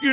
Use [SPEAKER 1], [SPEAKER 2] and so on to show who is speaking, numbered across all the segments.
[SPEAKER 1] You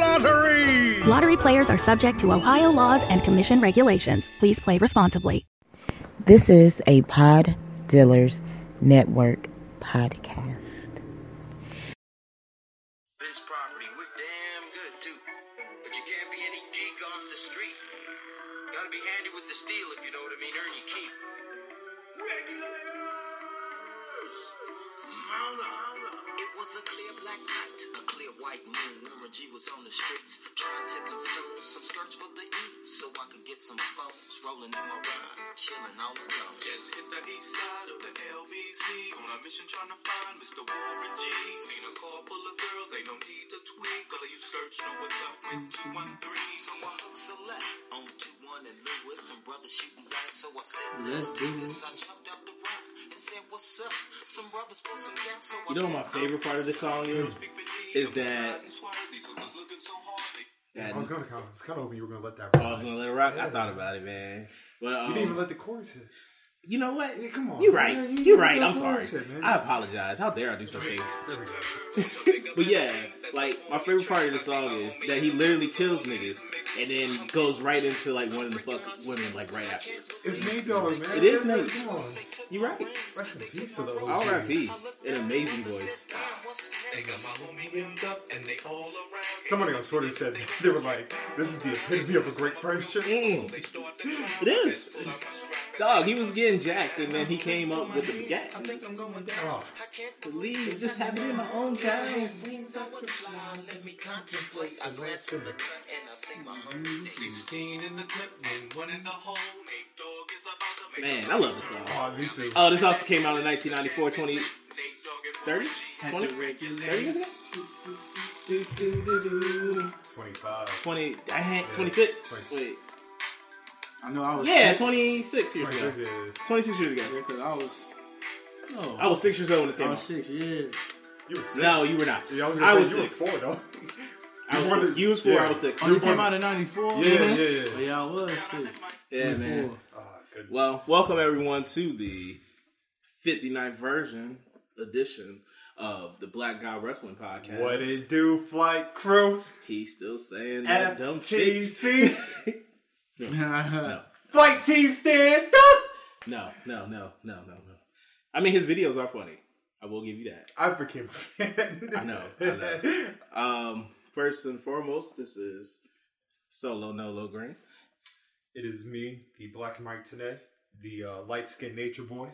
[SPEAKER 1] Lottery.
[SPEAKER 2] Lottery players are subject to Ohio laws and commission regulations. Please play responsibly.
[SPEAKER 3] This is a Pod Dealers Network podcast.
[SPEAKER 4] This property, we're damn good too. But you can't be any geek off the street. Gotta be handy with the steel if you know what I mean. Earn your keep. Regulators! Mount up. It was a clear black night, a clear white moon. Warmer G was on the streets, trying to consume some skirts for the E, so I could get some phones rolling in my ride, chilling all alone.
[SPEAKER 5] Just hit the east side of the LBC on a mission trying to find Mr. Warren G. Seen a car full of girls, ain't no need to tweak. All of you search know what's up with 213.
[SPEAKER 4] So I hooked select on 2 1 and Lewis, some brothers shooting dice. So I said, Let's do this. I jumped up the rock and said, What's up? Some brothers pulled some gas. So
[SPEAKER 6] You know what my favorite part of this song is? Is that that
[SPEAKER 7] I
[SPEAKER 6] I
[SPEAKER 7] was
[SPEAKER 6] was
[SPEAKER 7] gonna come. I was kind of hoping you were gonna let that.
[SPEAKER 6] gonna let it rock? I thought about it, man. But um,
[SPEAKER 7] you
[SPEAKER 6] you,
[SPEAKER 7] didn't even let the chorus hit.
[SPEAKER 6] know what?
[SPEAKER 7] Yeah, come on.
[SPEAKER 6] You're right.
[SPEAKER 7] Yeah, you
[SPEAKER 6] you are right.
[SPEAKER 7] didn't let
[SPEAKER 6] I'm
[SPEAKER 7] the
[SPEAKER 6] sorry.
[SPEAKER 7] chorus hit, man.
[SPEAKER 6] I apologize. How dare I do some things?
[SPEAKER 7] There we go.
[SPEAKER 6] But yeah, like my favorite part of the song is that he literally kills niggas and then goes right into like one of the fuck women like right afterwards.
[SPEAKER 7] It's Nate Dogg, man.
[SPEAKER 6] It is
[SPEAKER 7] Like,
[SPEAKER 6] Nate.
[SPEAKER 7] Come on.
[SPEAKER 6] You right?
[SPEAKER 7] Rest in peace to the OG.
[SPEAKER 6] R.I.P. An amazing voice.
[SPEAKER 5] They got my homie hemmed up and they all around.
[SPEAKER 7] Somebody on Twitter said they were like, "This is the epitome of a great friendship."
[SPEAKER 6] Mm. It is. Dog, he was getting jacked and then he came up with the gat. I think I'm going
[SPEAKER 7] Oh,
[SPEAKER 6] believe this happened in my own town.
[SPEAKER 4] Wings I would fly, let me contemplate. I glance at the cut and I see my
[SPEAKER 8] Mm-hmm.
[SPEAKER 4] homie.
[SPEAKER 5] 16 in the clip and one in the hole. Nate Dogg is about to make
[SPEAKER 6] Man, I love this song.
[SPEAKER 7] oh, me too.
[SPEAKER 6] Oh, this also came out in 1994, 20, 30? 20, 30 years ago? Do, do, do, do.
[SPEAKER 7] Twenty-five.
[SPEAKER 6] 20, I had 26.
[SPEAKER 7] Yeah.
[SPEAKER 6] Wait.
[SPEAKER 8] I know I was.
[SPEAKER 6] Yeah, 26 years ago.
[SPEAKER 7] Twenty-six is-
[SPEAKER 6] 26 years ago.
[SPEAKER 8] because I was. No,
[SPEAKER 6] I was six years old when this
[SPEAKER 8] I
[SPEAKER 6] came
[SPEAKER 8] was
[SPEAKER 6] out.
[SPEAKER 8] Oh, six. Yeah,
[SPEAKER 7] You were six.
[SPEAKER 6] No, you were not.
[SPEAKER 7] Yeah, I was, gonna
[SPEAKER 6] I
[SPEAKER 7] say,
[SPEAKER 6] was
[SPEAKER 7] you were
[SPEAKER 6] six.
[SPEAKER 7] four though.
[SPEAKER 6] I was
[SPEAKER 7] You wanted-
[SPEAKER 6] four. You was four,
[SPEAKER 7] yeah.
[SPEAKER 6] I was six.
[SPEAKER 8] oh, you came out in '94.
[SPEAKER 6] Mm-hmm.
[SPEAKER 7] Yeah, yeah, yeah.
[SPEAKER 8] So, yeah, I was six.
[SPEAKER 6] Yeah, man.
[SPEAKER 8] 94.
[SPEAKER 7] Ah, good.
[SPEAKER 6] Well, welcome everyone to the 59th version edition of the Black Guy Wrestling Podcast.
[SPEAKER 7] What it do, flight crew?
[SPEAKER 6] He's still saying that dumb shit.
[SPEAKER 7] FTC.
[SPEAKER 8] no.
[SPEAKER 7] Flight team stand up.
[SPEAKER 6] No, no, no, no, no, no. I mean, his videos are funny. I will give you that.
[SPEAKER 7] I became a fan.
[SPEAKER 6] I know. I know. um, first and foremost, this is Solo Nolo Green.
[SPEAKER 7] It is me, the Black Mike today, the uh, light skinned nature boy,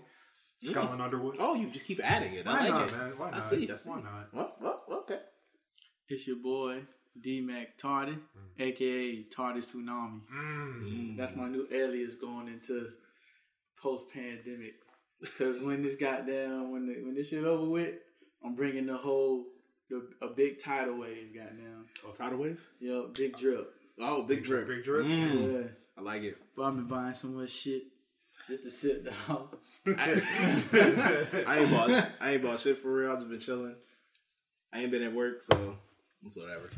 [SPEAKER 7] Scotland Underwood.
[SPEAKER 6] Oh, you just keep adding it. I
[SPEAKER 7] Why
[SPEAKER 6] like
[SPEAKER 7] not,
[SPEAKER 6] it.
[SPEAKER 7] man? Why
[SPEAKER 6] I
[SPEAKER 7] not?
[SPEAKER 6] see. I see.
[SPEAKER 7] Why not?
[SPEAKER 6] Well, well, okay.
[SPEAKER 8] It's your boy D Mac Tardy,
[SPEAKER 6] Mm.
[SPEAKER 8] aka Tardy Tsunami.
[SPEAKER 7] Mm.
[SPEAKER 8] That's my new alias going into post pandemic. Because when this got down, when the, when this shit over with, I'm bringing the whole the, a big tidal wave. Goddamn,
[SPEAKER 6] Oh, tidal wave.
[SPEAKER 8] yep, big drip.
[SPEAKER 6] Oh, big drip.
[SPEAKER 7] Big drip.
[SPEAKER 8] Yeah,
[SPEAKER 6] I like it.
[SPEAKER 8] but I've been buying so much shit just to sit the house.
[SPEAKER 6] I ain't bought. I ain't bought shit for real. I just been chilling. I ain't been at work, so it's whatever.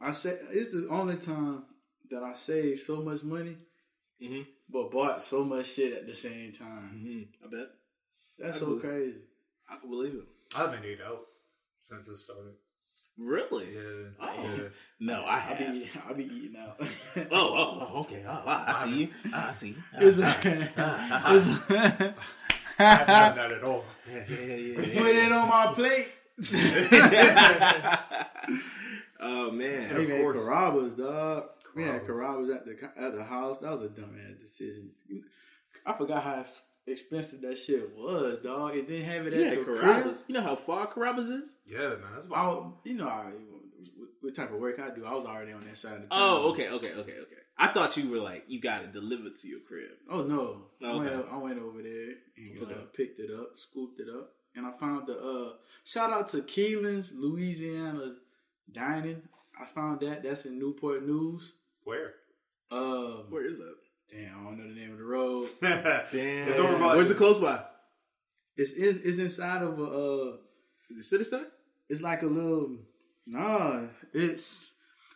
[SPEAKER 8] I say it's the only time that I saved so much money, but bought so much shit at the same time.
[SPEAKER 6] I bet.
[SPEAKER 8] That's so crazy.
[SPEAKER 6] I can believe it.
[SPEAKER 7] I've been eating out since this started.
[SPEAKER 6] Really?
[SPEAKER 7] Yeah.
[SPEAKER 6] Oh
[SPEAKER 7] yeah.
[SPEAKER 6] no, I
[SPEAKER 8] I
[SPEAKER 6] have.
[SPEAKER 8] be I be eating out.
[SPEAKER 6] Oh, oh, oh, okay. Oh, wow, I see you. Ah, I see. you. Ah,
[SPEAKER 8] It's-
[SPEAKER 6] ah,
[SPEAKER 8] it's-
[SPEAKER 7] I haven't done that at all.
[SPEAKER 6] yeah, yeah, yeah, yeah.
[SPEAKER 8] Put it on my plate.
[SPEAKER 6] Oh man.
[SPEAKER 8] Hey man,
[SPEAKER 7] course.
[SPEAKER 8] Carrabba's dog. We had
[SPEAKER 7] Carrabba's.
[SPEAKER 8] Carrabba's at the co- at the house. That was a dumbass decision. I forgot how expensive that shit was, dog. It didn't have it at
[SPEAKER 6] Yeah,
[SPEAKER 8] the crib.
[SPEAKER 6] Carrabba's. You know how far Carrabba's is?
[SPEAKER 7] Yeah, man, that's
[SPEAKER 8] I,
[SPEAKER 6] Oh.
[SPEAKER 7] about.
[SPEAKER 8] was- you know, I, what type of work I do, I was already on that side of the town.
[SPEAKER 6] Oh, okay, okay, okay, okay. I thought you were like you got it delivered to your crib.
[SPEAKER 8] Oh no! I,
[SPEAKER 6] Okay.
[SPEAKER 8] went, up- I went over there and uh,
[SPEAKER 6] Okay.
[SPEAKER 8] picked it up, scooped it up, and I found the uh, shout out to Keelan's Louisiana Dining. I found that. That's in Newport News.
[SPEAKER 7] Where?
[SPEAKER 8] Um,
[SPEAKER 6] Where is that?
[SPEAKER 8] damn, I don't know the name of the road.
[SPEAKER 7] Damn. It's over by.
[SPEAKER 6] Where's it close by?
[SPEAKER 8] It's in, it's inside of a. Uh,
[SPEAKER 6] Is it City Center?
[SPEAKER 8] it's like a little. Nah, it's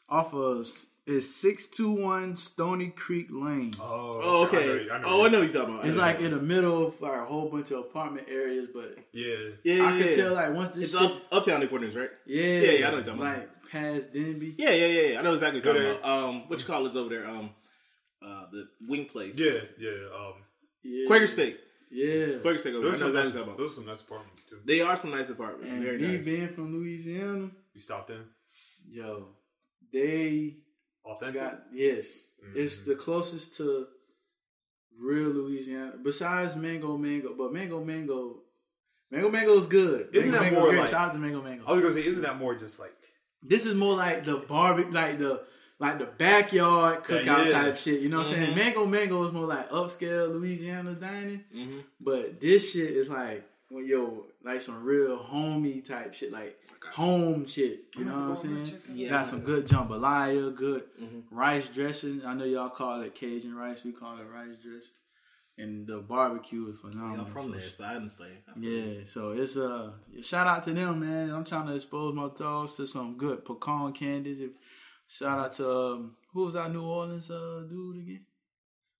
[SPEAKER 8] off of it's six two one Stony Creek Lane.
[SPEAKER 6] Oh,
[SPEAKER 7] Oh,
[SPEAKER 6] okay.
[SPEAKER 7] I know, I know.
[SPEAKER 6] oh, I know what you're talking about. I
[SPEAKER 8] It's
[SPEAKER 6] know.
[SPEAKER 8] like in the middle of like, a whole bunch of apartment areas, but
[SPEAKER 7] Yeah.
[SPEAKER 6] yeah, yeah,
[SPEAKER 8] I could
[SPEAKER 6] yeah.
[SPEAKER 8] tell like once this
[SPEAKER 6] it's
[SPEAKER 8] shit,
[SPEAKER 6] up, uptown Newport News, right?
[SPEAKER 8] yeah,
[SPEAKER 6] yeah, yeah, I know what you're talking about.
[SPEAKER 8] like past Denby.
[SPEAKER 6] Yeah, yeah, yeah. yeah. I know exactly what you're talking
[SPEAKER 7] Good
[SPEAKER 6] about. Um, what you call is over there? Um, uh, the wing place.
[SPEAKER 7] Yeah, yeah. Um,
[SPEAKER 8] Yeah.
[SPEAKER 6] Quaker Steak.
[SPEAKER 8] Yeah,
[SPEAKER 6] Quaker Steak. Over there. I
[SPEAKER 7] those,
[SPEAKER 6] know
[SPEAKER 7] are some
[SPEAKER 6] exactly what
[SPEAKER 7] nice,
[SPEAKER 6] you're talking about.
[SPEAKER 7] those are some nice apartments too.
[SPEAKER 6] They are some nice apartments.
[SPEAKER 8] and
[SPEAKER 6] Very
[SPEAKER 8] me
[SPEAKER 6] nice.
[SPEAKER 8] being from Louisiana,
[SPEAKER 7] You stopped in.
[SPEAKER 8] yo, they
[SPEAKER 7] Authentic.
[SPEAKER 8] got yes, it's
[SPEAKER 6] Mm-hmm.
[SPEAKER 8] the closest to real Louisiana besides Mango Mango, but Mango Mango, Mango Mango is good.
[SPEAKER 7] Isn't
[SPEAKER 8] Mango
[SPEAKER 7] that
[SPEAKER 8] Mango's
[SPEAKER 7] more
[SPEAKER 8] great.
[SPEAKER 7] like-
[SPEAKER 8] shout out to Mango Mango?
[SPEAKER 7] I was gonna say, isn't that more just like?
[SPEAKER 8] this is more like the barbecue, like the like the backyard
[SPEAKER 7] Yeah, Mm-hmm.
[SPEAKER 8] cookout
[SPEAKER 7] yeah.
[SPEAKER 8] type shit. You know what I'm saying? Mango Mango is more like upscale Louisiana dining,
[SPEAKER 7] Mm-hmm.
[SPEAKER 8] but this shit is like well, yo, like some real homey type shit, like home shit. You know what I'm saying? Got some good jambalaya, good
[SPEAKER 7] Mm-hmm.
[SPEAKER 8] rice dressing. I know y'all call it Cajun rice. We call it rice dressing. And the barbecue is
[SPEAKER 6] I'm
[SPEAKER 8] phenomenal.
[SPEAKER 6] from
[SPEAKER 8] So
[SPEAKER 6] there, Um, so I understand.
[SPEAKER 8] yeah, so it's uh shout out to them, man. I'm trying to expose my dogs to some good pecan candies. If shout out to um, who was our New Orleans uh dude again?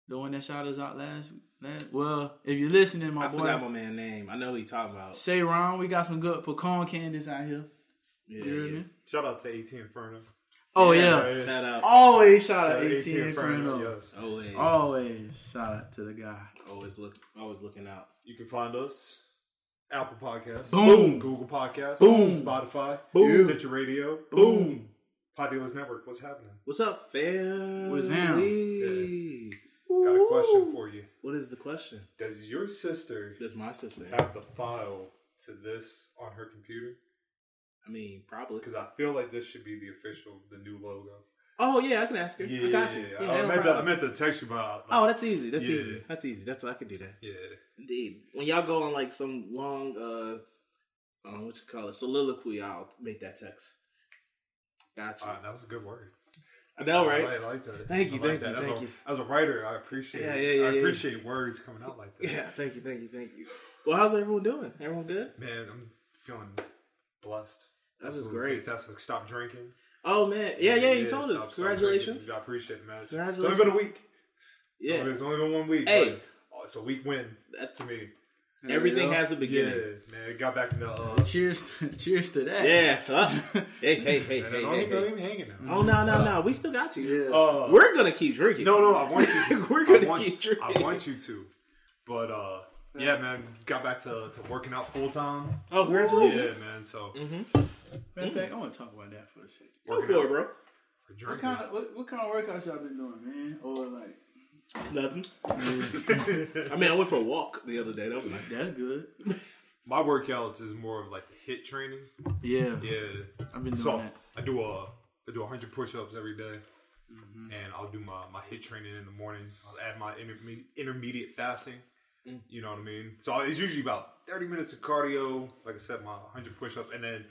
[SPEAKER 8] The one that shot us out last last. Well, if you're listening, my
[SPEAKER 6] I
[SPEAKER 8] boy,
[SPEAKER 6] forgot my man's name. I know who you talking about.
[SPEAKER 8] say Ron, we got some good pecan candies out here.
[SPEAKER 6] Yeah,
[SPEAKER 8] You hear
[SPEAKER 6] yeah.
[SPEAKER 8] me?
[SPEAKER 7] Shout out to AT Inferno.
[SPEAKER 8] Oh yeah,
[SPEAKER 7] yeah, yeah.
[SPEAKER 6] Shout out.
[SPEAKER 8] always shout out
[SPEAKER 7] Uh,
[SPEAKER 8] 18 Inferno.
[SPEAKER 7] Yes.
[SPEAKER 6] Always,
[SPEAKER 8] Oh. Always shout out to the guy.
[SPEAKER 6] always look, always looking out.
[SPEAKER 7] You can find us Apple Podcasts,
[SPEAKER 8] Boom.
[SPEAKER 7] Google Podcasts,
[SPEAKER 8] Boom.
[SPEAKER 7] Spotify,
[SPEAKER 8] Boom.
[SPEAKER 7] Stitcher Radio,
[SPEAKER 8] Boom.
[SPEAKER 7] Populous Network. What's happening?
[SPEAKER 6] What's up, fam?
[SPEAKER 8] What's him?
[SPEAKER 6] Yeah.
[SPEAKER 7] Got a question for you.
[SPEAKER 6] What is the question?
[SPEAKER 7] Does your sister
[SPEAKER 6] That's my sister.
[SPEAKER 7] have the file to this on her computer?
[SPEAKER 6] I mean, probably.
[SPEAKER 7] Because I feel like this should be the official, the new logo.
[SPEAKER 6] Oh yeah, I can ask her. I got you. Yeah,
[SPEAKER 7] Oh, I,
[SPEAKER 6] no
[SPEAKER 7] meant to, I
[SPEAKER 6] problem.
[SPEAKER 7] meant to text you about.
[SPEAKER 6] Oh, that's easy. That's
[SPEAKER 7] Yeah.
[SPEAKER 6] easy. That's easy. That's I can do that.
[SPEAKER 7] yeah.
[SPEAKER 6] Indeed. When y'all go on like some long, uh, um, what you call it, soliloquy, I'll make that text. Gotcha.
[SPEAKER 7] Ah, that was a good word.
[SPEAKER 6] I know,
[SPEAKER 7] I
[SPEAKER 6] right?
[SPEAKER 7] like, I like that.
[SPEAKER 6] Thank you,
[SPEAKER 7] I like
[SPEAKER 6] thank you,
[SPEAKER 7] As
[SPEAKER 6] thank
[SPEAKER 7] a,
[SPEAKER 6] you.
[SPEAKER 7] As a writer, I appreciate.
[SPEAKER 6] Yeah,
[SPEAKER 7] it.
[SPEAKER 6] yeah, yeah,
[SPEAKER 7] I
[SPEAKER 6] yeah.
[SPEAKER 7] appreciate words coming out like that.
[SPEAKER 6] Yeah. Thank you. Thank you. Thank you. Well, how's everyone doing? Everyone good?
[SPEAKER 7] Man, I'm feeling blessed.
[SPEAKER 6] That was
[SPEAKER 7] Absolutely
[SPEAKER 6] great.
[SPEAKER 7] Fantastic. Stop drinking.
[SPEAKER 6] Oh man. Yeah. Yeah. You told
[SPEAKER 7] stop-
[SPEAKER 6] us.
[SPEAKER 7] stop
[SPEAKER 6] Congratulations.
[SPEAKER 7] drinking. I appreciate it, man. It's it's only
[SPEAKER 6] Congratulations.
[SPEAKER 7] been a week. Yeah.
[SPEAKER 6] Yeah.
[SPEAKER 7] It's only been one week.
[SPEAKER 6] Hey.
[SPEAKER 7] but, oh, it's a week win.
[SPEAKER 6] That's-
[SPEAKER 7] to me.
[SPEAKER 6] Everything
[SPEAKER 8] Yeah.
[SPEAKER 6] has a
[SPEAKER 7] Yeah,
[SPEAKER 6] beginning.
[SPEAKER 7] man. It got back in the. Uh,
[SPEAKER 8] Cheers, cheers to that.
[SPEAKER 6] Yeah. Huh? hey, hey, hey,
[SPEAKER 7] and
[SPEAKER 6] hey,
[SPEAKER 7] it
[SPEAKER 6] hey,
[SPEAKER 7] only got
[SPEAKER 6] hey.
[SPEAKER 7] him hanging now.
[SPEAKER 6] Oh no, no, no. We still got you.
[SPEAKER 8] Yeah.
[SPEAKER 7] Uh,
[SPEAKER 6] We're gonna keep drinking.
[SPEAKER 7] No, no, I want you. To.
[SPEAKER 6] We're gonna
[SPEAKER 7] I want,
[SPEAKER 6] get your-
[SPEAKER 7] I want you to, but uh, yeah, man, got back to, to working out full time.
[SPEAKER 6] Oh,
[SPEAKER 7] Yeah,
[SPEAKER 6] congratulations. Mm-hmm.
[SPEAKER 7] man. So
[SPEAKER 8] Matter of fact, I want to talk about that for a second.
[SPEAKER 6] Go for it, bro.
[SPEAKER 7] for
[SPEAKER 8] What
[SPEAKER 7] drinking.
[SPEAKER 8] kind of what, what kind of workouts y'all been doing, man? Or like
[SPEAKER 6] Nothing. I mean, I went for a walk the other day. That was nice.
[SPEAKER 8] that's good.
[SPEAKER 7] My workouts is more of like the hit training.
[SPEAKER 8] Yeah,
[SPEAKER 7] Yeah,
[SPEAKER 8] I've been doing
[SPEAKER 7] so
[SPEAKER 8] that.
[SPEAKER 7] I do a I do 100 push-ups every day, and I'll do my my hit training in the morning. I'll add my interme- intermediate fasting. You know what I mean? So it's usually about 30 minutes of cardio. Like I said, my 100 push-ups, and then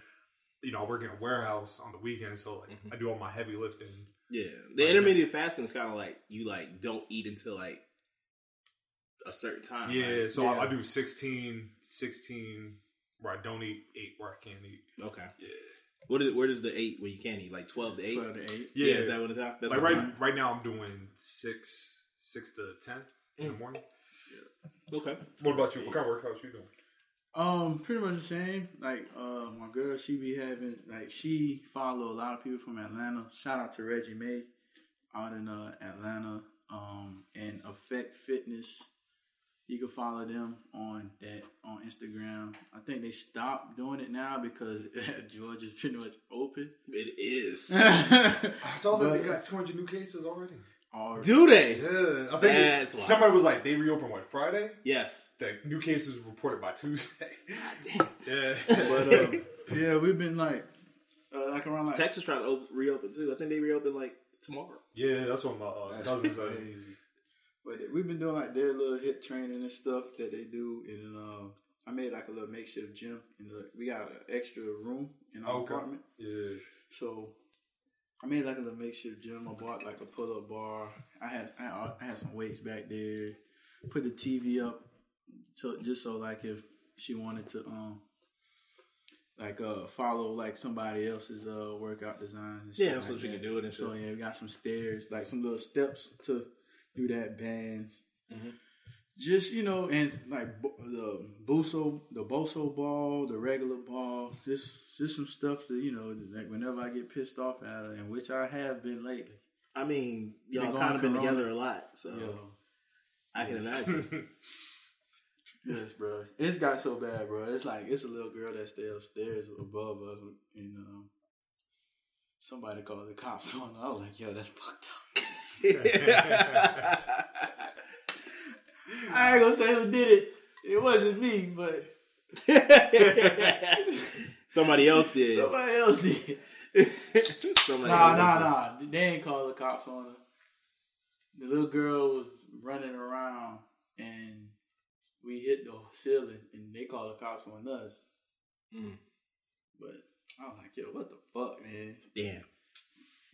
[SPEAKER 7] you know I work in a warehouse on the weekend, so like I do all my heavy lifting.
[SPEAKER 6] Yeah, the intermittent fasting is kind of like you like don't eat until like a certain time.
[SPEAKER 7] Yeah,
[SPEAKER 6] right?
[SPEAKER 7] so I, I do 16, 16, where I don't eat, eight where I can't eat.
[SPEAKER 6] Okay. Yeah. What is, where does the eight where you can't eat like twelve to eight?
[SPEAKER 8] Twelve to eight.
[SPEAKER 6] Yeah. Is that what it's at? That's
[SPEAKER 7] like
[SPEAKER 6] what
[SPEAKER 7] right
[SPEAKER 6] I'm
[SPEAKER 7] right now I'm doing six six to ten in the morning.
[SPEAKER 6] at. Okay.
[SPEAKER 7] What about you? What kind of workouts you doing?
[SPEAKER 8] Um, pretty much the same. Like, uh, my girl, she be having like she follow a lot of people from Atlanta. Shout out to Reggie May out in uh, Atlanta. Um, and Effect Fitness. You can follow them on that on Instagram. I think they stopped doing it now because Georgia's pretty much open.
[SPEAKER 6] It is.
[SPEAKER 7] I saw
[SPEAKER 8] that they got
[SPEAKER 7] 200 new cases already.
[SPEAKER 8] Or
[SPEAKER 6] Do they?
[SPEAKER 7] Yeah, I think
[SPEAKER 6] That's why.
[SPEAKER 7] somebody was like, they reopened what Friday.
[SPEAKER 6] Yes.
[SPEAKER 7] The new cases were reported by Tuesday. yeah,
[SPEAKER 8] but uh, yeah, we've been like uh, like around like
[SPEAKER 6] Texas trying to op- reopen too. I think they reopen like tomorrow.
[SPEAKER 7] yeah, that's what my uh, cousin said.
[SPEAKER 8] But we've been doing like their little hit training and stuff that they do, and um, I made like a little makeshift gym, and uh, we got an extra room in our
[SPEAKER 7] Okay.
[SPEAKER 8] apartment.
[SPEAKER 7] Yeah,
[SPEAKER 8] So I made like a little makeshift gym. I bought like a pull up bar. I had I, I had some weights back there. Put the TV up, so just so like if she wanted to um like uh follow like somebody else's uh workout designs. And shit
[SPEAKER 6] Yeah,
[SPEAKER 8] like
[SPEAKER 6] so she
[SPEAKER 8] that.
[SPEAKER 6] can do it and
[SPEAKER 8] so
[SPEAKER 6] shit.
[SPEAKER 8] yeah, we got some stairs, like some little steps to do that bands.
[SPEAKER 6] Mm-hmm.
[SPEAKER 8] Just you know, and like bo- the Boso, the Boso ball, the regular ball, just just some stuff that you know, like whenever I get pissed off at her, and which I have been lately.
[SPEAKER 6] I mean,
[SPEAKER 8] They
[SPEAKER 6] y'all
[SPEAKER 8] going
[SPEAKER 6] kind of been
[SPEAKER 8] Corona.
[SPEAKER 6] together a lot, so
[SPEAKER 8] You know.
[SPEAKER 6] I can imagine.
[SPEAKER 8] Yes, bro. It's got so bad, bro. It's like it's a little girl that stay upstairs above us, and um, somebody called the cops on. her. I was like, "Yo, that's fucked up." I ain't gonna say who did it. It wasn't me, but
[SPEAKER 6] Somebody else did.
[SPEAKER 8] somebody else did.
[SPEAKER 6] Somebody
[SPEAKER 8] Nah,
[SPEAKER 6] else
[SPEAKER 8] nah,
[SPEAKER 6] did.
[SPEAKER 8] nah. They ain't call the cops on her. The little girl was running around, and we hit the ceiling, and they called the cops on us. But I was like, "Yo, what the fuck, man?"
[SPEAKER 6] Damn.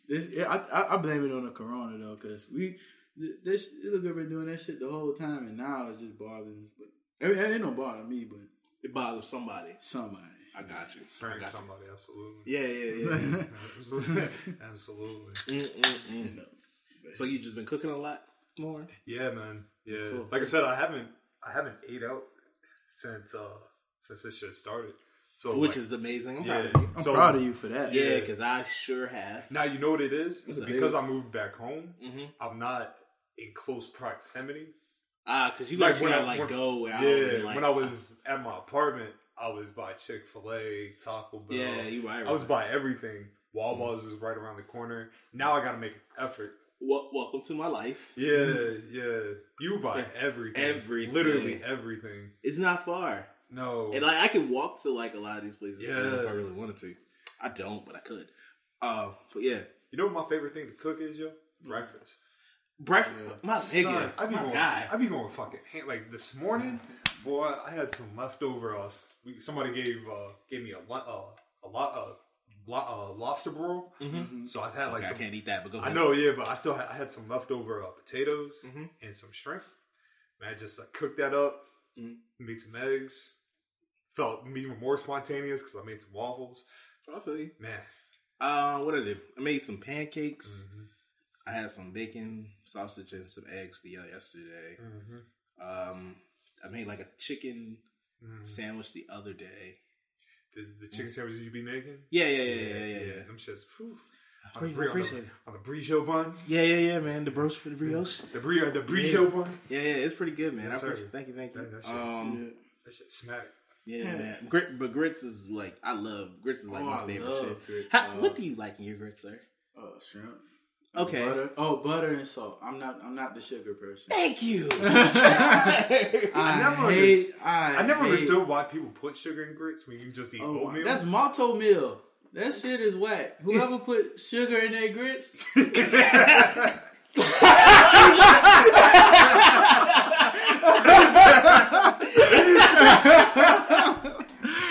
[SPEAKER 8] This yeah, I, I I blame it on the corona though, cause we th- this little girl been doing that shit the whole time, and now it's just bothering us. But I mean, it ain't no bother me, but
[SPEAKER 6] It bothers somebody.
[SPEAKER 8] somebody.
[SPEAKER 6] I got you. I
[SPEAKER 7] Bring
[SPEAKER 6] got
[SPEAKER 7] somebody, absolutely.
[SPEAKER 6] you. Yeah, yeah, yeah.
[SPEAKER 7] Absolutely. absolutely.
[SPEAKER 8] You know.
[SPEAKER 6] so you just been cooking a lot more?
[SPEAKER 7] Yeah, man. Yeah.
[SPEAKER 6] Cool.
[SPEAKER 7] Like I said, I haven't I haven't ate out since uh since this shit started. So
[SPEAKER 6] Which
[SPEAKER 7] like,
[SPEAKER 6] is amazing. I'm
[SPEAKER 7] yeah.
[SPEAKER 6] proud of you.
[SPEAKER 8] I'm
[SPEAKER 7] So-
[SPEAKER 8] proud of you for that.
[SPEAKER 6] Yeah, because I sure have.
[SPEAKER 7] Now you know what it is
[SPEAKER 8] That's a
[SPEAKER 7] because
[SPEAKER 8] big-
[SPEAKER 7] I moved back home.
[SPEAKER 6] Mm-hmm.
[SPEAKER 7] I'm not in close proximity.
[SPEAKER 6] Ah, because you like, gotta like
[SPEAKER 7] when-
[SPEAKER 6] go where I
[SPEAKER 7] yeah,
[SPEAKER 6] don't like,
[SPEAKER 7] when I was at my apartment, I was by Chick Fil A, Taco Bell.
[SPEAKER 6] Yeah, you right,
[SPEAKER 7] I was
[SPEAKER 6] right. Mm.
[SPEAKER 7] by everything. Walmart was right around the corner. Now I gotta make an effort.
[SPEAKER 6] Wel- welcome to my life.
[SPEAKER 7] Yeah, yeah. You buy
[SPEAKER 6] Mm-hmm. Yeah.
[SPEAKER 7] everything.
[SPEAKER 6] Everything.
[SPEAKER 7] Literally everything.
[SPEAKER 6] It's not far,
[SPEAKER 7] No.
[SPEAKER 6] and like I can walk to like a lot of these places
[SPEAKER 7] Yeah.
[SPEAKER 6] if I really wanted to. I don't, but I could. Uh, but yeah,
[SPEAKER 7] You know what my favorite thing to cook is, yo? Breakfast.
[SPEAKER 6] breakfast. My
[SPEAKER 7] Son,
[SPEAKER 6] nigga,
[SPEAKER 7] I be
[SPEAKER 6] my
[SPEAKER 7] going,
[SPEAKER 6] guy.
[SPEAKER 7] I be going fucking ham. Like this morning, boy, I had some leftover. Uh, s- we- somebody gave uh, gave me a lot uh, a lot uh, lo- uh, lobster broil. So I had like
[SPEAKER 6] Mm-hmm. Okay, I
[SPEAKER 7] some.
[SPEAKER 6] can't eat that, Mm-hmm. but go.
[SPEAKER 7] I
[SPEAKER 6] ahead.
[SPEAKER 7] know, yeah, but I still had, I had some leftover uh, potatoes and some shrimp. And I just like, cooked that up,
[SPEAKER 6] Mm-hmm.
[SPEAKER 7] made some eggs. Felt even more spontaneous because I made some waffles.
[SPEAKER 6] I feel you.
[SPEAKER 7] Man,
[SPEAKER 6] Uh, what I did? I made some pancakes. I had some bacon, sausage, and some eggs the uh, yesterday. Um, I made like a chicken
[SPEAKER 7] Mm.
[SPEAKER 6] sandwich the other day.
[SPEAKER 7] this, the chicken sandwiches you be making?
[SPEAKER 6] Yeah, yeah, yeah, yeah, yeah, yeah.
[SPEAKER 7] Them shits. Whew.
[SPEAKER 6] I
[SPEAKER 7] On the, brie- on, the,
[SPEAKER 6] appreciate it.
[SPEAKER 7] on the brichot bun.
[SPEAKER 6] Yeah, yeah, yeah, man. The broach for the brioche.
[SPEAKER 7] The brie, the brichot bun.
[SPEAKER 6] Yeah, yeah, it's pretty good, man.
[SPEAKER 7] Yes,
[SPEAKER 6] I
[SPEAKER 7] sir.
[SPEAKER 6] appreciate. Thank you, thank you.
[SPEAKER 7] That- that shit.
[SPEAKER 6] um,
[SPEAKER 7] That shit smack.
[SPEAKER 6] yeah, man. Grit, but grits is like I love grits is like
[SPEAKER 8] Oh,
[SPEAKER 6] my
[SPEAKER 8] I
[SPEAKER 6] favorite
[SPEAKER 8] love
[SPEAKER 6] shit.
[SPEAKER 8] grits,
[SPEAKER 6] How,
[SPEAKER 8] dog.
[SPEAKER 6] what do you like in your grits, sir?
[SPEAKER 8] Uh, shrimp.
[SPEAKER 6] Okay.
[SPEAKER 8] Butter. Oh, butter and salt. I'm not. I'm not the sugar person.
[SPEAKER 6] Thank you.
[SPEAKER 8] I,
[SPEAKER 7] never
[SPEAKER 8] hate.
[SPEAKER 7] underst-
[SPEAKER 8] I,
[SPEAKER 7] I never
[SPEAKER 8] hate-
[SPEAKER 7] understood why people put sugar in grits when you can just eat
[SPEAKER 8] Oh, my-
[SPEAKER 7] oatmeal.
[SPEAKER 8] that's malto meal. That shit is whack. Whoever put sugar in their grits,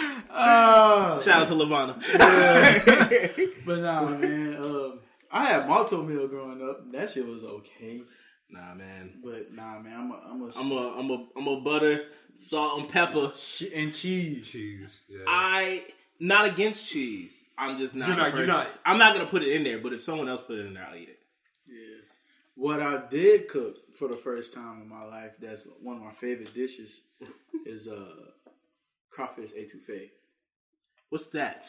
[SPEAKER 6] Shout out to Lavana.
[SPEAKER 8] But nah, man. Um, I had malto meal growing up. That shit was okay.
[SPEAKER 6] nah, man.
[SPEAKER 8] But nah, man. I'm a, I'm a,
[SPEAKER 6] I'm a I'm a I'm a butter, salt and pepper.
[SPEAKER 8] sh- and cheese.
[SPEAKER 7] cheese. Yeah.
[SPEAKER 6] I not against cheese. I'm just not.
[SPEAKER 7] You're
[SPEAKER 6] the
[SPEAKER 7] not- you're
[SPEAKER 6] person-
[SPEAKER 7] not-
[SPEAKER 6] I'm not gonna put it in there. But if someone else put it in there, I'll eat it.
[SPEAKER 8] What I did cook for the first time in my life. That's one of my favorite dishes. is uh, crawfish etouffee.
[SPEAKER 6] What's that?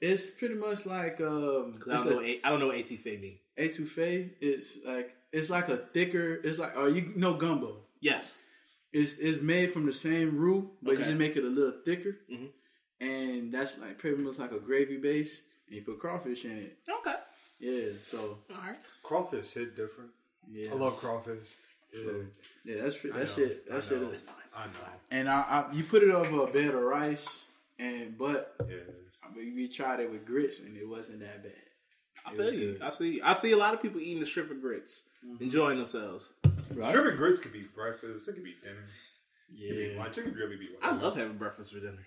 [SPEAKER 8] It's pretty much like um,
[SPEAKER 6] 'Cause I
[SPEAKER 8] it's
[SPEAKER 6] don't know.
[SPEAKER 8] a-
[SPEAKER 6] A- I don't know what etouffee mean.
[SPEAKER 8] etouffee. It's like it's like a thicker. It's like oh, you know gumbo.
[SPEAKER 6] Yes.
[SPEAKER 8] It's it's made from the same roux,
[SPEAKER 6] Okay.
[SPEAKER 8] but
[SPEAKER 6] Mm-hmm.
[SPEAKER 8] you just make it a little thicker, and that's like pretty much like a gravy base, and you put crawfish in it.
[SPEAKER 6] Okay.
[SPEAKER 8] Yeah, so
[SPEAKER 6] All right.
[SPEAKER 7] Crawfish hit different.
[SPEAKER 8] Yeah.
[SPEAKER 7] I love crawfish. Yeah.
[SPEAKER 8] Yeah, that's pre-
[SPEAKER 7] I know,
[SPEAKER 8] that shit.
[SPEAKER 7] I
[SPEAKER 8] That shit.
[SPEAKER 7] know,
[SPEAKER 8] Is,
[SPEAKER 7] I know.
[SPEAKER 8] and I, I, you put it over a bed of rice, and but
[SPEAKER 7] Yeah.
[SPEAKER 8] I mean, we tried it with grits, and it wasn't that bad.
[SPEAKER 6] I feel you. Mm-hmm. I see. I see a lot of people eating the strip of grits, enjoying themselves.
[SPEAKER 7] Shrimp and grits could be breakfast. It could be dinner. It could be
[SPEAKER 8] Yeah,
[SPEAKER 7] lunch. It could really be
[SPEAKER 6] I
[SPEAKER 7] whatever.
[SPEAKER 6] love having breakfast for dinner.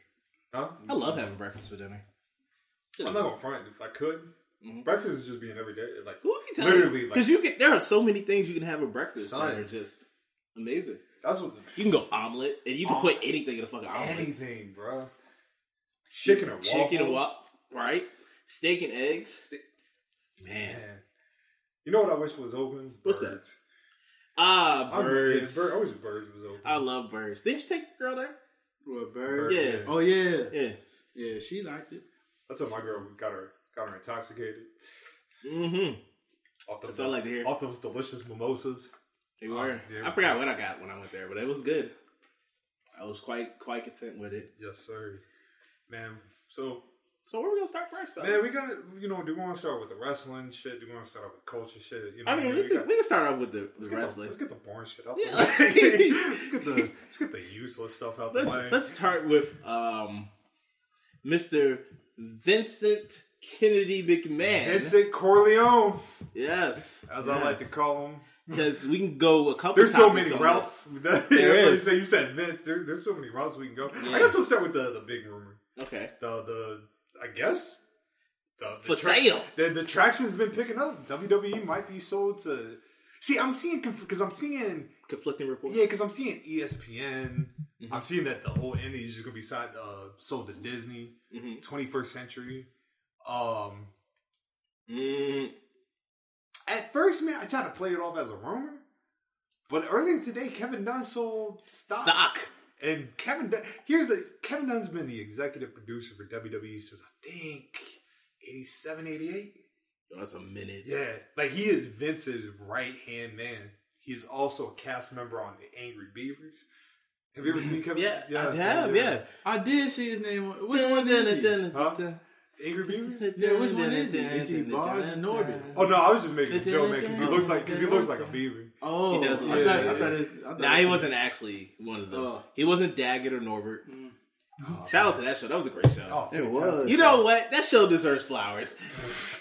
[SPEAKER 7] Huh?
[SPEAKER 6] I love having breakfast for dinner.
[SPEAKER 7] I'm not gonna front. If I could, breakfast is just being every day. Like
[SPEAKER 6] Mm-hmm. Who are you telling?
[SPEAKER 7] Literally, like-
[SPEAKER 6] because you can. There are so many things you can have at breakfast
[SPEAKER 7] Son.
[SPEAKER 6] that are just amazing.
[SPEAKER 7] that's what
[SPEAKER 6] You can go omelet, and you can put anything in a fucking omelet.
[SPEAKER 7] anything, bro. Chicken or waffles.
[SPEAKER 6] Chicken and what? Right? Steak and eggs. Man,
[SPEAKER 7] Man. You know what I wish was open?
[SPEAKER 6] What's that?
[SPEAKER 7] birds.
[SPEAKER 6] ah,
[SPEAKER 7] I-
[SPEAKER 6] birds.
[SPEAKER 7] Yeah, bird, I wish birds was open.
[SPEAKER 6] I love birds. Didn't you take your girl there?
[SPEAKER 8] with bird.
[SPEAKER 6] Yeah.
[SPEAKER 8] Oh yeah,
[SPEAKER 6] Yeah.
[SPEAKER 8] yeah. She liked it.
[SPEAKER 7] That's how my girl got her got her intoxicated.
[SPEAKER 6] Mm-hmm.
[SPEAKER 7] Off those,
[SPEAKER 6] That's what I like to hear.
[SPEAKER 7] Off those delicious mimosas.
[SPEAKER 6] They were.
[SPEAKER 7] Oh, yeah.
[SPEAKER 6] I forgot what I got when I went there, but it was good. I was quite quite content with it.
[SPEAKER 7] Yes, sir. Man, so
[SPEAKER 6] So where we gonna start first, fellas?
[SPEAKER 7] man, we got you know, do we want to start with the wrestling shit? Do we want to start off with culture shit? You know,
[SPEAKER 6] I mean, we,
[SPEAKER 7] got-
[SPEAKER 6] can, we can start off with the, the
[SPEAKER 7] let's get the-
[SPEAKER 6] wrestling.
[SPEAKER 7] let's get the boring shit out
[SPEAKER 6] Yeah.
[SPEAKER 7] the way. let's get the let's get the useless stuff out the
[SPEAKER 6] Let's,
[SPEAKER 7] way.
[SPEAKER 6] let's start with um, Mr. Vincent Kennedy McMahon.
[SPEAKER 7] Vincent Corleone,
[SPEAKER 6] Yes,
[SPEAKER 7] as I like to call him.
[SPEAKER 6] because we can go a couple.
[SPEAKER 7] There's so
[SPEAKER 6] topics
[SPEAKER 7] many
[SPEAKER 6] on
[SPEAKER 7] routes. That's what you
[SPEAKER 6] is.
[SPEAKER 7] said. You said Vince. There's there's so many routes we can go.
[SPEAKER 6] Yeah.
[SPEAKER 7] I guess we'll start with the the big rumor.
[SPEAKER 6] this. Okay,
[SPEAKER 7] the the I guess the, the
[SPEAKER 6] For sale.
[SPEAKER 7] The, the traction's been picking up. WWE might be sold to. See, I'm seeing because I'm seeing
[SPEAKER 6] conflicting reports.
[SPEAKER 7] yeah, because I'm seeing E ESPN. I'm seeing that the whole indie is just gonna be signed, uh, sold to Disney, 21st Century. Um,
[SPEAKER 6] Mm,
[SPEAKER 7] at first, man, I tried to play it off as a rumor, but earlier today, Kevin Dunn sold stock.
[SPEAKER 6] stock.
[SPEAKER 7] And Kevin, Dunn, here's the Kevin Dunn's been the executive producer for WWE since I think 87, 88.
[SPEAKER 6] Yo, that's a minute.
[SPEAKER 7] Yeah, like he is Vince's right hand man. He is also a cast member on the Angry Beavers. Have you ever seen Kevin?
[SPEAKER 6] Yeah, I
[SPEAKER 7] so,
[SPEAKER 6] have. Yeah.
[SPEAKER 8] I did see his name. on- Which
[SPEAKER 6] Dun,
[SPEAKER 8] one
[SPEAKER 6] dun,
[SPEAKER 8] is
[SPEAKER 6] dun,
[SPEAKER 8] he?
[SPEAKER 6] dun,
[SPEAKER 7] Huh?
[SPEAKER 6] dun.
[SPEAKER 7] Angry Beavers.
[SPEAKER 8] Yeah, which one is he? Is he Barnes and Norbit?
[SPEAKER 7] Oh no, I was just making a joke, man, because he looks like because he looks like a beaver.
[SPEAKER 8] Oh,
[SPEAKER 6] He does
[SPEAKER 8] I,
[SPEAKER 6] look
[SPEAKER 8] thought,
[SPEAKER 7] like
[SPEAKER 8] I
[SPEAKER 7] that.
[SPEAKER 8] thought it's- I thought
[SPEAKER 6] Nah, he
[SPEAKER 8] it's-
[SPEAKER 6] wasn't actually one of them.
[SPEAKER 8] Oh.
[SPEAKER 6] he wasn't Daggett or Norbert. Oh, Shout out to that show. That was a great show.
[SPEAKER 7] Mm. Oh,
[SPEAKER 8] It
[SPEAKER 7] fantastic.
[SPEAKER 8] was.
[SPEAKER 6] You know what? That show deserves flowers.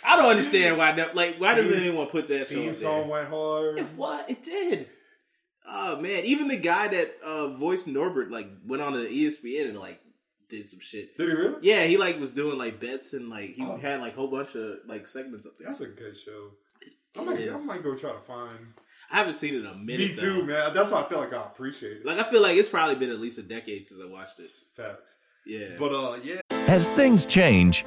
[SPEAKER 6] I don't understand why. no- Like, why doesn't
[SPEAKER 7] Theme-
[SPEAKER 6] anyone put that show
[SPEAKER 7] Theme
[SPEAKER 6] up
[SPEAKER 7] song
[SPEAKER 6] there?
[SPEAKER 7] went hard.
[SPEAKER 6] What it did? Oh man! Even the guy that uh, voiced Norbert like went on to E ESPN and like did some shit.
[SPEAKER 7] Did he really?
[SPEAKER 6] Yeah, he like was doing like bets and like he had like a whole bunch of like segments up there.
[SPEAKER 7] Oh. That's a good show. I might, I
[SPEAKER 6] is.
[SPEAKER 7] might go try to find.
[SPEAKER 6] I haven't seen it in a minute.
[SPEAKER 7] Me too,
[SPEAKER 6] though.
[SPEAKER 7] man. That's why I feel like I appreciate it.
[SPEAKER 6] Like I feel like it's probably been at least a decade since I watched it.
[SPEAKER 7] Facts.
[SPEAKER 6] Yeah,
[SPEAKER 7] But uh, yeah,
[SPEAKER 1] As things change,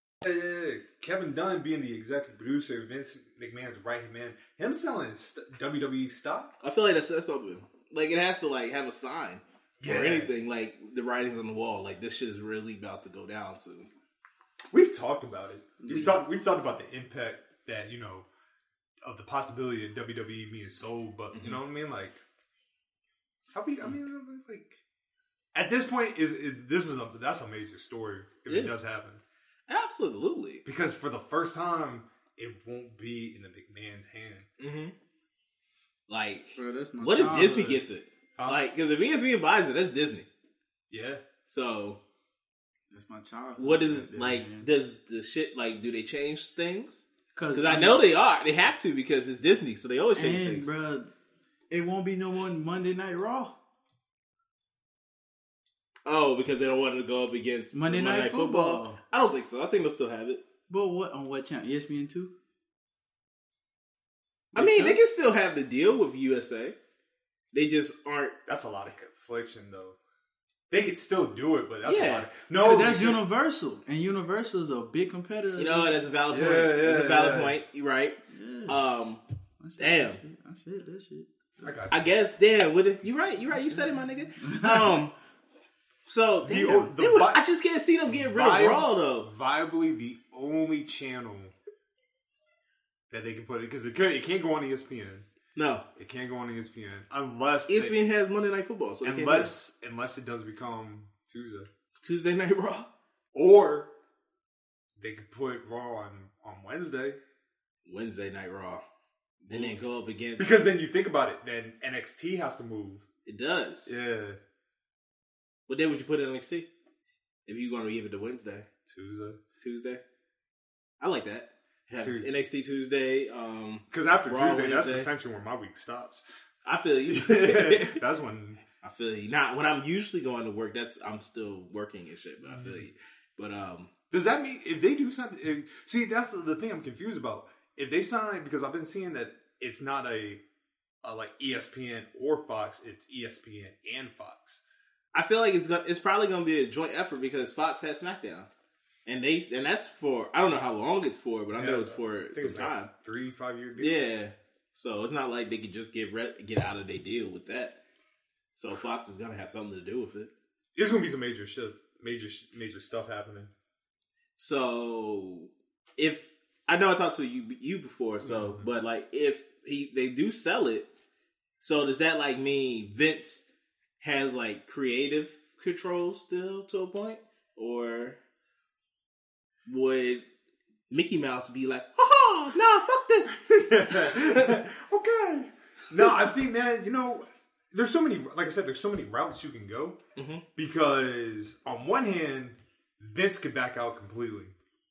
[SPEAKER 7] yeah, yeah, yeah. Uh, Kevin Dunn being the executive producer, Vince McMahon's right hand man, him selling st- WWE stock.
[SPEAKER 6] I feel like that says something. Like it has to like have a sign
[SPEAKER 7] Yeah.
[SPEAKER 6] or anything. Like the writing's on the wall. Like this shit is really about to go down soon.
[SPEAKER 7] We've talked about it. We talked. We talked about the impact that you know of the possibility of WWE being sold. But you know what I mean? Like, how we? I mean, like at this point, is, is this is a that's a major story if
[SPEAKER 6] It
[SPEAKER 7] it
[SPEAKER 6] is.
[SPEAKER 7] does happen.
[SPEAKER 6] Absolutely.
[SPEAKER 7] because for the first time, it won't be in the McMahon's hand.
[SPEAKER 8] Mm-hmm.
[SPEAKER 6] Like
[SPEAKER 8] Bro, that's my
[SPEAKER 6] what if
[SPEAKER 8] childhood.
[SPEAKER 6] Disney gets it?
[SPEAKER 7] Huh?
[SPEAKER 6] Like because if E ESPN buys it, that's Disney.
[SPEAKER 7] Yeah,
[SPEAKER 6] So
[SPEAKER 8] That's my childhood.
[SPEAKER 6] what is
[SPEAKER 8] right there,
[SPEAKER 6] like?
[SPEAKER 8] man.
[SPEAKER 6] Does the shit like? Do they change things?
[SPEAKER 8] Cause
[SPEAKER 6] Because I know they are. They have to because it's Disney, so they always change
[SPEAKER 8] And
[SPEAKER 6] things.
[SPEAKER 8] bro, It won't be no more Monday Night Raw.
[SPEAKER 6] Oh, because they don't want to go up against
[SPEAKER 8] Monday Night Football.
[SPEAKER 6] I don't think so. I think they'll still have it.
[SPEAKER 8] But what on what channel? E ESPN two.
[SPEAKER 6] I mean, they can still have the deal with USA. They just aren't.
[SPEAKER 7] That's a lot of confliction, though. They could still do it, but that's a
[SPEAKER 6] Yeah.
[SPEAKER 7] lot. Of,
[SPEAKER 8] Oh,
[SPEAKER 7] no,
[SPEAKER 8] that's
[SPEAKER 7] you-
[SPEAKER 8] Universal, and Universal is a big competitor.
[SPEAKER 6] You know, that's a valid
[SPEAKER 7] Yeah,
[SPEAKER 6] point. that's
[SPEAKER 7] yeah,
[SPEAKER 6] a valid
[SPEAKER 7] yeah.
[SPEAKER 6] point. You're right.
[SPEAKER 8] Yeah.
[SPEAKER 6] Um,
[SPEAKER 8] I said
[SPEAKER 6] damn.
[SPEAKER 8] that shit. I said that shit.
[SPEAKER 7] I got
[SPEAKER 6] I guess. Damn. Would it, you right? You right. You said it, my nigga. Um. So
[SPEAKER 7] The-
[SPEAKER 6] damn,
[SPEAKER 7] the
[SPEAKER 6] they would-
[SPEAKER 7] vi-
[SPEAKER 6] I just can't see them getting rid
[SPEAKER 7] Viab-
[SPEAKER 6] of Raw though.
[SPEAKER 7] Viably, the only channel that they can put it because it could it can't go on E ESPN.
[SPEAKER 6] No, E
[SPEAKER 7] It can't go on E ESPN unless they-
[SPEAKER 6] ESPN has Monday Night Football, so they can't do
[SPEAKER 7] unless unless it does become Tuesday
[SPEAKER 6] it. Tuesday Night Raw.
[SPEAKER 7] or they could put Raw on on Wednesday
[SPEAKER 6] Wednesday Night Raw. Then they go up against
[SPEAKER 7] because then you think about it then NXT has to move.
[SPEAKER 6] it does.
[SPEAKER 7] Yeah,
[SPEAKER 6] What day would you put in NXT? If you're going to give it to Wednesday,
[SPEAKER 7] Tuesday
[SPEAKER 6] Tuesday, I like that. Have
[SPEAKER 7] Tues-
[SPEAKER 6] NXT Tuesday. Um,
[SPEAKER 7] because after
[SPEAKER 6] Raw
[SPEAKER 7] Tuesday that's
[SPEAKER 6] Wednesday.
[SPEAKER 7] essentially where my week stops.
[SPEAKER 6] I feel you.
[SPEAKER 7] that's when
[SPEAKER 6] I feel you. Not when I'm usually going to work. That's I'm still working and shit. But I feel you. But um,
[SPEAKER 7] Does that mean if they do something? If, see, that's the, the thing I'm confused about. If they sign, because I've been seeing that it's not a, a like E ESPN or Fox, it's E ESPN and Fox.
[SPEAKER 6] I feel like it's gonna, it's probably going to be a joint effort because Fox had SmackDown, and they and that's for I don't know how long it's for, but I know it's for
[SPEAKER 7] I think
[SPEAKER 6] some
[SPEAKER 7] it's like
[SPEAKER 6] time.
[SPEAKER 7] three five year deal.
[SPEAKER 6] Yeah, so it's not like they could just get re- get out of their deal with that. So Fox is going to have something to do with it.
[SPEAKER 7] There's gonna be some major shift, major sh- major stuff happening.
[SPEAKER 6] So if I know I talked to you you before, so
[SPEAKER 7] Mm-hmm.
[SPEAKER 6] but like if he they do sell it, so does that like mean Vince has like creative control still to a point, or would Mickey Mouse be like, oh no, fuck this?
[SPEAKER 7] okay. No, I think man, you know, there's so many. Like I said, there's so many routes you can go
[SPEAKER 6] Mm-hmm.
[SPEAKER 7] because on one hand, Vince could back out completely,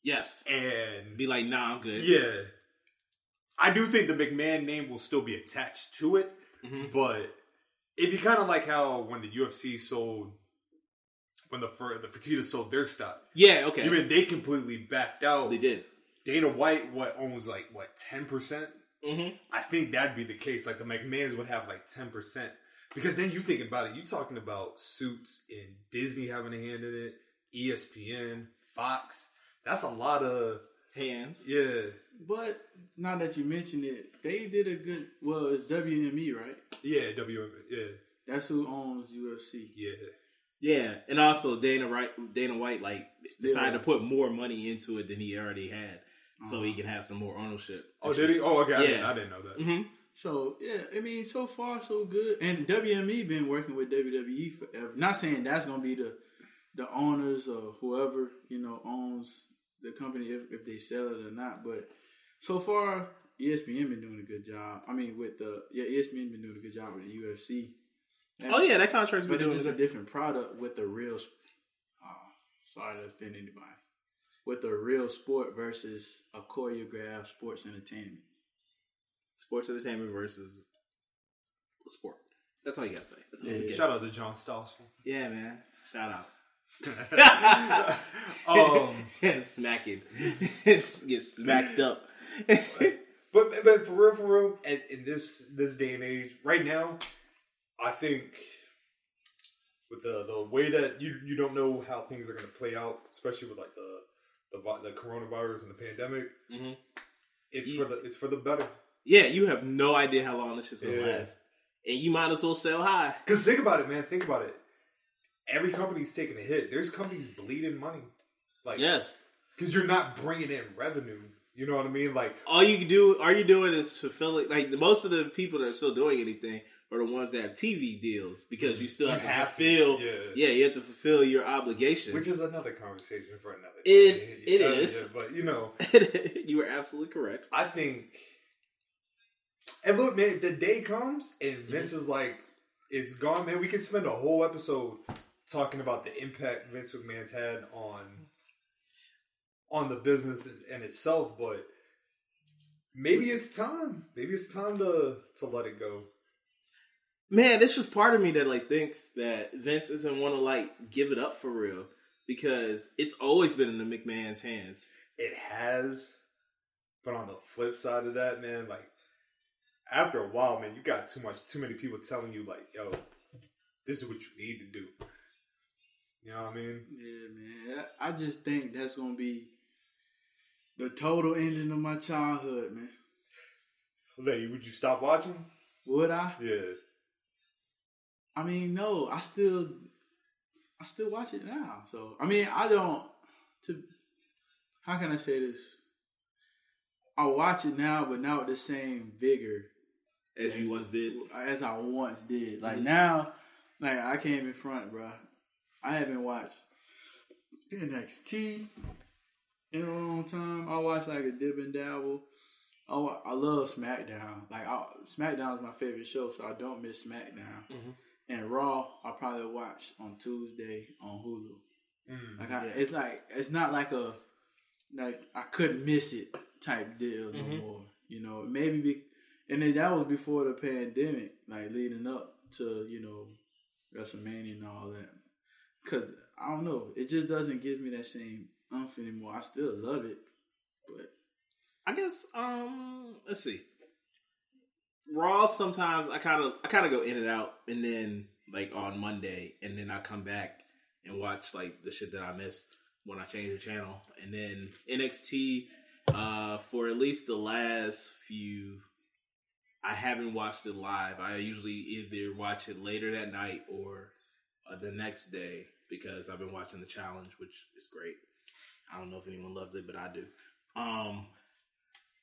[SPEAKER 6] yes,
[SPEAKER 7] and
[SPEAKER 6] be like, nah, I'm good.
[SPEAKER 7] Yeah. I do think the McMahon name will still be attached to it,
[SPEAKER 6] Mm-hmm.
[SPEAKER 7] but it'd be kind of like how when the UFC sold, when the Fer- the Fertitta sold their stock,
[SPEAKER 6] yeah, okay,
[SPEAKER 7] even they completely backed out.
[SPEAKER 6] they did.
[SPEAKER 7] Dana White, what owns like what ten percent?
[SPEAKER 6] Mhm.
[SPEAKER 7] I think that'd be the case. Like the McMahon's would have like ten percent because then you think about it. You talking about Suits and Disney having a hand in it, E ESPN, Fox. That's a lot of
[SPEAKER 6] Hands.
[SPEAKER 7] yeah,
[SPEAKER 8] But now that you mention it, they did a good. Well, it's WME, right?
[SPEAKER 7] yeah. WM, yeah.
[SPEAKER 8] That's who owns UFC.
[SPEAKER 7] Yeah.
[SPEAKER 6] Yeah, and also Dana Wright, Dana White like decided
[SPEAKER 8] Yeah.
[SPEAKER 6] to put more money into it than he already had, so he can have some more ownership.
[SPEAKER 7] Oh, did he? Oh, okay. I, didn't,
[SPEAKER 6] Yeah.
[SPEAKER 7] I didn't know that.
[SPEAKER 8] So yeah, I mean, so far so good. And WME been working with WWE forever. Not saying that's gonna be the the owners or whoever you know owns the company if, if they sell it or not. But so far, E ESPN been doing a good job. I mean, with the yeah, E ESPN been doing a good job with the UFC.
[SPEAKER 6] Oh yeah, that contract's been
[SPEAKER 8] but it's
[SPEAKER 6] doing
[SPEAKER 8] just a
[SPEAKER 6] good.
[SPEAKER 8] different product with the real. sp- Oh, sorry to offend anybody. With a real sport versus a choreographed sports entertainment.
[SPEAKER 6] sports entertainment versus sport. That's all you gotta say. That's all we get.
[SPEAKER 7] Shout out to John Stossel.
[SPEAKER 6] yeah, man. Shout out.
[SPEAKER 7] Um,
[SPEAKER 6] Smacking, get smacked up.
[SPEAKER 7] but but for real, for real, at, in this this day and age, right now, I think with the the way that you you don't know how things are going to play out, especially with like the the, vi- the coronavirus and the pandemic,
[SPEAKER 6] Mhm.
[SPEAKER 7] it's
[SPEAKER 6] Ye-
[SPEAKER 7] for the it's for the better.
[SPEAKER 6] yeah, you have no idea how long this shit's gonna
[SPEAKER 7] Yeah.
[SPEAKER 6] last, and you might as well sell high.
[SPEAKER 7] Because think about it, man. Think about it. Every company's taking a hit. There's companies bleeding money. Like
[SPEAKER 6] Yes,
[SPEAKER 7] because you're not bringing in revenue. You know what I mean? Like
[SPEAKER 6] all you can do, all you're doing is fulfilling. Like the- most of the people that are still doing anything are the ones that have TV deals because you still
[SPEAKER 7] You
[SPEAKER 6] have,
[SPEAKER 7] have
[SPEAKER 6] to
[SPEAKER 7] to,
[SPEAKER 6] fulfill.
[SPEAKER 7] yeah.
[SPEAKER 6] yeah, you have to fulfill your obligation.
[SPEAKER 7] Which is another conversation for another.
[SPEAKER 6] It-
[SPEAKER 7] day.
[SPEAKER 6] it
[SPEAKER 7] Uh,
[SPEAKER 6] is.
[SPEAKER 7] yeah, but you know,
[SPEAKER 6] you were absolutely correct.
[SPEAKER 7] I think. And look, man, if the day comes and
[SPEAKER 6] Mm-hmm.
[SPEAKER 7] Vince is like, "It's gone, man." We can spend a whole episode talking about the impact Vince McMahon's had on on the business and itself, but maybe it's time. Maybe it's time to to let it go.
[SPEAKER 6] man, it's just part of me that like thinks that Vince isn't want to like give it up for real because it's always been in the McMahon's hands.
[SPEAKER 7] It has. But on the flip side of that, man, like after a while, man, you got too much, too many people telling you like, yo, this is what you need to do. You know what I mean?
[SPEAKER 8] Yeah, man. I I just think that's gonna be the total ending of my childhood, man.
[SPEAKER 7] Hey, would you stop watching?
[SPEAKER 8] Would I?
[SPEAKER 7] Yeah.
[SPEAKER 8] I mean, no. I still, I still watch it now. So I mean, I don't. To how can I say this? I watch it now, but not with the same vigor
[SPEAKER 6] As you once did, Mm-hmm.
[SPEAKER 8] as I once did. Like now, like I came in front, bro. I haven't watched NXT in a long time. I watched like a dip and dabble. I, wa- I love SmackDown. Like I, SmackDown is my favorite show, so I don't miss SmackDown.
[SPEAKER 6] Mm-hmm.
[SPEAKER 8] And Raw, I probably watch on Tuesday on Hulu.
[SPEAKER 6] Mm,
[SPEAKER 8] like I, it's like it's not like a like I couldn't miss it type deal
[SPEAKER 6] Mm-hmm.
[SPEAKER 8] no more. You know, maybe be, and then that was before the pandemic, like leading up to you know WrestleMania and all that. Cause I don't know, it just doesn't give me that same umph anymore. I still love it, but
[SPEAKER 6] I guess. Um, let's see. Raw sometimes I kind of I kind of go in and out, and then like on Monday, and then I come back and watch like the shit that I missed when I change the channel, and then NXT. Uh, for at least the last few, I haven't watched it live. I usually either watch it later that night or uh, the next day because I've been watching the challenge, which is great. I don't know if anyone loves it, but I do. Um,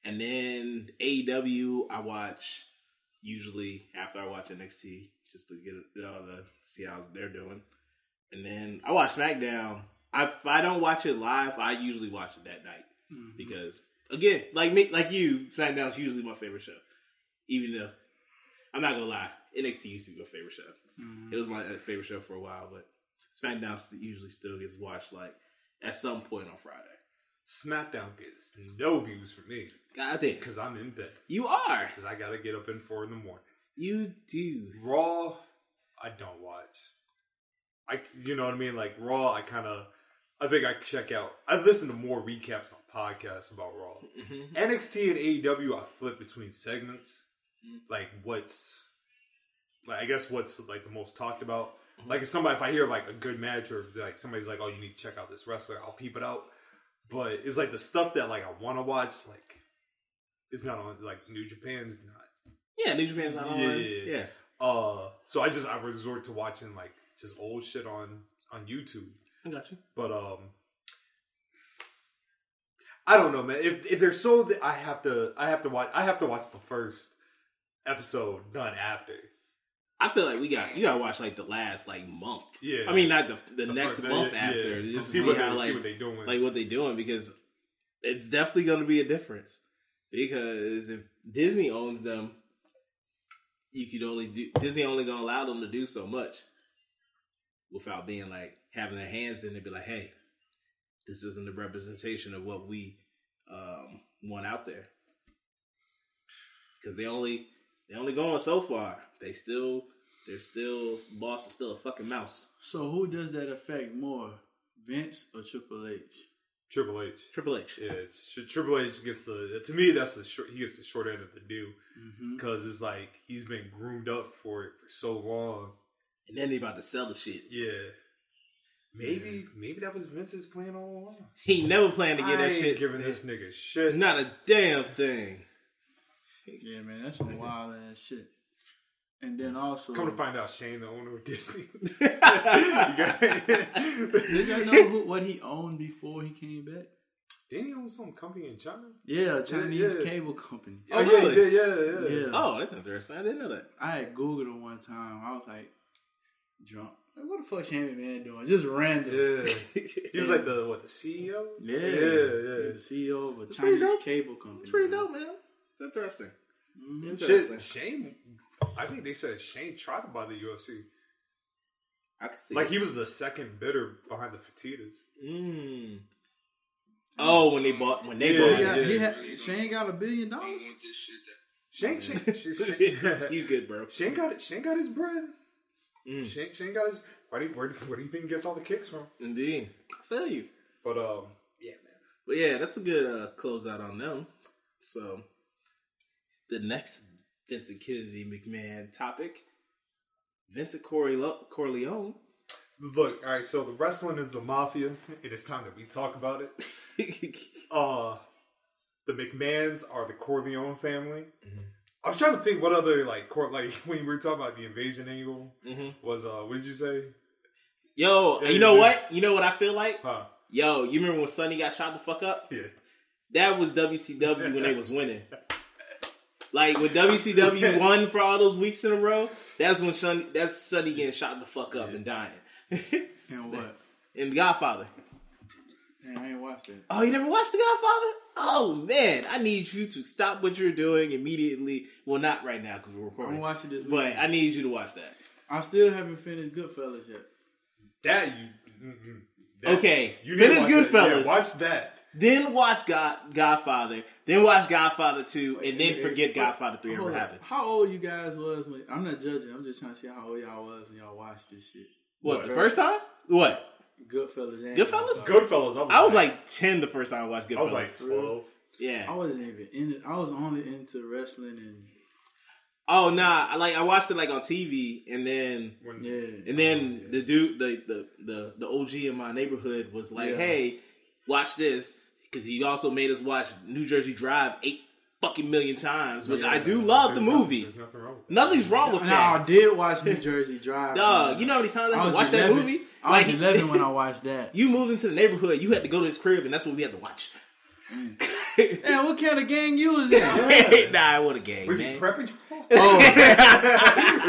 [SPEAKER 6] and then AEW, I watch usually after I watch NXT just to get it uh, to see how they're doing. And then I watch SmackDown. I, if I don't watch it live, I usually watch it that night because again, like me, like you, SmackDown's usually my favorite show. Even though I'm not gonna lie, NXT used to be my favorite show. It was my uh, favorite show for a while, but SmackDown st- usually still gets watched like at some point on Friday.
[SPEAKER 7] SmackDown gets no views for me
[SPEAKER 6] God damn,
[SPEAKER 7] because I'm in bed
[SPEAKER 6] you are,
[SPEAKER 7] because I gotta get up in four in the morning.
[SPEAKER 6] you do.
[SPEAKER 7] Raw, I don't watch. I, you know what I mean? Like Raw, I kind of, I think I check out. I listen to more recaps on podcasts about Raw, NXT, and AEW. I flip between segments, like what's, like I guess what's like the most talked about. Like if somebody, if I hear like a good match or like somebody's like, oh, you need to check out this wrestler, I'll peep it out. But it's like the stuff that like I want to watch, like it's not on like New Japan's not
[SPEAKER 6] Yeah, New Japan's not on. Yeah,
[SPEAKER 7] yeah, yeah, yeah. Uh, so I just I resort to watching like just old shit on on YouTube.
[SPEAKER 6] I got you.
[SPEAKER 7] But um, I don't know, man. If if they're so, that I have to I have to watch I have to watch the first episode done after.
[SPEAKER 6] I feel like we got you gotta watch like the last like month.
[SPEAKER 7] Yeah.
[SPEAKER 6] I mean not the the,
[SPEAKER 7] The
[SPEAKER 6] next
[SPEAKER 7] first-
[SPEAKER 6] month
[SPEAKER 7] yeah,
[SPEAKER 6] after.
[SPEAKER 7] yeah.
[SPEAKER 6] Just
[SPEAKER 7] See
[SPEAKER 6] see,
[SPEAKER 7] what
[SPEAKER 6] how
[SPEAKER 7] they- see
[SPEAKER 6] like
[SPEAKER 7] what they doing.
[SPEAKER 6] like what they doing because it's definitely gonna be a difference because if Disney owns them, you could only do Disney only gonna allow them to do so much without being like having their hands in it. Be like, hey, this isn't a representation of what we um, want out there because they only they only going so far. They still they're still boss is still a fucking mouse.
[SPEAKER 8] so who does that affect more, Vince or Triple H?
[SPEAKER 7] Triple H,
[SPEAKER 6] Triple H.
[SPEAKER 7] yeah, it's- Triple H gets the to me that's the short he gets the short end of the deal
[SPEAKER 6] Mm-hmm.
[SPEAKER 7] because it's like he's been groomed up for it for so long.
[SPEAKER 6] And then they about to sell the shit.
[SPEAKER 7] Yeah. Maybe, maybe that was Vince's plan all along.
[SPEAKER 6] He never planned to get
[SPEAKER 7] I
[SPEAKER 6] that
[SPEAKER 7] ain't
[SPEAKER 6] shit.
[SPEAKER 7] giving this nigga shit.
[SPEAKER 6] Not a damn thing.
[SPEAKER 8] Yeah, man, that's some wild ass shit. And then also,
[SPEAKER 7] Come to find out, Shane, the owner of Disney.
[SPEAKER 8] did y'all know who, what he owned before he came back?
[SPEAKER 7] Didn't he own some company in China?
[SPEAKER 8] Yeah, a Chinese
[SPEAKER 7] yeah.
[SPEAKER 8] cable company.
[SPEAKER 6] Oh, really?
[SPEAKER 7] Yeah, yeah, yeah. yeah.
[SPEAKER 8] Yeah.
[SPEAKER 6] Oh, that's interesting. I didn't know that.
[SPEAKER 8] I had Googled it one time. I was like, drunk. Like, what the fuck Shane McMahon doing? Just random.
[SPEAKER 7] Yeah. he was like the what the CEO.
[SPEAKER 8] Yeah.
[SPEAKER 7] yeah, yeah.
[SPEAKER 8] The CEO of a
[SPEAKER 6] pretty
[SPEAKER 8] Chinese
[SPEAKER 6] dope.
[SPEAKER 8] cable company.
[SPEAKER 6] It's pretty
[SPEAKER 8] bro.
[SPEAKER 6] dope, man. It's interesting.
[SPEAKER 7] Mm-hmm. Shit, Shane. I think they said Shane tried to buy the UFC.
[SPEAKER 6] I can see.
[SPEAKER 7] Like he was the second bidder behind the Fatitas.
[SPEAKER 6] Mm. Oh, when they bought when they
[SPEAKER 7] Yeah,
[SPEAKER 6] bought
[SPEAKER 8] He
[SPEAKER 6] it.
[SPEAKER 8] got-
[SPEAKER 7] yeah.
[SPEAKER 8] he had- Shane got a billion dollars?
[SPEAKER 7] Shane, Shane, Shane, Shane,
[SPEAKER 6] you good, bro?
[SPEAKER 7] Shane got it. Shane got his bread.
[SPEAKER 6] Mm.
[SPEAKER 7] Shane, Shane got his. Why do you, where, do- where do you think he gets all the kicks from?
[SPEAKER 6] Indeed, I feel you.
[SPEAKER 7] But um, yeah, man.
[SPEAKER 6] But yeah, that's a good uh, closeout on them. So the next Vincent Kennedy McMahon topic, Vincent Corleone. Corleone.
[SPEAKER 7] Look, all right. So the wrestling is the mafia. It is time that we talk about it. uh the McMahons are the Corleone family.
[SPEAKER 6] Mm-hmm.
[SPEAKER 7] I was trying to think what other like court like when we were talking about the invasion angle
[SPEAKER 6] Mm-hmm.
[SPEAKER 7] was uh what did you say?
[SPEAKER 6] Yo,
[SPEAKER 7] Yeah,
[SPEAKER 6] you
[SPEAKER 7] you
[SPEAKER 6] know
[SPEAKER 7] do.
[SPEAKER 6] what? You know what I feel like?
[SPEAKER 7] Huh.
[SPEAKER 6] Yo, you remember when Sonny got shot the fuck up?
[SPEAKER 7] Yeah.
[SPEAKER 6] That was WCW when they was winning. Like when WCW won for all those weeks in a row, that's when Sonny that's Sonny getting shot the fuck up and dying.
[SPEAKER 8] And what?
[SPEAKER 6] and Godfather.
[SPEAKER 8] Man, I ain't watched that.
[SPEAKER 6] Oh, you never watched The Godfather? Oh man, I need you to stop what you're doing immediately. Well, not right now because we're recording.
[SPEAKER 8] I'm watching this
[SPEAKER 6] but
[SPEAKER 8] movie.
[SPEAKER 6] I need you to watch that.
[SPEAKER 8] I still haven't finished Goodfellas yet.
[SPEAKER 7] That you mm-mm. That-
[SPEAKER 6] Okay,
[SPEAKER 7] You
[SPEAKER 6] finish
[SPEAKER 7] need to watch that.
[SPEAKER 6] Goodfellas,
[SPEAKER 7] Yeah, watch that.
[SPEAKER 6] then watch God Godfather, then watch Godfather Two, and then
[SPEAKER 8] Hey,
[SPEAKER 6] forget
[SPEAKER 8] hey,
[SPEAKER 6] Godfather Three ever
[SPEAKER 8] hold up.
[SPEAKER 6] happened.
[SPEAKER 8] How old you guys was when? I'm not judging. I'm just trying to see how old y'all was when y'all watched this shit.
[SPEAKER 6] What the first time? What
[SPEAKER 8] Goodfellas. and-
[SPEAKER 6] Goodfellas?
[SPEAKER 7] Goodfellas. I was,
[SPEAKER 6] I was like ten the first time I watched Goodfellas.
[SPEAKER 7] I was like twelve.
[SPEAKER 8] I
[SPEAKER 6] yeah.
[SPEAKER 8] wasn't even in it. I was only into wrestling and
[SPEAKER 6] Oh nah, I like I watched it like on TV, and then
[SPEAKER 7] When,
[SPEAKER 8] Oh, yeah.
[SPEAKER 6] And then the dude, the, the the the OG in my neighborhood was like,
[SPEAKER 8] Yeah.
[SPEAKER 6] "Hey, watch this," because he also made us watch New Jersey Drive eight fucking million times, which I do love the
[SPEAKER 7] There's nothing-
[SPEAKER 6] movie.
[SPEAKER 7] There's nothing wrong with that.
[SPEAKER 6] Nothing's wrong with
[SPEAKER 8] Now I
[SPEAKER 6] that.
[SPEAKER 8] did watch New Jersey Drive.
[SPEAKER 6] Dog, you know how many times I, had
[SPEAKER 8] I
[SPEAKER 6] to
[SPEAKER 8] was
[SPEAKER 6] watch
[SPEAKER 8] 11.
[SPEAKER 6] that movie?
[SPEAKER 8] I was
[SPEAKER 6] Like, he-
[SPEAKER 8] 11 when I watched that.
[SPEAKER 6] you moved into the neighborhood, you had to go to his crib, and that's what we had to watch.
[SPEAKER 8] Damn, what kind of gang you was in?
[SPEAKER 6] nah, what a game,
[SPEAKER 7] Was he
[SPEAKER 6] man.
[SPEAKER 7] prepping? you?
[SPEAKER 8] oh,
[SPEAKER 7] Was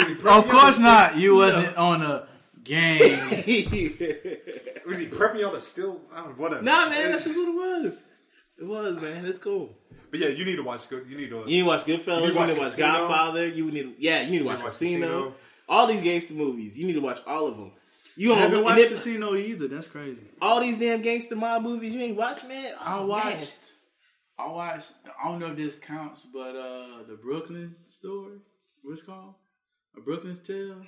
[SPEAKER 7] he prepping?
[SPEAKER 8] of course
[SPEAKER 7] you?
[SPEAKER 8] not. You wasn't on a gang.
[SPEAKER 7] Was he prepping y'all to still? I don't know, whatever.
[SPEAKER 6] nah, man, that's just what it was. It was, man. It's cool.
[SPEAKER 7] But yeah, you need to watch good. You need to. uh,
[SPEAKER 6] You need to watch Goodfellas. You need to watch,
[SPEAKER 7] Casino.
[SPEAKER 6] Godfather. You need, yeah, you need to watch,
[SPEAKER 7] watch
[SPEAKER 6] Casino.
[SPEAKER 7] Casino.
[SPEAKER 6] All these gangster movies. You need to watch all of them. You
[SPEAKER 8] I
[SPEAKER 6] don't
[SPEAKER 8] haven't
[SPEAKER 6] and
[SPEAKER 8] watched
[SPEAKER 6] then-
[SPEAKER 8] Casino either. That's crazy.
[SPEAKER 6] all these damn gangster mob movies. You ain't watched, man. Oh,
[SPEAKER 8] I
[SPEAKER 6] man.
[SPEAKER 8] watched. I watched. I don't know if this counts, but uh, the Brooklyn story. What's it called? A Brooklyn's Tale.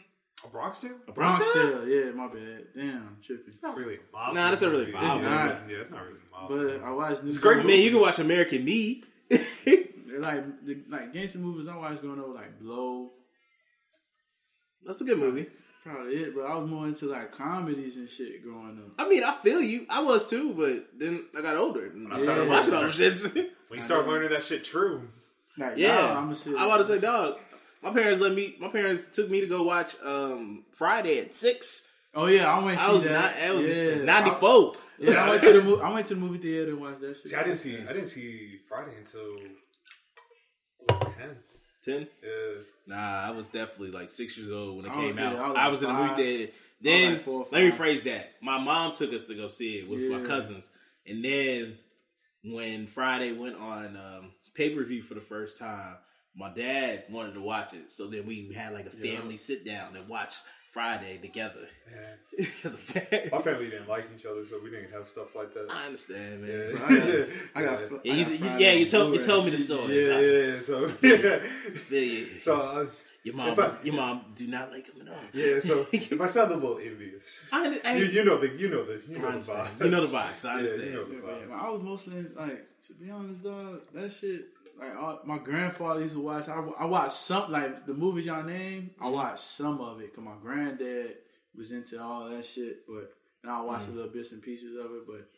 [SPEAKER 7] a Bronx Tale?
[SPEAKER 8] Bronx Tale. Yeah, my bad. Damn, I'm tripping.
[SPEAKER 7] It's not really a mob.
[SPEAKER 6] Nah, that's not really a
[SPEAKER 7] movie.
[SPEAKER 6] mob uh,
[SPEAKER 7] Yeah,
[SPEAKER 8] movie.
[SPEAKER 7] yeah, it's not really a mob.
[SPEAKER 8] But I watched. New
[SPEAKER 7] It's a great
[SPEAKER 8] Jersey-
[SPEAKER 6] Man, you can watch American Me.
[SPEAKER 8] They're Like the like gangster movies I watched growing up, were like Blow.
[SPEAKER 6] That's a good movie.
[SPEAKER 8] Probably it, but I was more into like comedies and shit growing up.
[SPEAKER 6] I mean, I feel you. I was too, but then I got older. And I started
[SPEAKER 8] Yeah.
[SPEAKER 6] watching all those shits.
[SPEAKER 7] when you start learning that shit true,
[SPEAKER 8] Like,
[SPEAKER 6] yeah,
[SPEAKER 8] nah, I'm a shit.
[SPEAKER 6] I want to say, dog. My parents let me. My parents took me to go watch um, Friday at six.
[SPEAKER 8] Oh yeah, I went.
[SPEAKER 6] I was
[SPEAKER 8] see
[SPEAKER 6] not.
[SPEAKER 8] that.
[SPEAKER 6] I was
[SPEAKER 8] yeah.
[SPEAKER 6] ninety four.
[SPEAKER 8] I, yeah, I went to the mo- I went to the movie theater and watched that shit.
[SPEAKER 7] see, I didn't see, I didn't see Friday until I was like ten.
[SPEAKER 6] Ten.
[SPEAKER 7] Yeah,
[SPEAKER 6] Nah, I was definitely like six years old when it
[SPEAKER 8] I
[SPEAKER 6] came
[SPEAKER 8] was- yeah,
[SPEAKER 6] out.
[SPEAKER 8] I was
[SPEAKER 6] I
[SPEAKER 8] like
[SPEAKER 6] was in the
[SPEAKER 8] five.
[SPEAKER 6] movie theater.
[SPEAKER 8] I
[SPEAKER 6] Then
[SPEAKER 8] was like four or
[SPEAKER 6] let me
[SPEAKER 8] five.
[SPEAKER 6] phrase that. My mom took us to go see it with my
[SPEAKER 8] Yeah.
[SPEAKER 6] cousins, and then when Friday went on um, pay per view for the first time, my dad wanted to watch it. So then we had like a family sit down and watched Friday together. As a family.
[SPEAKER 7] my family didn't like each other, so we didn't have stuff like that.
[SPEAKER 6] I understand, man.
[SPEAKER 7] Yeah,
[SPEAKER 8] I got. fu-
[SPEAKER 6] Yeah,
[SPEAKER 8] I
[SPEAKER 6] you,
[SPEAKER 8] got
[SPEAKER 6] you-
[SPEAKER 8] fried
[SPEAKER 6] yeah,
[SPEAKER 8] on
[SPEAKER 6] you told you
[SPEAKER 8] Blu-ray.
[SPEAKER 6] told me the story.
[SPEAKER 7] yeah,
[SPEAKER 6] I
[SPEAKER 7] yeah. So, yeah.
[SPEAKER 6] feel you.
[SPEAKER 7] so uh,
[SPEAKER 6] Your mom,
[SPEAKER 7] if I-
[SPEAKER 6] was, your mom, do not like him at all.
[SPEAKER 7] yeah. So if I sound a little envious,
[SPEAKER 6] I, I,
[SPEAKER 7] you, you know the, you know the, you
[SPEAKER 6] I
[SPEAKER 7] know the
[SPEAKER 6] understand.
[SPEAKER 7] vibe.
[SPEAKER 6] You know the vibes. I
[SPEAKER 7] Yeah,
[SPEAKER 6] understand.
[SPEAKER 7] you know the
[SPEAKER 8] Yeah,
[SPEAKER 7] vibe.
[SPEAKER 8] man, I was mostly like, to be honest, dog, that shit. Like all, my grandfather used to watch. I, I watched some like the movies y'all name. I watched some of it because my granddad was into all that shit. But and I
[SPEAKER 6] Mm.
[SPEAKER 8] watched a little bits and pieces of it. But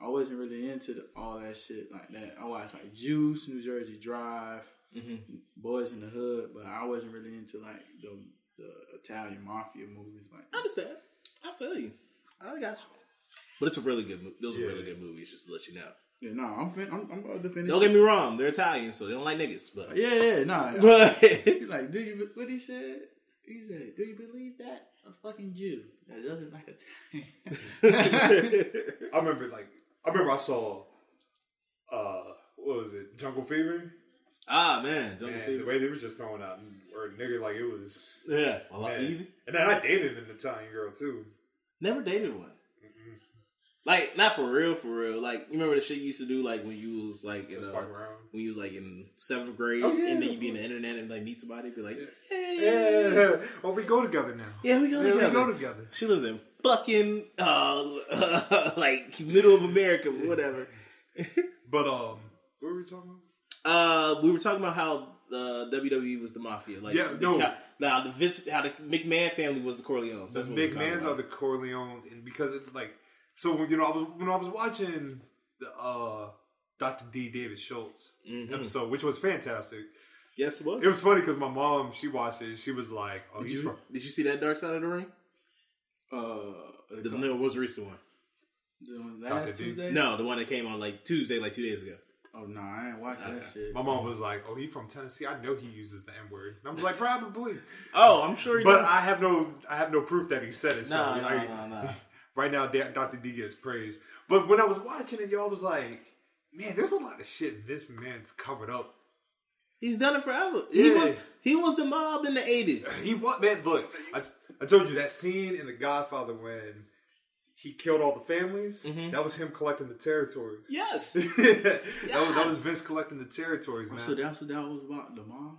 [SPEAKER 8] I wasn't really into the, all that shit like that. I watched like Juice, New Jersey Drive,
[SPEAKER 6] Mm-hmm.
[SPEAKER 8] Boys in the Hood. But I wasn't really into like the the Italian mafia movies like.
[SPEAKER 6] I understand. I feel you. I got you. But it's a really good movie. Those are really good movies, just to let you know.
[SPEAKER 8] Yeah, no, I'm fin- I'm, I'm about to finish.
[SPEAKER 6] Don't get me wrong, they're Italian, so they don't like niggas. But,
[SPEAKER 8] Yeah, yeah, nah.
[SPEAKER 6] but
[SPEAKER 8] He like, do you be- what he said? He said, do you believe that a fucking Jew that doesn't like Italian?
[SPEAKER 7] I remember like I remember I saw uh what was it Jungle Fever
[SPEAKER 6] ah man, Jungle
[SPEAKER 7] and the
[SPEAKER 6] Fever.
[SPEAKER 7] way they were just throwing out or nigga like it was
[SPEAKER 6] Yeah, a lot
[SPEAKER 7] man.
[SPEAKER 6] easy.
[SPEAKER 7] And then I dated an Italian girl too.
[SPEAKER 6] Never dated one. Like not for real, for real. Like you remember the shit you used to do, like when you was like in,
[SPEAKER 7] Just
[SPEAKER 6] uh,
[SPEAKER 7] fuck around.
[SPEAKER 6] when you was like in seventh grade,
[SPEAKER 7] Oh, yeah.
[SPEAKER 6] and then you be in the internet and like meet somebody, be like,
[SPEAKER 7] Yeah. Well, we go together now.
[SPEAKER 6] yeah, we go
[SPEAKER 7] Yeah, we
[SPEAKER 6] together.
[SPEAKER 7] go together.
[SPEAKER 6] She lives in fucking uh, like middle of America, but whatever.
[SPEAKER 7] But um, what were we talking about?
[SPEAKER 6] Uh, we were talking about how uh, WWE was the mafia, like
[SPEAKER 7] Yeah,
[SPEAKER 6] the,
[SPEAKER 7] no.
[SPEAKER 6] ca- Nah, the Vince, how the McMahon family was the Corleones.
[SPEAKER 7] The
[SPEAKER 6] That's what we were talking
[SPEAKER 7] McMahons
[SPEAKER 6] about.
[SPEAKER 7] are the Corleone, and because it, like, so when, you know, I was when I was watching the uh, Dr. D. David Schultz
[SPEAKER 6] Mm-hmm.
[SPEAKER 7] episode, which was fantastic.
[SPEAKER 6] yes, what?
[SPEAKER 7] It was funny because my mom she watched it. and She was like, "Oh,
[SPEAKER 6] Did
[SPEAKER 7] he's
[SPEAKER 6] you,
[SPEAKER 7] from
[SPEAKER 6] did you see that Dark Side of the Ring?
[SPEAKER 8] Uh,
[SPEAKER 6] The, no, most recent one.
[SPEAKER 8] the last
[SPEAKER 7] D.
[SPEAKER 8] Tuesday.
[SPEAKER 6] No, the one that came on like Tuesday, like two days ago.
[SPEAKER 8] Oh no, I ain't watching that shit.
[SPEAKER 7] My mom was like, "Oh, he from Tennessee. I know he uses the N word." And I was like, "Probably,"
[SPEAKER 6] Oh, I'm sure. He
[SPEAKER 7] but
[SPEAKER 6] does.
[SPEAKER 7] I have no, I have no proof that he said it. So
[SPEAKER 6] Nah, nah,
[SPEAKER 7] like,
[SPEAKER 6] nah, nah.
[SPEAKER 7] Right now, Da- Dr. D gets praised. But when I was watching it, y'all was like, "Man, there's a lot of shit this man's covered up."
[SPEAKER 6] he's done it forever. He
[SPEAKER 7] Yeah.
[SPEAKER 6] was he was the mob in the '80s.
[SPEAKER 7] He what man? Look, I, I told you that scene in The Godfather when he killed all the families. That was him collecting the territories.
[SPEAKER 6] Yes.
[SPEAKER 7] that, was, that was Vince collecting the territories, man.
[SPEAKER 8] Oh, So that's what that was about. The mom.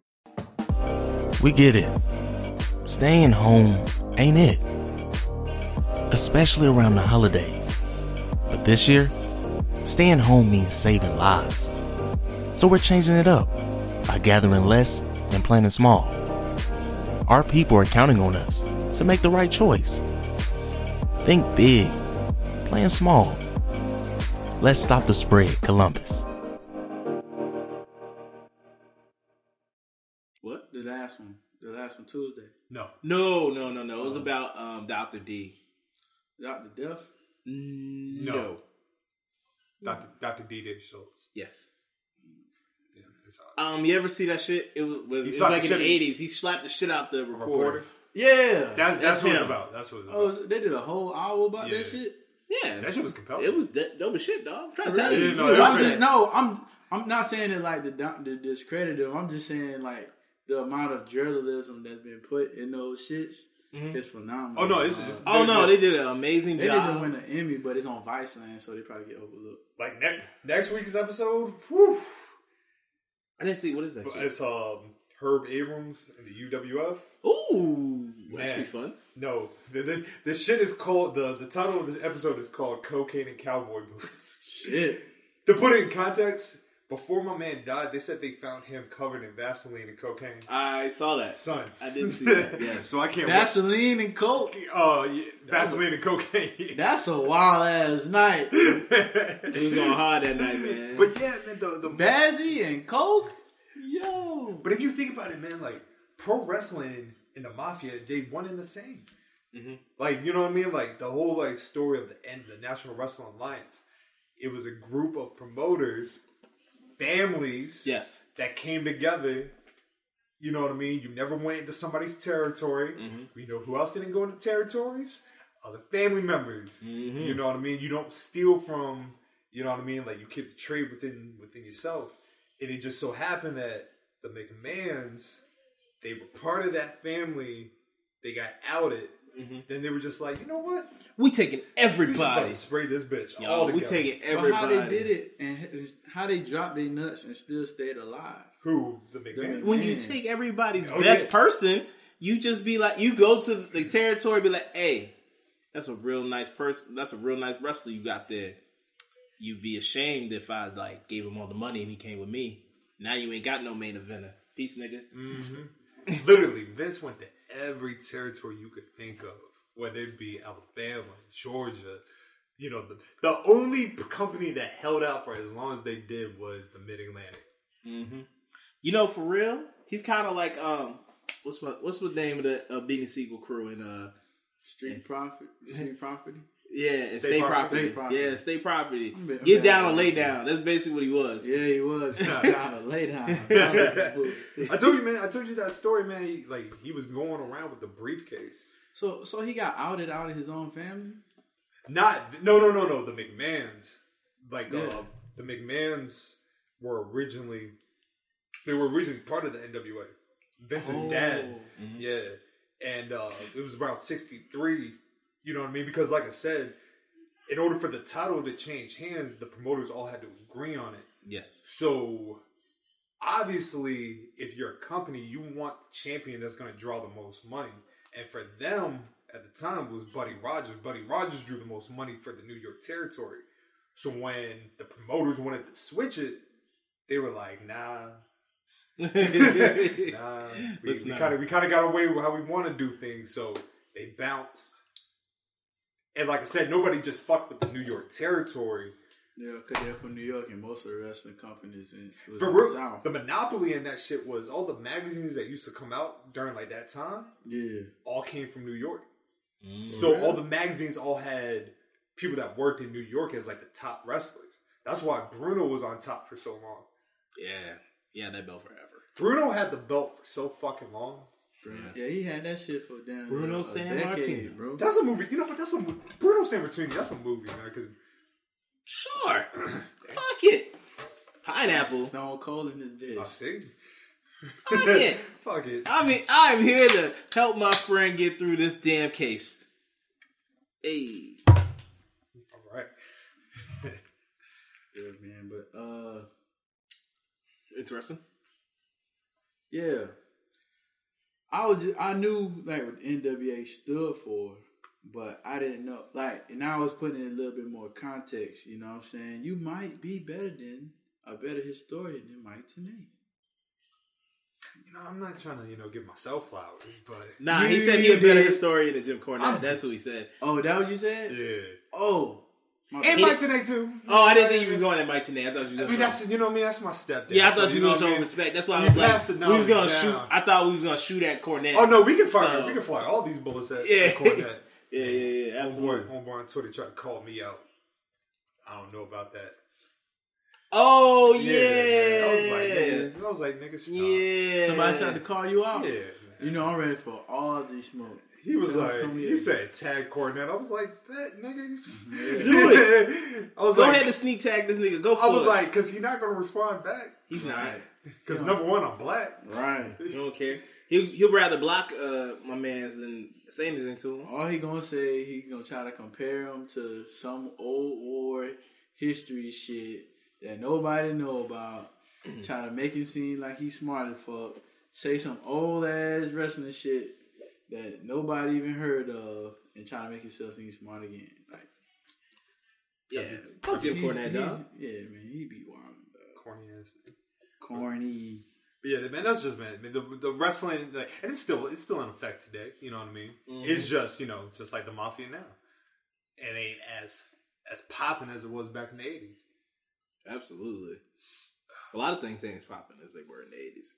[SPEAKER 9] We get it. Staying home ain't it. Especially around the holidays. But this year, staying home means saving lives. So we're changing it up by gathering less and planning small. Our people are counting on us to make the right choice. Think big, plan small. Let's stop the spread, Columbus.
[SPEAKER 8] What? The last one. The last one Tuesday. Uh-huh.
[SPEAKER 6] No,
[SPEAKER 7] no,
[SPEAKER 6] no, no, no. It was about um, Doctor D.
[SPEAKER 8] Doctor Death.
[SPEAKER 6] No.
[SPEAKER 7] Dr. Dr. D. David Schultz.
[SPEAKER 6] Yes.
[SPEAKER 7] Yeah, it's hot.
[SPEAKER 6] Um, you ever see that shit? It was, was,
[SPEAKER 7] He
[SPEAKER 6] it was
[SPEAKER 7] slapped
[SPEAKER 6] like
[SPEAKER 7] the
[SPEAKER 6] in the
[SPEAKER 7] shit out-
[SPEAKER 6] '80s. He slapped the shit out the reporter.
[SPEAKER 7] reporter.
[SPEAKER 8] Yeah.
[SPEAKER 7] That's, that's,
[SPEAKER 6] That's
[SPEAKER 7] what it's
[SPEAKER 6] him.
[SPEAKER 7] about. That's what it's
[SPEAKER 8] oh,
[SPEAKER 7] about.
[SPEAKER 8] so they did a whole hour about
[SPEAKER 7] Yeah.
[SPEAKER 8] that shit.
[SPEAKER 6] Yeah,
[SPEAKER 7] that shit was compelling.
[SPEAKER 6] It was de- dope as shit, dog. I'm trying to tell
[SPEAKER 7] Really?
[SPEAKER 6] you.
[SPEAKER 7] Yeah, no,
[SPEAKER 6] You
[SPEAKER 7] that
[SPEAKER 6] watch
[SPEAKER 7] was
[SPEAKER 8] I'm
[SPEAKER 7] shit.
[SPEAKER 8] just- no, I'm I'm not saying it like the the discredit them. I'm just saying like the amount of journalism that's been put in those shits is phenomenal. Um,
[SPEAKER 7] Oh no, it's just
[SPEAKER 6] Oh no, they did an amazing
[SPEAKER 8] They
[SPEAKER 6] job.
[SPEAKER 8] didn't win an Emmy, but it's on Vice Land, so they probably get overlooked.
[SPEAKER 7] like next next week's episode. Whew,
[SPEAKER 6] I didn't see what is that? shit?
[SPEAKER 7] it's um Herb Abrams and the UWF.
[SPEAKER 6] Ooh,
[SPEAKER 7] Man.
[SPEAKER 6] that'd be fun.
[SPEAKER 7] No, the, the, the shit is called the the title of this episode is called Cocaine and Cowboy Boots.
[SPEAKER 8] Shit.
[SPEAKER 7] to put it in context, before my man died, they said they found him covered in Vaseline and cocaine.
[SPEAKER 6] I saw that.
[SPEAKER 7] Son,
[SPEAKER 6] I didn't see that. Yes.
[SPEAKER 7] so I can't. That's
[SPEAKER 8] Vaseline and Coke.
[SPEAKER 7] uh, yeah, Vaseline and cocaine.
[SPEAKER 8] That's a wild ass night.
[SPEAKER 6] He was going hard that night, man.
[SPEAKER 7] But yeah, man, the, the
[SPEAKER 8] Bazzy and Coke? Yo.
[SPEAKER 7] But if you think about it, man, like pro wrestling and the mafia, they one and the same. Like you know what I mean? Like the whole like story of the end, the National Wrestling Alliance. It was a group of promoters, families,
[SPEAKER 6] yes,
[SPEAKER 7] that came together. You know what I mean? You never went into somebody's territory.
[SPEAKER 6] Mm-hmm.
[SPEAKER 7] You know who else didn't go into territories? Other family members.
[SPEAKER 6] Mm-hmm.
[SPEAKER 7] You know what I mean? You don't steal from. You know what I mean? Like you keep the trade within within yourself. And it just so happened that the McMahons, they were part of that family. They got outed. Then they were just like, you know what?
[SPEAKER 6] we taking
[SPEAKER 7] We just about
[SPEAKER 6] Mm-hmm. everybody.
[SPEAKER 7] to spray this bitch all
[SPEAKER 6] Y'all, we
[SPEAKER 7] together.
[SPEAKER 6] taking
[SPEAKER 8] But
[SPEAKER 6] everybody.
[SPEAKER 8] how they did it and h- how they dropped their nuts and still stayed alive.
[SPEAKER 7] Who the McMahons?
[SPEAKER 6] when you
[SPEAKER 8] Yes.
[SPEAKER 6] take everybody's
[SPEAKER 7] Oh,
[SPEAKER 6] best
[SPEAKER 7] yeah.
[SPEAKER 6] person, you just be like, you go to the territory, be like, hey, that's a real nice person. That's a real nice wrestler you got there. You'd be ashamed if I like gave him all the money and he came with me. Now you ain't got no main eventer. Peace, nigga.
[SPEAKER 8] Mm.
[SPEAKER 7] Literally, Vince went to every territory you could think of, whether it be Alabama, Georgia. You know, the, the only company that held out for as long as they did was the Mid Atlantic.
[SPEAKER 6] You know, for real, he's kind of like um, what's my what's the name of the uh, Beanie Siegel crew in uh
[SPEAKER 8] Street profit, street property.
[SPEAKER 6] Yeah, and
[SPEAKER 7] Stay
[SPEAKER 6] stay property.
[SPEAKER 7] property.
[SPEAKER 8] Stay property.
[SPEAKER 6] Yeah, stay property.
[SPEAKER 8] I'm a bit-
[SPEAKER 6] Get
[SPEAKER 8] I'm
[SPEAKER 6] down
[SPEAKER 8] bad.
[SPEAKER 6] and lay down. That's basically what he was.
[SPEAKER 8] Yeah, he was down a lay down. Down at the booth, too.
[SPEAKER 7] I told you, man. I told you that story, man. He, like he was going around with the briefcase.
[SPEAKER 8] So, so he got outed out of his own family.
[SPEAKER 7] Not no, no, no, no. The McMahons, like uh,
[SPEAKER 8] Yeah.
[SPEAKER 7] the McMahons, were originally they were originally part of the NWA. Vincent's
[SPEAKER 8] Oh.
[SPEAKER 7] dad, yeah, and uh, it was around '63. You know what I mean? Because, like I said, in order for the title to change hands, the promoters all had to agree on it.
[SPEAKER 6] Yes.
[SPEAKER 7] So obviously, if you're a company, you want the champion that's going to draw the most money. And for them at the time was Buddy Rogers. Buddy Rogers drew the most money for the New York territory. So when the promoters wanted to switch it, they were like, "Nah, nah." We
[SPEAKER 6] Let's not.
[SPEAKER 7] kind of we kind of got away with how we want to do things, so they bounced. And like I said, nobody just fucked with the New York territory.
[SPEAKER 8] Yeah, because they're from New York, and most of the wrestling companies in was
[SPEAKER 7] For
[SPEAKER 8] in
[SPEAKER 7] real,
[SPEAKER 8] the South.
[SPEAKER 7] the monopoly in that shit was all the magazines that used to come out during like that time
[SPEAKER 8] yeah,
[SPEAKER 7] all came from New York.
[SPEAKER 6] Mm.
[SPEAKER 7] So all the magazines all had people that worked in New York as like the top wrestlers. That's why Bruno was on top for so long.
[SPEAKER 6] Yeah. Yeah, that belt forever.
[SPEAKER 7] Bruno had the belt for so fucking long.
[SPEAKER 8] yeah, he had that shit for damn
[SPEAKER 6] Bruno
[SPEAKER 8] near a
[SPEAKER 6] San
[SPEAKER 8] decade,
[SPEAKER 6] Martino.
[SPEAKER 8] bro.
[SPEAKER 7] That's a movie, you know. But that's a mo- Bruno San Martino. That's a movie, man. 'cause
[SPEAKER 6] Sure. Fuck it. Pineapple.
[SPEAKER 8] Stone Cold in this
[SPEAKER 7] I
[SPEAKER 8] bitch.
[SPEAKER 7] see.
[SPEAKER 6] Fuck it.
[SPEAKER 7] Fuck it.
[SPEAKER 6] I mean, I'm here to help my friend get through this damn case. Hey.
[SPEAKER 7] All right.
[SPEAKER 8] Yeah, man. But uh,
[SPEAKER 6] Interesting.
[SPEAKER 8] yeah, I was just, I knew like what NWA stood for, but I didn't know like, and I was putting in a little bit more context. You know what I'm saying? You might be better than a better historian than Mike Tenay.
[SPEAKER 7] You know, I'm not trying to you know give myself flowers, but
[SPEAKER 6] Nah, he
[SPEAKER 8] You
[SPEAKER 6] said he a better
[SPEAKER 8] did.
[SPEAKER 6] historian than Jim Cornette.
[SPEAKER 7] I'm-
[SPEAKER 6] That's what he said.
[SPEAKER 8] Oh, that what you said?
[SPEAKER 7] yeah.
[SPEAKER 8] Oh, my
[SPEAKER 7] And
[SPEAKER 8] bad.
[SPEAKER 7] Mike today too.
[SPEAKER 6] Oh, I didn't think you were going at Mike today. I thought you.
[SPEAKER 7] I
[SPEAKER 6] Were
[SPEAKER 7] mean, that's you know me. That's my stepdad.
[SPEAKER 6] yeah, I
[SPEAKER 7] So,
[SPEAKER 6] thought you,
[SPEAKER 7] know
[SPEAKER 6] were
[SPEAKER 7] what I
[SPEAKER 6] showing
[SPEAKER 7] mean?
[SPEAKER 6] respect. That's why
[SPEAKER 7] You
[SPEAKER 6] I was
[SPEAKER 7] passed
[SPEAKER 6] like,
[SPEAKER 7] the
[SPEAKER 6] we was
[SPEAKER 7] knowledge
[SPEAKER 6] gonna
[SPEAKER 7] down.
[SPEAKER 6] shoot. I thought we was gonna shoot at Cornette.
[SPEAKER 7] Oh no, we can fire.
[SPEAKER 6] So-
[SPEAKER 7] we can fire all these bullets at
[SPEAKER 6] Yeah.
[SPEAKER 7] at Cornette.
[SPEAKER 6] Yeah, yeah, yeah.
[SPEAKER 7] Homeboy,
[SPEAKER 6] Absolutely.
[SPEAKER 7] homeboy on Twitter tried to call me out. I don't know about that.
[SPEAKER 6] Oh yeah.
[SPEAKER 7] man. I was like, nigga, I was like, nigga, stop.
[SPEAKER 6] Yeah.
[SPEAKER 8] Somebody tried to call you out.
[SPEAKER 7] Yeah,
[SPEAKER 8] You know, I'm ready for all the smoke.
[SPEAKER 7] He was
[SPEAKER 8] Don't
[SPEAKER 7] like,
[SPEAKER 8] come
[SPEAKER 7] he
[SPEAKER 8] here.
[SPEAKER 7] said tag Cornette. I was like, that nigga.
[SPEAKER 6] do it.
[SPEAKER 7] I was
[SPEAKER 6] Go
[SPEAKER 7] like,
[SPEAKER 6] ahead and sneak tag this nigga. Go for
[SPEAKER 7] I was
[SPEAKER 6] it.
[SPEAKER 7] like, because you're not gonna respond back.
[SPEAKER 6] he's not.
[SPEAKER 7] Because number one, I'm black.
[SPEAKER 8] Right.
[SPEAKER 6] You don't care. He he'll rather block uh, my man's than say anything to him.
[SPEAKER 8] All he gonna say, he gonna try to compare him to some old war history shit that nobody know about. try to make him seem like he's smart as fuck. Say some old ass wrestling shit that nobody even heard of, and try to make himself seem smart again. Like
[SPEAKER 6] Yeah. Fuck Jim
[SPEAKER 8] he's-
[SPEAKER 6] Cornette,
[SPEAKER 8] he's-
[SPEAKER 6] dog.
[SPEAKER 8] Yeah, man, he be wild. dog.
[SPEAKER 7] Corny ass. nigga.
[SPEAKER 8] Corny.
[SPEAKER 7] But yeah, man, that's just man. I mean, the the wrestling, like, and it's still it's still in effect today. You know what I mean?
[SPEAKER 6] Mm-hmm.
[SPEAKER 7] It's just you know just like the mafia now. It ain't as as popping as it was back in the eighties.
[SPEAKER 6] Absolutely. A lot of things ain't as popping as they were in the eighties.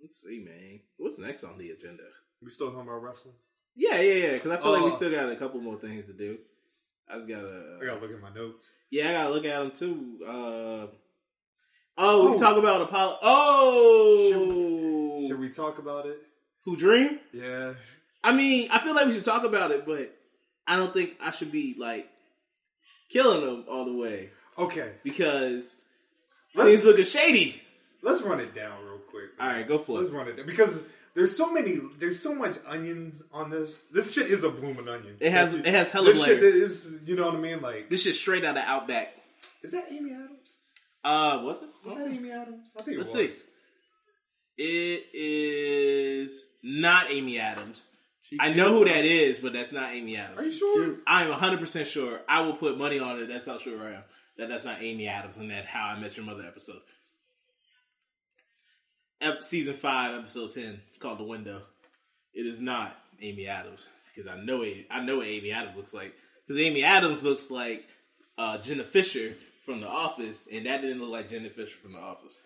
[SPEAKER 6] Let's see, man. What's next on the agenda?
[SPEAKER 7] We still talking about wrestling?
[SPEAKER 6] Yeah, yeah, yeah. Because I feel like we
[SPEAKER 7] Uh,
[SPEAKER 6] still got a couple more things to do. I just gotta. uh,
[SPEAKER 7] I gotta look at my notes.
[SPEAKER 6] Yeah, I gotta look at them too. Uh, oh,
[SPEAKER 7] Oh.
[SPEAKER 6] we talk about Apollo. Oh,
[SPEAKER 7] Should we talk about it?
[SPEAKER 6] who dream?
[SPEAKER 7] Yeah,
[SPEAKER 6] I mean, I feel like we should talk about it, but I don't think I should be like killing them all the way
[SPEAKER 7] Okay,
[SPEAKER 6] because things
[SPEAKER 7] let's
[SPEAKER 6] looking shady.
[SPEAKER 7] let's run it down real quick. man.
[SPEAKER 6] All right, go for
[SPEAKER 7] let's
[SPEAKER 6] it.
[SPEAKER 7] run it down because there's so many, there's so much onions on this. This shit is a blooming onion.
[SPEAKER 6] It has-
[SPEAKER 7] This shit-
[SPEAKER 6] it has hella
[SPEAKER 7] this shit
[SPEAKER 6] layers.
[SPEAKER 7] is, you know what I mean? Like,
[SPEAKER 6] This shit's straight out of Outback.
[SPEAKER 7] is that Amy Adams?
[SPEAKER 6] Uh, was it?
[SPEAKER 7] Was that Amy Adams? Oh. I think it
[SPEAKER 6] Let's
[SPEAKER 7] was.
[SPEAKER 6] see. It is not Amy Adams.
[SPEAKER 8] She
[SPEAKER 6] I know who that is, but that's not Amy Adams.
[SPEAKER 7] Are you sure?
[SPEAKER 6] I'm 100% sure. I will put money on it. That's how sure I am. That that's not Amy Adams in that How I Met Your Mother episode. Ep- season 5, episode 10, called The Window. It is not Amy Adams. Because I know it, I know what Amy Adams looks like. Because Amy Adams looks like uh, Jenna Fisher from The Office, and that didn't look like Jenna Fisher from The Office.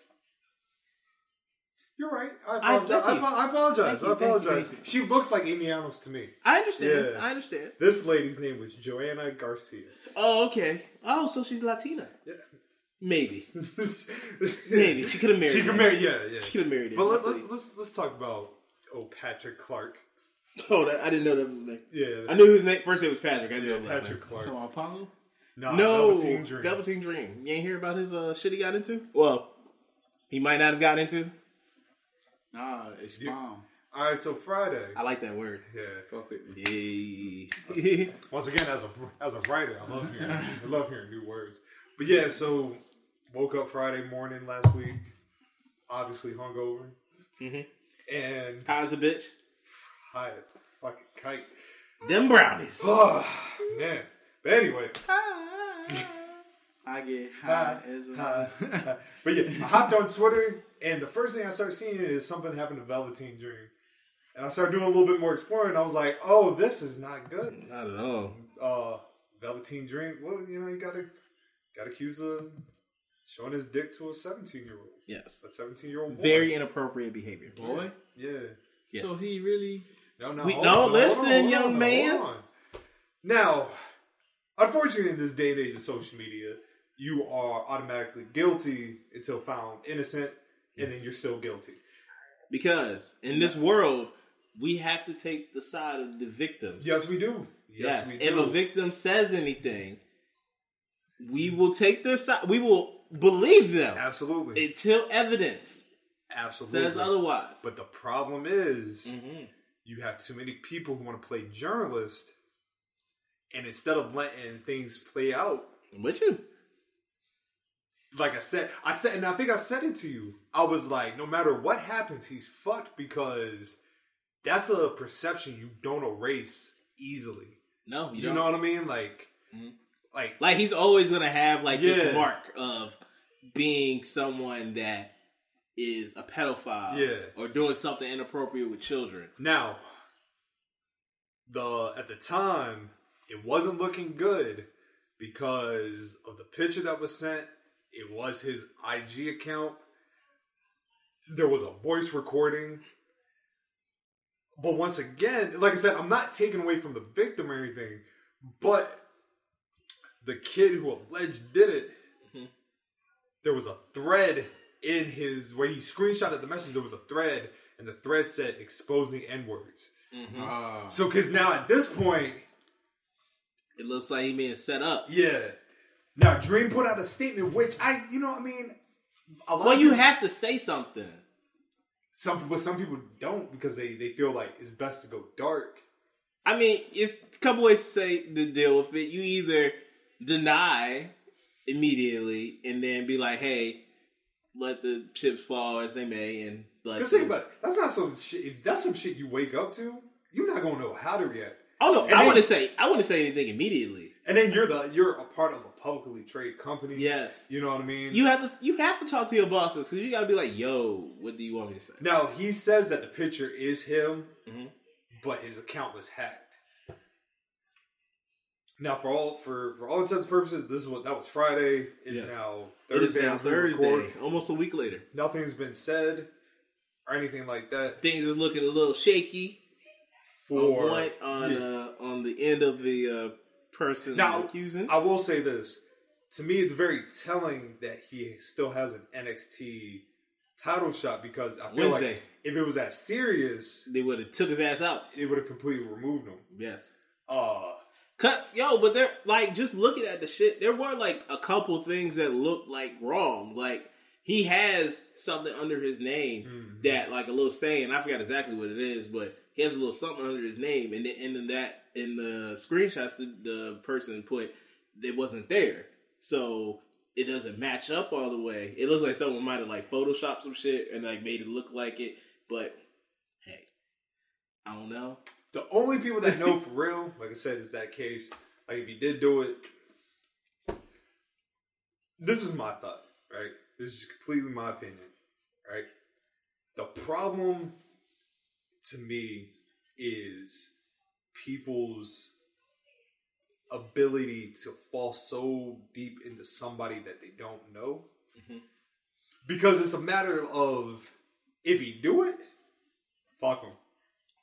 [SPEAKER 7] You're right. I
[SPEAKER 8] I
[SPEAKER 7] apologize. I,
[SPEAKER 8] thank you.
[SPEAKER 7] apo- I apologize.
[SPEAKER 8] Thank
[SPEAKER 7] I
[SPEAKER 8] you, thank you,
[SPEAKER 7] apologize.
[SPEAKER 8] thank you.
[SPEAKER 7] She looks like Amy Adams to me.
[SPEAKER 8] I understand.
[SPEAKER 7] Yeah.
[SPEAKER 8] I understand.
[SPEAKER 7] This lady's name was Joanna Garcia.
[SPEAKER 8] Oh, okay. Oh, so she's Latina.
[SPEAKER 6] Maybe.
[SPEAKER 7] Maybe
[SPEAKER 6] Maybe. She could have married
[SPEAKER 7] She could
[SPEAKER 6] him.
[SPEAKER 7] marry. Yeah, yeah.
[SPEAKER 6] She could have married him.
[SPEAKER 7] But let, let's let's let's talk about oh Patrick Clark.
[SPEAKER 6] Oh, that, I didn't know that was his name.
[SPEAKER 7] Yeah.
[SPEAKER 6] I knew his name. First name was Patrick. I didn't know his
[SPEAKER 7] Patrick
[SPEAKER 6] name.
[SPEAKER 7] Clark.
[SPEAKER 8] So Apollo.
[SPEAKER 7] Nah,
[SPEAKER 6] No,
[SPEAKER 7] Velveteen Dream.
[SPEAKER 6] Dream. You ain't hear about his uh, shit he got into? Well, he might not have got into.
[SPEAKER 8] Nah, it's mom.
[SPEAKER 7] All right, so Friday.
[SPEAKER 6] I like that word.
[SPEAKER 7] Yeah.
[SPEAKER 8] Fuck with me.
[SPEAKER 6] Yeah.
[SPEAKER 7] Once again, as a as a writer, I love hearing I love hearing new words. But yeah, so woke up Friday morning last week, obviously hungover, and
[SPEAKER 6] How's a bitch?
[SPEAKER 7] high as a fucking kite.
[SPEAKER 6] Them brownies.
[SPEAKER 7] Oh man. But anyway,
[SPEAKER 8] I get high as a
[SPEAKER 7] uh, but yeah, I hopped on Twitter, and the first thing I started seeing is something happened to Velveteen Dream. And I started doing a little bit more exploring. I was like, "Oh, this is not good."
[SPEAKER 6] Not at all.
[SPEAKER 7] uh Velveteen Dream. Well, you know, he got got accused of showing his dick to a seventeen year old.
[SPEAKER 6] Yes.
[SPEAKER 7] A seventeen year old
[SPEAKER 6] Very inappropriate behavior.
[SPEAKER 8] boy.
[SPEAKER 7] yeah.
[SPEAKER 6] Yes.
[SPEAKER 8] So he really.
[SPEAKER 7] No, no.
[SPEAKER 6] We-
[SPEAKER 7] hold
[SPEAKER 6] no,
[SPEAKER 7] on, hold
[SPEAKER 6] listen,
[SPEAKER 7] on, hold
[SPEAKER 6] young
[SPEAKER 7] on,
[SPEAKER 6] man.
[SPEAKER 7] hold on. Now, unfortunately, in this day and age of social media, you are automatically guilty until found innocent, and then you're still guilty.
[SPEAKER 6] because in this world, we have to take the side of the victims.
[SPEAKER 7] Yes, we do.
[SPEAKER 6] Yes.
[SPEAKER 7] Yes, we
[SPEAKER 6] if
[SPEAKER 7] do.
[SPEAKER 6] a victim says anything, we will take their side. We will believe them
[SPEAKER 7] Absolutely.
[SPEAKER 6] until evidence
[SPEAKER 7] Absolutely.
[SPEAKER 6] says otherwise.
[SPEAKER 7] But the problem is, you have too many people who want to play journalist, and instead of letting things play out,
[SPEAKER 6] I'm with you.
[SPEAKER 7] like I said, I said, and I think I said it to you. I was like, no matter what happens, he's fucked because that's a perception you don't erase easily.
[SPEAKER 6] No,
[SPEAKER 7] You,
[SPEAKER 6] you, don't.
[SPEAKER 7] know what I mean? Like, like,
[SPEAKER 6] like he's always gonna have like
[SPEAKER 7] Yeah.
[SPEAKER 6] this mark of being someone that is a pedophile
[SPEAKER 7] Yeah.
[SPEAKER 6] or doing something inappropriate with children.
[SPEAKER 7] Now, the at the time, it wasn't looking good because of the picture that was sent. It was his IG account. There was a voice recording. But once again, like I said, I'm not taking away from the victim or anything, but the kid who alleged did it, there was a thread in his where he screenshotted the message. There was a thread, and the thread said exposing n words.
[SPEAKER 6] Mm-hmm.
[SPEAKER 8] Ah.
[SPEAKER 7] So, because now at this point,
[SPEAKER 6] It looks like he being set up.
[SPEAKER 7] yeah. Now Dream put out a statement, which I, you know, what I mean, a lot.
[SPEAKER 6] Well,
[SPEAKER 7] of
[SPEAKER 6] you
[SPEAKER 7] people-
[SPEAKER 6] have to say something.
[SPEAKER 7] some, but some people don't because they they feel like it's best to go dark.
[SPEAKER 6] I mean, it's a couple ways to say to deal with it. You either deny immediately and then be like, "Hey, let the chips fall as they may," and like,
[SPEAKER 7] Because think about it, that's not some shit. If that's some shit you wake up to, you're not gonna know how to react.
[SPEAKER 6] oh no,
[SPEAKER 7] And
[SPEAKER 6] I
[SPEAKER 7] then-
[SPEAKER 6] wouldn't say I wouldn't say anything immediately.
[SPEAKER 7] And then you're the you're a part of a publicly traded company.
[SPEAKER 6] Yes.
[SPEAKER 7] you know what I mean.
[SPEAKER 6] You have to you have to talk to your bosses because you got to be like, "Yo, what do you want me to say?"
[SPEAKER 7] Now he says that the picture is him,
[SPEAKER 6] Mm-hmm.
[SPEAKER 7] but his account was hacked. Now, for all for for all intents and purposes, this is what that was Friday. Is
[SPEAKER 6] Yes.
[SPEAKER 7] now
[SPEAKER 6] It is
[SPEAKER 7] Thursday.
[SPEAKER 6] now
[SPEAKER 7] as we record.
[SPEAKER 6] Thursday, almost a week later.
[SPEAKER 7] Nothing's been said or anything like that
[SPEAKER 6] Things is looking a little shaky.
[SPEAKER 7] for
[SPEAKER 6] on uh, what on
[SPEAKER 7] Yeah.
[SPEAKER 6] uh, on the end of the uh, person
[SPEAKER 7] now.
[SPEAKER 6] accusing.
[SPEAKER 7] I will say this: to me, it's very telling that he still has an NXT title shot because I feel like
[SPEAKER 6] Wednesday.
[SPEAKER 7] if it was that serious,
[SPEAKER 6] they would have took his ass out.
[SPEAKER 7] it would have completely removed him.
[SPEAKER 6] Yes.
[SPEAKER 7] Uh,
[SPEAKER 6] Cut, yo, but they're like just looking at the shit. There were like a couple things that looked like wrong. Like he has something under his name that like a little saying. I forgot exactly what it is, but he has a little something under his name. And then and then that in the screenshots the, the person put it wasn't there, so it doesn't match up all the way. It looks like someone might have like photoshopped some shit and like made it look like it. But hey, I don't know.
[SPEAKER 7] The only people that know for real, like I said, is that case. Like if you did do it, this is my thought, right? This is completely my opinion, right? The problem to me is people's ability to fall so deep into somebody that they don't know because it's a matter of If he do it, fuck him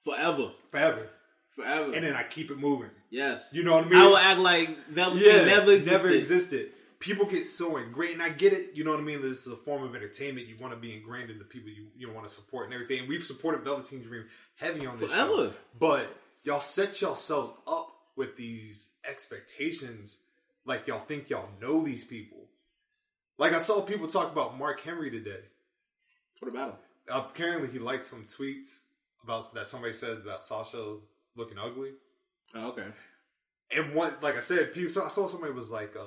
[SPEAKER 6] Forever.
[SPEAKER 7] forever,
[SPEAKER 6] Forever.
[SPEAKER 7] and then I keep it moving.
[SPEAKER 6] yes.
[SPEAKER 7] You know what I mean?
[SPEAKER 6] I will act like Velveteen never existed.
[SPEAKER 7] never existed. People get so ingrained, and I get it. You know what I mean? This is a form of entertainment. You want to be ingrained in the people you you want to support and everything. And we've supported Velveteen Dream heavy on this show,
[SPEAKER 6] Forever.
[SPEAKER 7] but y'all set yourselves up with these expectations, like y'all think y'all know these people. Like I saw people talk about Mark Henry today.
[SPEAKER 6] What about him?
[SPEAKER 7] Apparently, he liked some tweets about that somebody said about Sasha looking ugly
[SPEAKER 6] Oh, okay.
[SPEAKER 7] and one like I said, people, so I saw somebody was like, uh,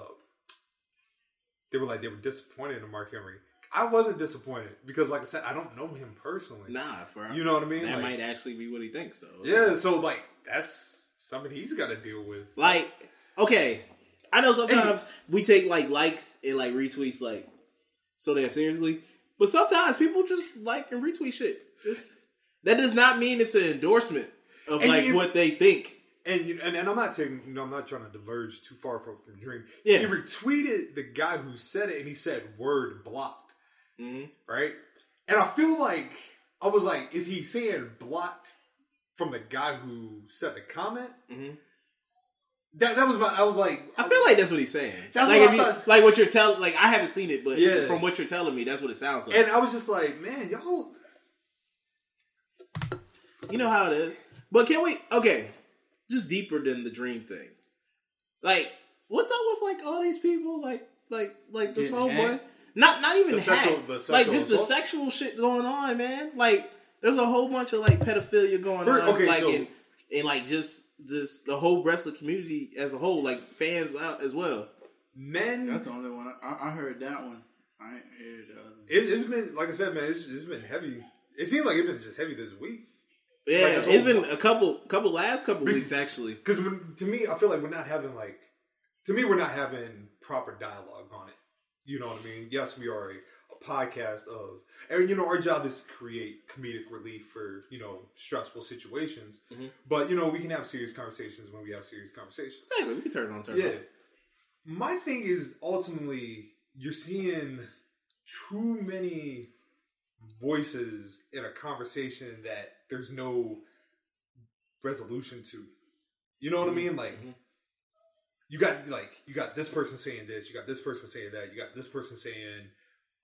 [SPEAKER 7] they were like they were disappointed in Mark Henry. I wasn't disappointed because, like I said, I don't know him personally.
[SPEAKER 6] Nah, forever.
[SPEAKER 7] You know what I mean?
[SPEAKER 6] That might
[SPEAKER 7] Like-
[SPEAKER 6] actually be what he thinks, so.
[SPEAKER 7] Yeah, so like that's something he's got to deal with.
[SPEAKER 6] Like, okay. I know sometimes we take like likes and like retweets like so damn seriously. But sometimes people just like and retweet shit. Just that does not mean it's an endorsement of
[SPEAKER 7] And
[SPEAKER 6] like
[SPEAKER 7] you-
[SPEAKER 6] what they think.
[SPEAKER 7] And, you- and and I'm not taking, you know, I'm not trying to diverge too far from, from Dream.
[SPEAKER 6] Yeah.
[SPEAKER 7] He retweeted the guy who said it, and he said word blocked,
[SPEAKER 6] Mm-hmm.
[SPEAKER 7] right? And I feel like I was like, is he saying blocked from the guy who said the comment? That that was my. I was like,
[SPEAKER 6] Mm-hmm. I feel like that's what he's saying.
[SPEAKER 7] That's
[SPEAKER 6] like
[SPEAKER 7] what
[SPEAKER 6] if
[SPEAKER 7] I
[SPEAKER 6] you-
[SPEAKER 7] thought.
[SPEAKER 6] like what you're telling. Like I haven't seen it, but
[SPEAKER 7] Yeah.
[SPEAKER 6] from what you're telling me, that's what it sounds like.
[SPEAKER 7] and I was just like, man, y'all.
[SPEAKER 6] You know how it is. But can we? Okay, just deeper than the dream thing. Like, what's up with like all these people? Like, like, like this
[SPEAKER 8] Getting
[SPEAKER 6] whole boy.
[SPEAKER 8] hacked?
[SPEAKER 6] Not, not even
[SPEAKER 7] The
[SPEAKER 6] the
[SPEAKER 7] sexual-
[SPEAKER 6] hack.
[SPEAKER 7] the sexual
[SPEAKER 6] like just the
[SPEAKER 7] assault?
[SPEAKER 6] sexual shit going on, man. Like, there's a whole bunch of like pedophilia going
[SPEAKER 7] Fir-
[SPEAKER 6] on.
[SPEAKER 7] okay,
[SPEAKER 6] like,
[SPEAKER 7] so-
[SPEAKER 6] and, and like just this the whole wrestling community as a whole, like fans out as well.
[SPEAKER 7] Men,
[SPEAKER 8] That's the only one I, I, I heard. That one. I ain't heard the other. one.
[SPEAKER 7] it, it's been like I said, man, it's, it's been heavy. It seemed like it's been just heavy this week.
[SPEAKER 6] Yeah,
[SPEAKER 7] this whole-
[SPEAKER 6] it's been a couple, couple last couple weeks actually.
[SPEAKER 7] Because to me, I feel like we're not having like to me, we're not having proper dialogue on it. You know what I mean? Yes, we are a, a podcast of, and you know, our job is to create comedic relief for you know stressful situations. But you know, we can have serious conversations when we have serious conversations.
[SPEAKER 6] Exactly, we can turn it on, turn it
[SPEAKER 7] Yeah.
[SPEAKER 6] off.
[SPEAKER 7] My thing is ultimately you're seeing too many voices in a conversation that there's no resolution to. You know what I mean? Like you got like you got this person saying this, you got this person saying that, you got this person saying,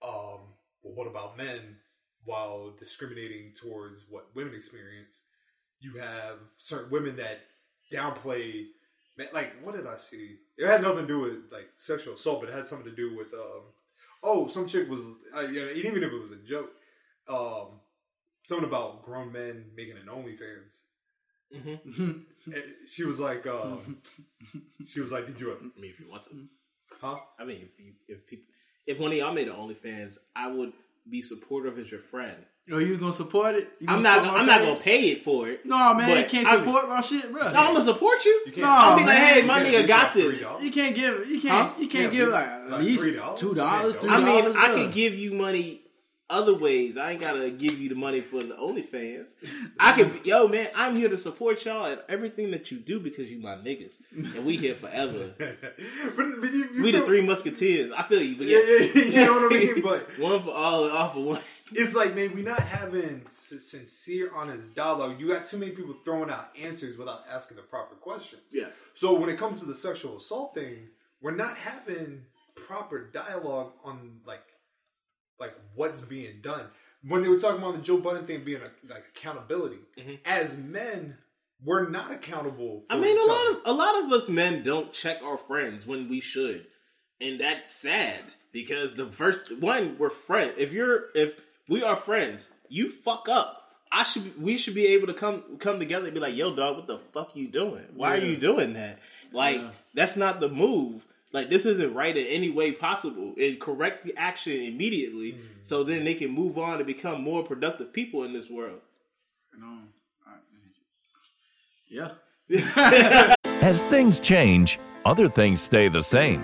[SPEAKER 7] um, well what about men while discriminating towards what women experience. You have certain women that downplay Man, like what did I see? It had nothing to do with like sexual assault, but it had something to do with um. Oh, some chick was uh, you know, even if it was a joke, um, something about grown men making an OnlyFans. And she was like, um, she was like, "Did you,
[SPEAKER 6] I mean, if you want to.
[SPEAKER 7] huh?"
[SPEAKER 6] I mean, if you, if people, if one of y'all made an OnlyFans, I would be supportive as your friend.
[SPEAKER 8] Yo, oh, you gonna support it? You
[SPEAKER 6] I'm
[SPEAKER 8] gonna
[SPEAKER 6] not.
[SPEAKER 8] support my
[SPEAKER 6] I'm not
[SPEAKER 8] page?
[SPEAKER 6] gonna pay it for it.
[SPEAKER 8] No, man, you
[SPEAKER 6] but
[SPEAKER 8] can't
[SPEAKER 6] I'm-
[SPEAKER 8] support my shit, bro.
[SPEAKER 6] No, I'm gonna support you.
[SPEAKER 7] You
[SPEAKER 6] you
[SPEAKER 7] can't-
[SPEAKER 8] Nah,
[SPEAKER 6] I'll be like,
[SPEAKER 8] man,
[SPEAKER 6] hey,
[SPEAKER 8] you
[SPEAKER 6] my
[SPEAKER 7] can't
[SPEAKER 6] nigga
[SPEAKER 7] do
[SPEAKER 6] got
[SPEAKER 7] shit for
[SPEAKER 6] this.
[SPEAKER 7] $3.
[SPEAKER 8] You can't give. You can't.
[SPEAKER 6] Huh?
[SPEAKER 8] You can't
[SPEAKER 7] Yeah,
[SPEAKER 8] give
[SPEAKER 7] we-
[SPEAKER 8] like at
[SPEAKER 7] like
[SPEAKER 8] least
[SPEAKER 7] $3?
[SPEAKER 8] two dollars.
[SPEAKER 7] Yeah,
[SPEAKER 8] Two
[SPEAKER 6] I
[SPEAKER 8] dollars.
[SPEAKER 6] mean, I can give you money other ways. I ain't gotta give you the money for the OnlyFans. I can, yo, man, I'm here to support y'all and everything that you do because you my niggas, and we here forever.
[SPEAKER 7] but, but you, you
[SPEAKER 6] we the
[SPEAKER 7] feel-
[SPEAKER 6] three musketeers. I feel you, but
[SPEAKER 7] Yeah,
[SPEAKER 6] yeah,
[SPEAKER 7] yeah, yeah, you know what I mean. But
[SPEAKER 6] one for all and all for one.
[SPEAKER 7] it's like, man, we not having s- sincere, honest dialogue. You got too many people throwing out answers without asking the proper questions.
[SPEAKER 6] Yes.
[SPEAKER 7] So when it comes to the sexual assault thing, we're not having proper dialogue on like like what's being done. When they were talking about the Joe Budden thing being like accountability, as men, we're not accountable. For
[SPEAKER 6] Mm-hmm. I mean,
[SPEAKER 7] each
[SPEAKER 6] a lot
[SPEAKER 7] other.
[SPEAKER 6] of a lot of us men don't check our friends when we should, and that's sad because the first one we're friend. If you're if we are friends, you fuck up. I should we should be able to come come together and be like, yo, dog, what the fuck you doing? Why are you doing that? Like that's not the move. Like this isn't right in any way possible, and correct the action immediately,
[SPEAKER 7] Mm.
[SPEAKER 6] so then they can move on to become more productive people in this world.
[SPEAKER 8] No, I, yeah.
[SPEAKER 1] As things change, other things stay the same,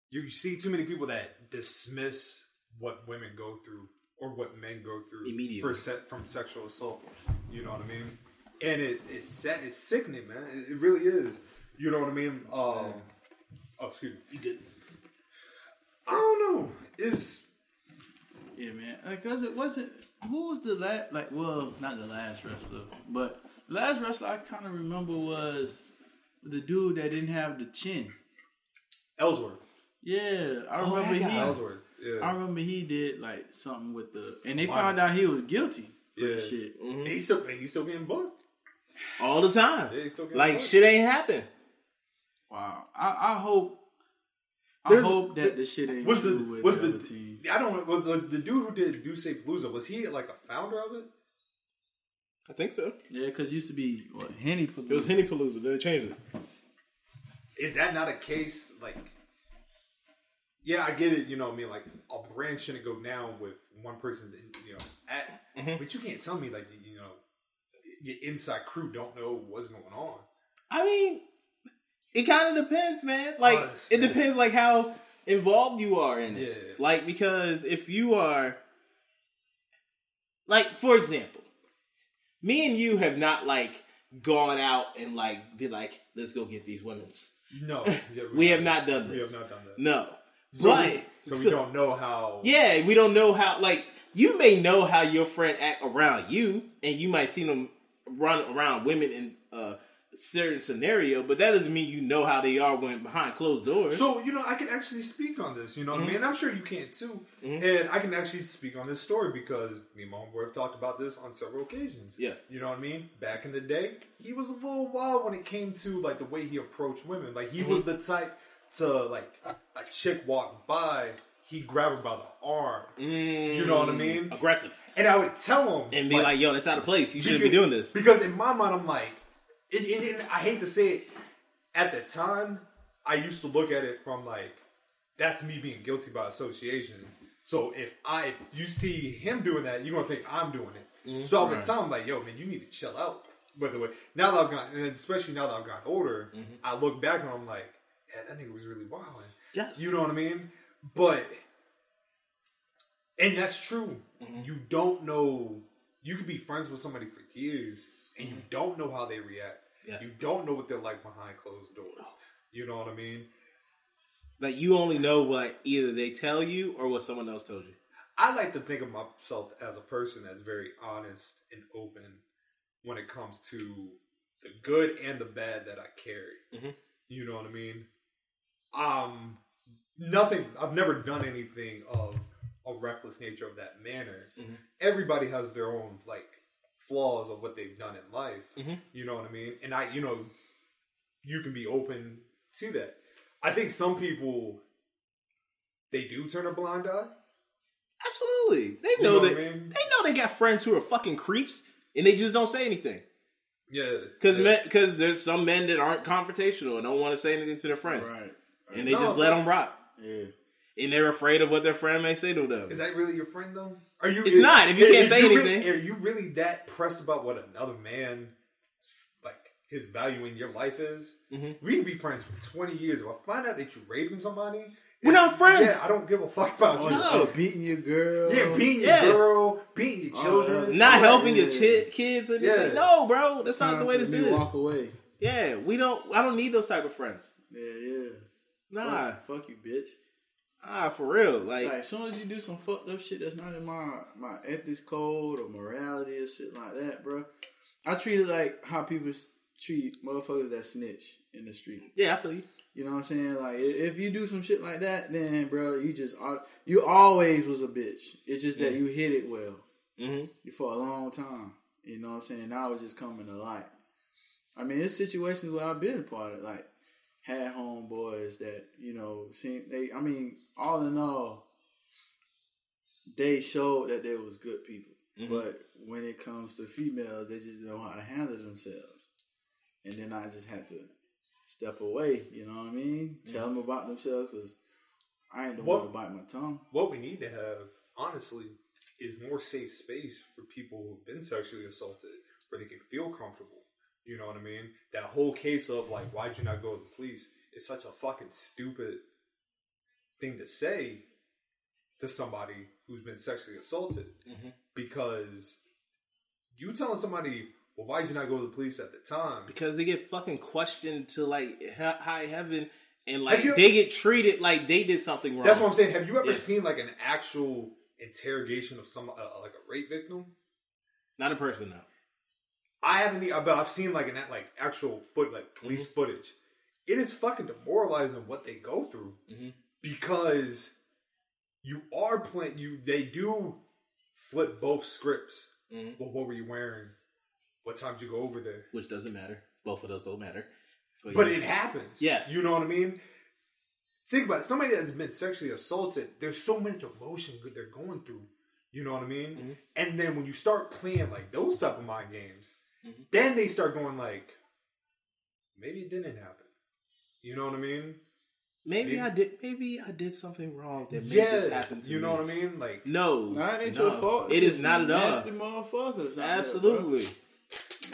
[SPEAKER 7] you see too many people that dismiss what women go through or what men go through
[SPEAKER 6] Immediately.
[SPEAKER 7] for se- from sexual assault. You know what I mean? And it it's set it's sickening, man. It, it really is. You know what I mean? Um, oh, excuse me. You
[SPEAKER 6] good?
[SPEAKER 7] I don't know. It's
[SPEAKER 8] Yeah, man. Like, cause it wasn't. Who was the last? Like, well, not the last wrestler, but last wrestler I kind of remember was the dude that didn't have the chin.
[SPEAKER 7] Ellsworth.
[SPEAKER 8] Yeah, I
[SPEAKER 7] Oh,
[SPEAKER 8] remember he.
[SPEAKER 7] Ellsworth. Yeah.
[SPEAKER 8] I remember he did like something with the, and they found out he was guilty. For
[SPEAKER 7] yeah.
[SPEAKER 8] the shit.
[SPEAKER 7] He's still he's still getting booked.
[SPEAKER 6] All the time.
[SPEAKER 7] Mm-hmm. Yeah, he's still getting
[SPEAKER 6] like
[SPEAKER 7] paid.
[SPEAKER 6] shit ain't happened.
[SPEAKER 8] Wow. I, I hope. I
[SPEAKER 7] There's-
[SPEAKER 8] hope that the shit ain't
[SPEAKER 7] Was the
[SPEAKER 8] true with
[SPEAKER 7] was
[SPEAKER 8] the,
[SPEAKER 7] the,
[SPEAKER 8] other team.
[SPEAKER 7] I don't was the, the dude who did Do Say Palooza was he like a founder of it?
[SPEAKER 6] I think so.
[SPEAKER 8] Yeah, because it used to be what Henny for
[SPEAKER 6] It was Henny Palooza. They changed it.
[SPEAKER 7] Is that not a case like? Yeah, I get it. You know, what I mean, like a brand shouldn't go down with one person's, you know, at,
[SPEAKER 6] Mm-hmm.
[SPEAKER 7] but you can't tell me like you know, your inside crew don't know what's going on.
[SPEAKER 6] I mean, it kind of depends, man. Like
[SPEAKER 7] Oh, it's-
[SPEAKER 6] it depends, like how involved you are in it.
[SPEAKER 7] Yeah.
[SPEAKER 6] Like because if you are, like for example, me and you have not like gone out and like be like, let's go get these women's.
[SPEAKER 7] No, yeah,
[SPEAKER 6] We have not done this.
[SPEAKER 7] We have not done that.
[SPEAKER 6] No,
[SPEAKER 7] So,
[SPEAKER 6] but
[SPEAKER 7] we, so we don't know how.
[SPEAKER 6] Yeah, we don't know how. Like you may know how your friend act around you, and you might see them run around women in a certain scenario, but that doesn't mean you know how they are when behind closed doors.
[SPEAKER 7] So you know, I can actually speak on this. You know what
[SPEAKER 6] Mm-hmm.
[SPEAKER 7] I mean? I'm sure you can too. And I can actually speak on this story because me and my homeboy have talked about this on several occasions.
[SPEAKER 6] Yes.
[SPEAKER 7] You know what I mean? Back in the day, he was a little wild when it came to like the way he approached women. Like
[SPEAKER 6] Mm-hmm.
[SPEAKER 7] he was the type to like a chick walk by, he grab her by the arm. You know what I mean?
[SPEAKER 6] aggressive
[SPEAKER 7] And I would tell him
[SPEAKER 6] Mm. and be like, "Yo, that's out of place. You shouldn't be
[SPEAKER 7] because-
[SPEAKER 6] doing this."
[SPEAKER 7] Because in my mind, I'm like, it, it, it- I hate to say it. At the time, I used to look at it from like, that's me being guilty by association. So if I, if you see him doing that, you're gonna think I'm doing it.
[SPEAKER 6] Mm-hmm.
[SPEAKER 7] So I would tell him like, yo, man, you need to chill out. By the way, now that I've gotten, and especially now that I've gotten older,
[SPEAKER 6] Mm-hmm.
[SPEAKER 7] I look back and I'm like, yeah, that nigga was really wilding.
[SPEAKER 6] Yes.
[SPEAKER 7] you know what I mean. But and that's true. You don't know. You could be friends with somebody for years, and you don't know how they react.
[SPEAKER 6] Yes.
[SPEAKER 7] You don't know what they're like behind closed doors. You know what I mean?
[SPEAKER 6] Like you only know what either they tell you or what someone else told you.
[SPEAKER 7] I like to think of myself as a person that's very honest and open when it comes to the good and the bad that I carry. You know what I mean? Um, nothing. I've never done anything of a reckless nature of that manner. Everybody has their own like flaws of what they've done in life. You know what I mean? And I, you know, you can be open to that. I think some people they do turn a blind eye.
[SPEAKER 6] Absolutely, they
[SPEAKER 7] You
[SPEAKER 6] know,
[SPEAKER 7] know
[SPEAKER 6] that
[SPEAKER 7] what I mean?
[SPEAKER 6] they know they got friends who are fucking creeps, and they just don't say anything.
[SPEAKER 7] Yeah,
[SPEAKER 6] Because
[SPEAKER 7] yeah.
[SPEAKER 6] because there's some men that aren't confrontational and don't want to say anything to their friends,
[SPEAKER 8] Right.
[SPEAKER 6] and they
[SPEAKER 7] No,
[SPEAKER 6] just
[SPEAKER 7] but-
[SPEAKER 6] let them rock,
[SPEAKER 8] Yeah.
[SPEAKER 6] and they're afraid of what their friend may say to them.
[SPEAKER 7] Is that really your friend though? Are you?
[SPEAKER 6] It's not, if you
[SPEAKER 7] are-
[SPEAKER 6] can't say
[SPEAKER 7] you
[SPEAKER 6] anything.
[SPEAKER 7] Really, are you really that pressed about what another man, like his value in your life is?
[SPEAKER 6] Mm-hmm.
[SPEAKER 7] We can be friends for twenty years. If I find out that you're raping somebody,
[SPEAKER 6] We're
[SPEAKER 7] it-
[SPEAKER 6] not friends.
[SPEAKER 7] Yeah, I don't give a fuck about you.
[SPEAKER 6] No.
[SPEAKER 8] Oh, beating your girl.
[SPEAKER 7] Yeah, beating your
[SPEAKER 6] Yeah.
[SPEAKER 7] girl, beating your children,
[SPEAKER 8] yeah.
[SPEAKER 6] not
[SPEAKER 7] shit.
[SPEAKER 6] helping your
[SPEAKER 8] Yeah.
[SPEAKER 6] chi- kids. And
[SPEAKER 7] Yeah.
[SPEAKER 6] yeah. no, bro, that's not
[SPEAKER 8] Time
[SPEAKER 6] the way
[SPEAKER 8] for
[SPEAKER 6] this
[SPEAKER 8] me to
[SPEAKER 6] is.
[SPEAKER 8] Walk away.
[SPEAKER 6] Yeah, we don't. I don't need those type of friends.
[SPEAKER 8] Yeah, yeah.
[SPEAKER 10] Nah.
[SPEAKER 8] Fuck, fuck you, bitch.
[SPEAKER 10] Ah, for real.
[SPEAKER 8] Like,
[SPEAKER 10] Like,
[SPEAKER 8] as soon as you do some fucked up shit that's not in my my ethics code or morality or shit like that, bro, I treat it like how people s- treat motherfuckers that snitch in the street.
[SPEAKER 10] yeah, I feel you.
[SPEAKER 8] You know what I'm saying? Like, i- if you do some shit like that, then bro, you just au- you always was a bitch. It's just that you hid it well mm-hmm. for a long time. You know what I'm saying? Now it's just coming to light. I mean, it's situations where I've been a part of, like had homeboys that you know seem they. I mean, all in all, they showed that they was good people. But when it comes to females, they just know how to handle themselves. And then I just had to step away. You know what I mean? Tell them about themselves because I ain't the one to
[SPEAKER 7] What-
[SPEAKER 8] bite my tongue.
[SPEAKER 7] What we need to have, honestly, is more safe space for people who've been sexually assaulted, where they can feel comfortable. You know what I mean? That whole case of like, why'd you not go to the police? Is such a fucking stupid thing to say to somebody who's been sexually assaulted,
[SPEAKER 10] Mm-hmm.
[SPEAKER 7] because you telling somebody, well, why'd you not go to the police at the time?
[SPEAKER 10] Because they get fucking questioned to like he- high heaven and like
[SPEAKER 7] Have you-
[SPEAKER 10] they get treated like they did something wrong.
[SPEAKER 7] That's what I'm saying. Have you ever
[SPEAKER 10] Yeah.
[SPEAKER 7] seen like an actual interrogation of some uh, like a rape victim?
[SPEAKER 10] Not a person though.
[SPEAKER 7] I haven't, e- but I've seen like an like actual foot like police footage. It is fucking demoralizing what they go through because you are playing. You they do flip both scripts. Well, what were you wearing? What time did you go over there?
[SPEAKER 10] Which doesn't matter. Both of those don't matter.
[SPEAKER 7] But
[SPEAKER 10] yeah.
[SPEAKER 7] it happens.
[SPEAKER 10] Yes.
[SPEAKER 7] You know what I mean? Think about it. Somebody that's been sexually assaulted, there's so much emotion that they're going through. You know what I mean?
[SPEAKER 10] Mm-hmm.
[SPEAKER 7] And then when you start playing like those type of mind games,
[SPEAKER 10] Mm-hmm.
[SPEAKER 7] then they start going like, maybe it didn't happen. You know what I mean?
[SPEAKER 10] maybe,
[SPEAKER 7] maybe-
[SPEAKER 10] I did. Maybe I did something wrong that made this happen. To
[SPEAKER 7] you
[SPEAKER 10] me.
[SPEAKER 7] know what I mean? Like,
[SPEAKER 10] No,
[SPEAKER 8] Nah, it ain't
[SPEAKER 10] no.
[SPEAKER 8] your fault.
[SPEAKER 10] It is not at all.
[SPEAKER 8] Nasty motherfuckers. out there, bro.
[SPEAKER 10] Absolutely,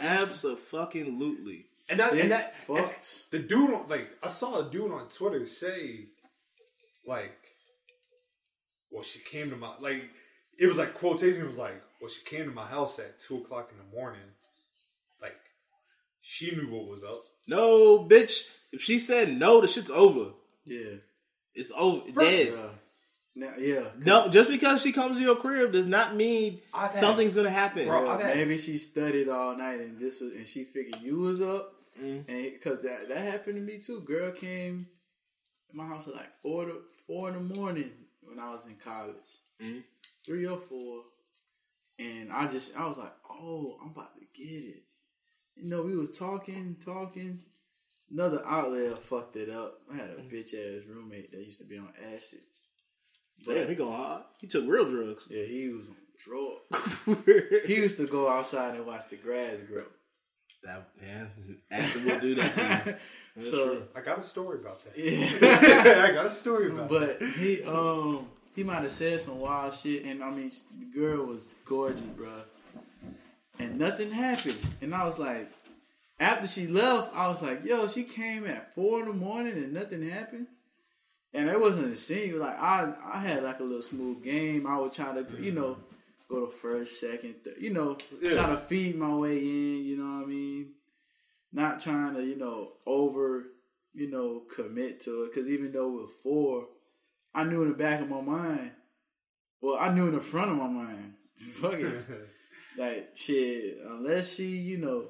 [SPEAKER 10] absolutely.
[SPEAKER 7] and that,
[SPEAKER 8] Sick
[SPEAKER 7] and that, and
[SPEAKER 8] fucks.
[SPEAKER 7] the dude, on, like, I saw a dude on Twitter say, like, well, she came to my, like, it was like quotation, it was like, well, she came to my house at two o'clock in the morning. Like, she knew what was up.
[SPEAKER 10] No, bitch. If she said no, the shit's over.
[SPEAKER 8] Yeah.
[SPEAKER 10] It's over. Dead.
[SPEAKER 8] Yeah. Now, yeah.
[SPEAKER 10] No, just because she comes to your crib does not mean
[SPEAKER 7] I've had-
[SPEAKER 10] something's gonna happen.
[SPEAKER 7] Bro, I've had,
[SPEAKER 8] Maybe she studied all night and this was, and she figured you was up, and because that that happened to me too. Girl came to my house at like four to, four in the morning when I was in college, three or four, and I just I was like, oh, I'm about to get it. You know, we was talking, talking. Another outlet fucked it up. I had a bitch ass roommate that used to be on acid.
[SPEAKER 10] Damn, he going hard. He took real drugs.
[SPEAKER 8] Yeah, he was on drugs. he used to go outside and watch the grass grow.
[SPEAKER 10] That yeah, actually will do that to you.
[SPEAKER 8] so,
[SPEAKER 7] I got a story about that.
[SPEAKER 8] yeah.
[SPEAKER 7] I got a story about that.
[SPEAKER 8] but he um he might have said some wild shit, and I mean the girl was gorgeous, bruh. And nothing happened, and I was like, after she left, I was like, yo, she came at four in the morning and nothing happened. And it wasn't a scene. Like I, I had like a little smooth game. I would try to, you know, go to first, second, third, you know, try to feed my way in. You know what I mean? Not trying to, you know, over, you know, commit to it. Because even though we're four, I knew in the back of my mind. Well, I knew in the front of my mind. Fuck it. like shit, unless she, you know,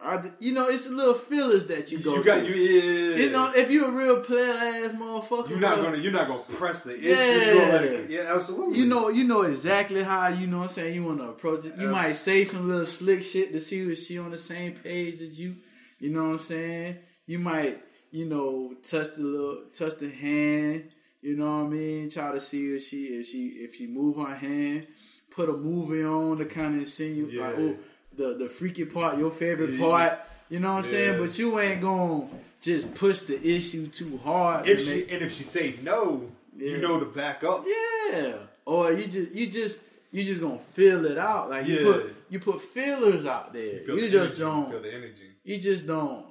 [SPEAKER 8] I, you know, it's the little feelers that you go.
[SPEAKER 7] You got, you,
[SPEAKER 8] through.
[SPEAKER 7] yeah.
[SPEAKER 8] You know, if you a real player ass motherfucker,
[SPEAKER 7] you're not
[SPEAKER 8] bro,
[SPEAKER 7] gonna, you're not gonna press the issue. You're gonna let it, yeah, absolutely.
[SPEAKER 8] You know, you know exactly how you know. what I'm saying you want to approach it. You
[SPEAKER 7] Abs-
[SPEAKER 8] might say some little slick shit to see if she on the same page as you. You know what I'm saying? You might, you know, touch the little, touch the hand. You know what I mean? Try to see if she, if she, if she move her hand. Put a movie on to kind of insinuate, like,
[SPEAKER 7] Yeah.
[SPEAKER 8] oh, the the freaky part, your favorite
[SPEAKER 7] Yeah.
[SPEAKER 8] part. You know what I'm saying?
[SPEAKER 7] Yeah.
[SPEAKER 8] But you ain't gonna just push the issue too hard. to
[SPEAKER 7] if she,
[SPEAKER 8] make-
[SPEAKER 7] and if she say no,
[SPEAKER 8] Yeah.
[SPEAKER 7] you know to back up.
[SPEAKER 8] yeah. Or you just you just you just gonna feel it out. Like you
[SPEAKER 7] Yeah.
[SPEAKER 8] put you put feelers out there.
[SPEAKER 7] Feel
[SPEAKER 8] You,
[SPEAKER 7] the energy,
[SPEAKER 8] just don't
[SPEAKER 7] feel the energy.
[SPEAKER 8] you just don't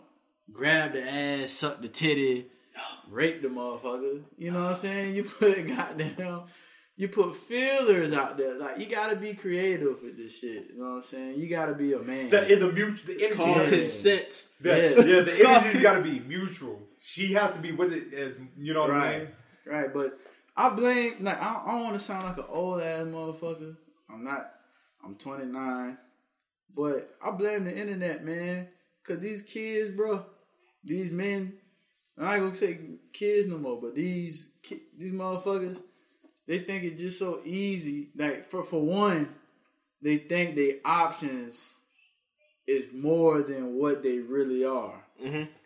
[SPEAKER 8] grab the ass, suck the titty, rape the motherfucker. You know what I'm saying? You put goddamn you put feelers out there. Like you gotta be creative with this shit. You know what I'm saying? You gotta be a man.
[SPEAKER 7] The, in the mutual, the energy,
[SPEAKER 6] Call consent.
[SPEAKER 7] yeah,
[SPEAKER 8] Yes.
[SPEAKER 7] yeah, the energy's got to be mutual. She has to be with it as you know what I
[SPEAKER 8] Right,
[SPEAKER 7] mean.
[SPEAKER 8] right. But I blame like I, I don't want to sound like an old ass motherfucker. I'm not. I'm 29, but I blame the internet, man. Cause these kids, bro, these men. I ain't gonna say kids no more, but these ki- these motherfuckers, they think it's just so easy. Like for for one, they think their options is more than what they really are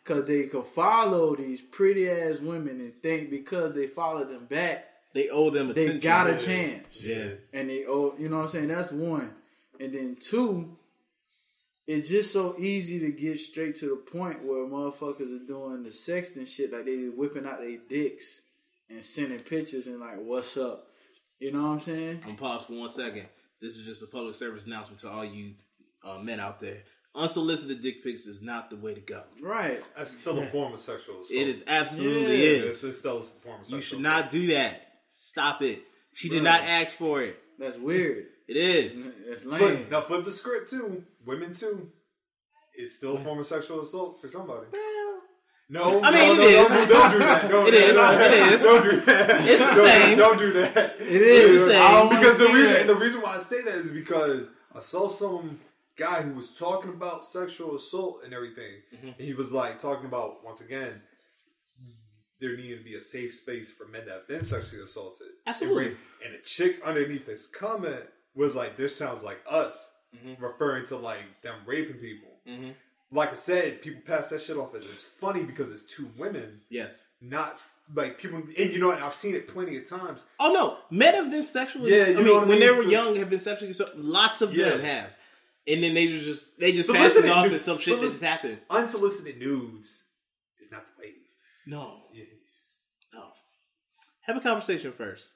[SPEAKER 8] because they could follow these pretty ass women and think because they follow them back,
[SPEAKER 6] They owe them
[SPEAKER 8] they
[SPEAKER 6] attention.
[SPEAKER 8] got a chance.
[SPEAKER 6] Yeah.
[SPEAKER 8] And they owe, you know what I'm saying? That's one. And then two, it's just so easy to get straight to the point where motherfuckers are doing the sexting shit, like they whipping out their dicks and sending pictures and like, what's up? You know what I'm saying?
[SPEAKER 6] I'm paused for one second. This is just a public service announcement to all you uh, men out there. Unsolicited dick pics is not the way to go.
[SPEAKER 8] Right.
[SPEAKER 7] That's still a form of sexual assault.
[SPEAKER 6] It is absolutely
[SPEAKER 8] Yeah.
[SPEAKER 6] is.
[SPEAKER 7] It's still a form of sexual
[SPEAKER 6] You should
[SPEAKER 7] assault.
[SPEAKER 6] not do that. Stop it. She did not ask for it.
[SPEAKER 8] That's weird.
[SPEAKER 6] It
[SPEAKER 7] Mm-hmm.
[SPEAKER 6] is.
[SPEAKER 8] That's
[SPEAKER 7] Flip,
[SPEAKER 8] lame.
[SPEAKER 7] now flip the script too. Women too. It's still a form of sexual assault for somebody. No,
[SPEAKER 6] I mean,
[SPEAKER 7] no,
[SPEAKER 6] it
[SPEAKER 7] no,
[SPEAKER 6] is.
[SPEAKER 7] Don't, don't do that. Don't
[SPEAKER 6] It
[SPEAKER 7] do
[SPEAKER 6] is.
[SPEAKER 7] That.
[SPEAKER 6] It is.
[SPEAKER 7] Don't do that.
[SPEAKER 6] It's the
[SPEAKER 7] Don't-
[SPEAKER 6] same.
[SPEAKER 7] Don't do that.
[SPEAKER 8] It is
[SPEAKER 6] It's the
[SPEAKER 8] I don't wanna
[SPEAKER 7] because the
[SPEAKER 8] see
[SPEAKER 7] reason
[SPEAKER 8] that.
[SPEAKER 7] the reason why I say that is because I saw some guy who was talking about sexual assault and everything,
[SPEAKER 6] Mm-hmm.
[SPEAKER 7] and he was like talking about once again there needed to be a safe space for men that have been sexually assaulted.
[SPEAKER 6] Absolutely.
[SPEAKER 7] And, ra- and a chick underneath this comment was like, "This sounds like us,"
[SPEAKER 6] Mm-hmm.
[SPEAKER 7] referring to like them raping people. Like I said, people pass that shit off as it's funny because it's two women,
[SPEAKER 6] Yes.
[SPEAKER 7] not like people. And you know what? I've seen it plenty of times.
[SPEAKER 6] Oh no, men have been sexually.
[SPEAKER 7] Yeah,
[SPEAKER 6] Yeah,
[SPEAKER 7] you
[SPEAKER 6] I
[SPEAKER 7] know
[SPEAKER 6] mean,
[SPEAKER 7] what I
[SPEAKER 6] when they
[SPEAKER 7] mean?
[SPEAKER 6] were
[SPEAKER 7] So-
[SPEAKER 6] young, have been sexually. So, lots of them
[SPEAKER 7] Yeah.
[SPEAKER 6] have, and then they just they just pass
[SPEAKER 7] Solicited
[SPEAKER 6] it off
[SPEAKER 7] nu-
[SPEAKER 6] as some shit that
[SPEAKER 7] solic-
[SPEAKER 6] just happened.
[SPEAKER 7] Unsolicited nudes is not the wave.
[SPEAKER 6] No, no. Have a conversation first.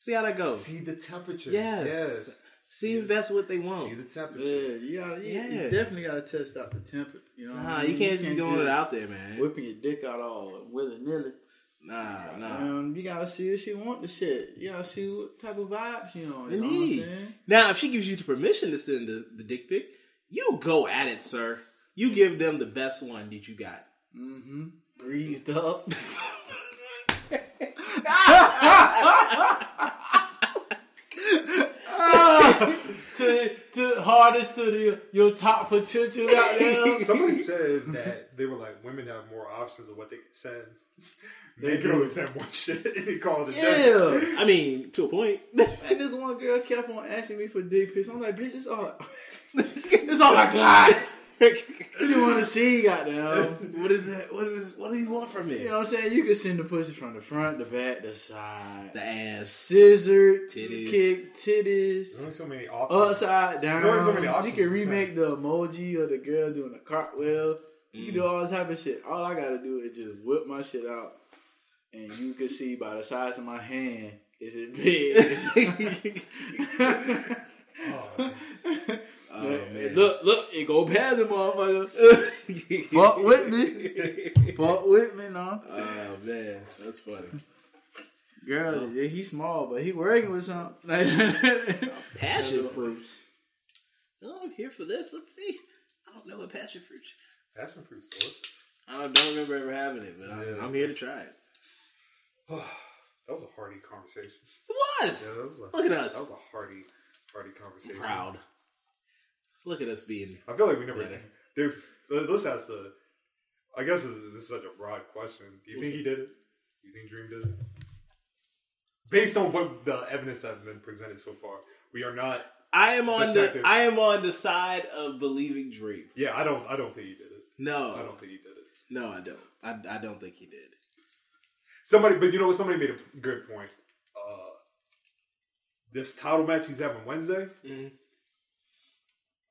[SPEAKER 6] See how that goes.
[SPEAKER 7] See the temperature.
[SPEAKER 6] Oh. yes. Oh.
[SPEAKER 7] Yes.
[SPEAKER 6] See if that's what they want.
[SPEAKER 7] See the
[SPEAKER 8] Yeah,
[SPEAKER 7] temperature.
[SPEAKER 8] you, gotta, you, you
[SPEAKER 6] Yeah.
[SPEAKER 8] definitely gotta test out the temper. You know, what
[SPEAKER 6] nah,
[SPEAKER 8] I mean?
[SPEAKER 6] you can't just be going it out there, man.
[SPEAKER 8] whipping your dick out all willy nilly.
[SPEAKER 6] Nah, nah.
[SPEAKER 8] Um, you gotta see if she want the shit. You gotta see what type of vibes she on. You know what I'm
[SPEAKER 6] Indeed.
[SPEAKER 8] saying?
[SPEAKER 6] Now, if she gives you the permission to send the, the dick pic, you go at it, sir. You give them the best one that you got.
[SPEAKER 8] Breezed up. to to hardest to the, your top potential out there.
[SPEAKER 7] Somebody said that they were like women have more options of what they can send. They can only send one shit and he called it that.
[SPEAKER 8] Yeah.
[SPEAKER 6] I mean, to a point.
[SPEAKER 8] And this one girl kept on asking me for dick pics. I'm like, bitch, it's all, it's all I got. What you want to see, goddamn?
[SPEAKER 6] What is that? What is? What do you want from me?
[SPEAKER 8] You know what I'm saying? You can send the pussy from the front, the back, the side,
[SPEAKER 6] The ass.
[SPEAKER 8] scissor,
[SPEAKER 6] Titties.
[SPEAKER 8] kick, titties,
[SPEAKER 7] There's only so
[SPEAKER 6] Uh,
[SPEAKER 7] many options.
[SPEAKER 8] upside down.
[SPEAKER 7] There's only Mm-hmm. so many options
[SPEAKER 8] you can
[SPEAKER 7] to send.
[SPEAKER 8] remake the emoji or the girl doing the cartwheel. You
[SPEAKER 7] Mm.
[SPEAKER 8] can do all this type of shit. All I gotta do is just whip my shit out, and you can see by the size of my hand, is it big?
[SPEAKER 7] Oh,
[SPEAKER 8] Look, look, it go past the motherfucker. Fuck with me. Fuck with me, no.
[SPEAKER 6] Oh man, that's funny.
[SPEAKER 8] Girl, yeah, he small, but he working with something. Like,
[SPEAKER 6] Passion fruits. Oh, I'm here for this. Let's see. I don't know what passion fruit.
[SPEAKER 7] Passion fruit sauce.
[SPEAKER 6] I don't, don't remember ever having it, but I'm,
[SPEAKER 7] Yeah.
[SPEAKER 6] I'm here to try it.
[SPEAKER 7] That was a hearty conversation.
[SPEAKER 6] It was.
[SPEAKER 7] Yeah, that was a,
[SPEAKER 6] Look at us.
[SPEAKER 7] That was a hearty, hearty conversation.
[SPEAKER 6] Proud. Look at us being.
[SPEAKER 7] I feel like we never
[SPEAKER 6] Yeah.
[SPEAKER 7] dude. let- Let's ask the. I guess this is, this is such a broad question. Do you think he did it? Do you think Dream did it? Based on what the evidence that's been presented so far, we are not.
[SPEAKER 6] I am on
[SPEAKER 7] Detective.
[SPEAKER 6] the. I am on the side of believing Oh, Drake.
[SPEAKER 7] Yeah, I don't. I don't think he did it.
[SPEAKER 6] No,
[SPEAKER 7] I don't think he did it.
[SPEAKER 6] no, I don't. I, I don't think he did.
[SPEAKER 7] Somebody, but you know what? Somebody made a good point. Uh, this title match he's having Wednesday.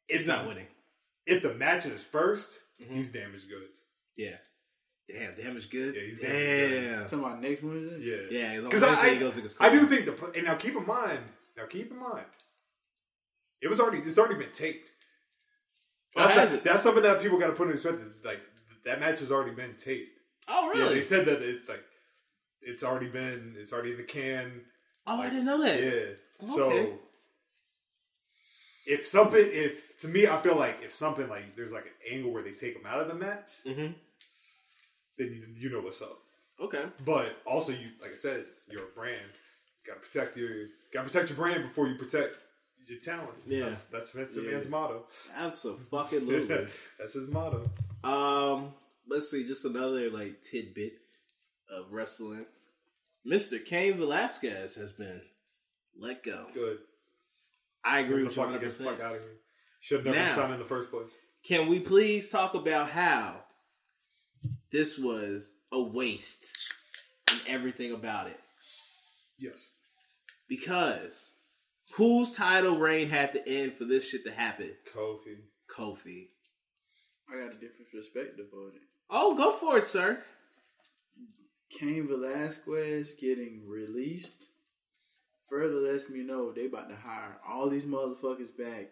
[SPEAKER 6] It's Mm-hmm. not winning. Mm-hmm.
[SPEAKER 7] If the match is 1st he's damaged goods.
[SPEAKER 6] Yeah. Damn, damage good.
[SPEAKER 7] Yeah, he's
[SPEAKER 6] damn.
[SPEAKER 7] damaged
[SPEAKER 8] Talking about next Wednesday?
[SPEAKER 7] Yeah,
[SPEAKER 6] Yeah, as long
[SPEAKER 7] Because
[SPEAKER 6] as
[SPEAKER 7] I,
[SPEAKER 6] he
[SPEAKER 7] I,
[SPEAKER 6] goes against
[SPEAKER 7] I do
[SPEAKER 6] Cole.
[SPEAKER 7] think the pl- and now keep in mind now keep in mind it was already it's already been taped.
[SPEAKER 6] Oh,
[SPEAKER 7] That's,
[SPEAKER 6] has
[SPEAKER 7] like-
[SPEAKER 6] it?
[SPEAKER 7] that's something that people got to put in perspective. Like that match has already been taped.
[SPEAKER 6] Oh
[SPEAKER 7] Yeah,
[SPEAKER 6] really?
[SPEAKER 7] they said that it's like it's already been it's already in the can.
[SPEAKER 6] Oh, I didn't know that.
[SPEAKER 7] Yeah.
[SPEAKER 6] Okay.
[SPEAKER 7] So if something, if to me, I feel like if something like there's like an angle where they take him out of the match,
[SPEAKER 6] Mhm.
[SPEAKER 7] then you, you know what's up.
[SPEAKER 6] Okay.
[SPEAKER 7] But also, you like I said, you're a brand. You gotta protect your, gotta protect your brand before you protect your talent.
[SPEAKER 6] Yeah.
[SPEAKER 7] that's, that's Vince
[SPEAKER 6] Yeah.
[SPEAKER 7] McMahon's motto.
[SPEAKER 6] Absolutely.
[SPEAKER 7] that's his motto.
[SPEAKER 6] Um, let's see, just another like tidbit of wrestling. Mr. Cain Velasquez has been let go.
[SPEAKER 7] Good.
[SPEAKER 6] I agree
[SPEAKER 7] Get the
[SPEAKER 6] with you
[SPEAKER 7] fuck, get the
[SPEAKER 6] 100%.
[SPEAKER 7] fuck out of here. Should never
[SPEAKER 6] Now-
[SPEAKER 7] signed in the first place.
[SPEAKER 6] Can we please talk about how this was a waste and everything about it?
[SPEAKER 7] Yes.
[SPEAKER 6] Because whose title reign had to end for this shit to happen?
[SPEAKER 7] Kofi.
[SPEAKER 6] Kofi.
[SPEAKER 8] I got a different perspective on it.
[SPEAKER 6] Oh, go for it, sir.
[SPEAKER 8] Cain Velasquez getting released further lets me know they about to hire all these motherfuckers back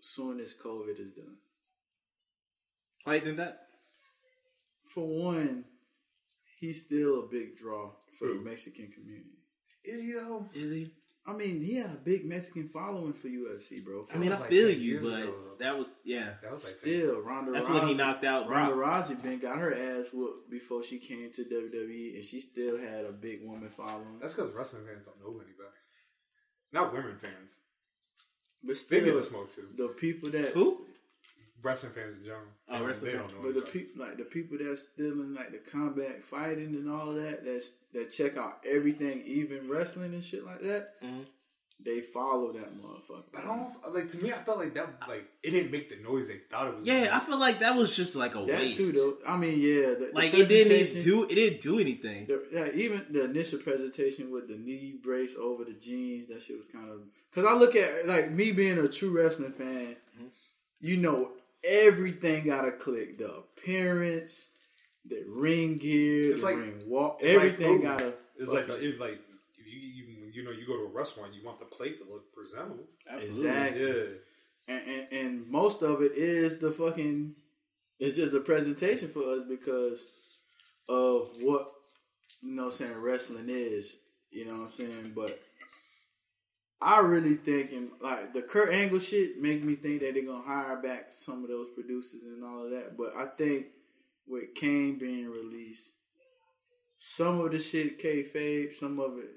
[SPEAKER 8] soon as COVID is done.
[SPEAKER 6] Why you think that?
[SPEAKER 8] For one, he's still a big draw for the Mexican community.
[SPEAKER 7] Is he though?
[SPEAKER 6] Is he?
[SPEAKER 8] I mean, he had a big Mexican following for UFC, bro.
[SPEAKER 6] I mean, I
[SPEAKER 7] was like
[SPEAKER 6] feel
[SPEAKER 7] 10
[SPEAKER 6] you,
[SPEAKER 7] years
[SPEAKER 6] but
[SPEAKER 7] ago, though.
[SPEAKER 6] that was yeah.
[SPEAKER 7] That was like
[SPEAKER 8] Still, Ronda
[SPEAKER 6] That's
[SPEAKER 8] Rousey,
[SPEAKER 6] when he knocked out
[SPEAKER 8] Ronda Rousey. Been got her ass whooped before she came to WWE, and she still had a big woman following.
[SPEAKER 7] That's because wrestling fans don't know any better. Not women fans.
[SPEAKER 8] But
[SPEAKER 7] They
[SPEAKER 8] still,
[SPEAKER 7] get the smoke too.
[SPEAKER 8] the people that
[SPEAKER 6] Who?
[SPEAKER 7] Wrestling fans in general.
[SPEAKER 6] Oh,
[SPEAKER 7] They-
[SPEAKER 6] wrestling
[SPEAKER 7] they
[SPEAKER 6] fans.
[SPEAKER 7] don't know.
[SPEAKER 8] But the
[SPEAKER 7] anybody.
[SPEAKER 8] people like the people that's still in like the combat fighting and all that that's that check out everything, even wrestling and shit like that.
[SPEAKER 6] Mm-hmm.
[SPEAKER 8] They follow that motherfucker.
[SPEAKER 7] But I don't like to me. I felt like that like it didn't make the noise they thought it was. gonna
[SPEAKER 6] Yeah, I
[SPEAKER 7] make.
[SPEAKER 6] feel like that was just like a
[SPEAKER 8] That
[SPEAKER 6] waste.
[SPEAKER 8] too, though. I mean, yeah, the, the
[SPEAKER 6] Like it didn't
[SPEAKER 8] presentation-
[SPEAKER 6] even do it didn't do anything.
[SPEAKER 8] The, yeah, even the initial presentation with the knee brace over the jeans, that shit was kind of. Because I look at, like, me being a true wrestling fan, you know, everything got to click. The appearance, the ring gear,
[SPEAKER 7] It's
[SPEAKER 8] the
[SPEAKER 7] like-
[SPEAKER 8] ring walk,
[SPEAKER 7] It's like
[SPEAKER 8] everything
[SPEAKER 7] food.
[SPEAKER 8] got to.
[SPEAKER 7] It's like the, it's like if you, you you know you go to a restaurant, you want the plate to look presentable.
[SPEAKER 8] Exactly.
[SPEAKER 7] Yeah,
[SPEAKER 8] And, and, and most of it is the fucking. It's just a presentation for us because of what, you know what I'm saying, wrestling is. You know what I'm saying? But I really think, and like the Kurt Angle shit, make me think that they're gonna hire back some of those producers and all of that. But I think with Kane being released, some of the shit kayfabe, some of it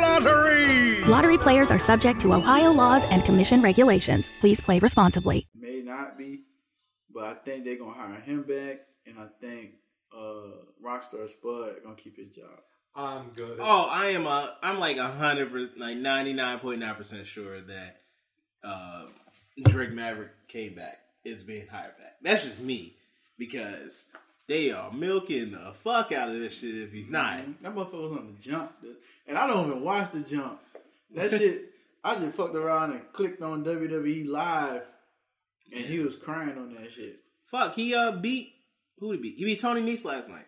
[SPEAKER 11] Lottery.
[SPEAKER 2] Lottery players are subject to Ohio laws and commission regulations. Please play responsibly.
[SPEAKER 8] may not be, but I think they're gonna hire him back, and I think uh, Rockstar Spud gonna keep his job.
[SPEAKER 7] I'm good.
[SPEAKER 6] Oh, I am a I'm like a hundred like ninety nine point nine percent sure that uh Drake Maverick came back is being hired back. That's just me because they are milking the fuck out of this shit if he's not.
[SPEAKER 8] Mm-hmm. That motherfucker was on the jump, dude. and I don't even watch the jump. That shit, I just fucked around and clicked on WWE Live, and he was crying on that shit.
[SPEAKER 6] Fuck, he uh beat who did he beat? He beat Tony Nese last night.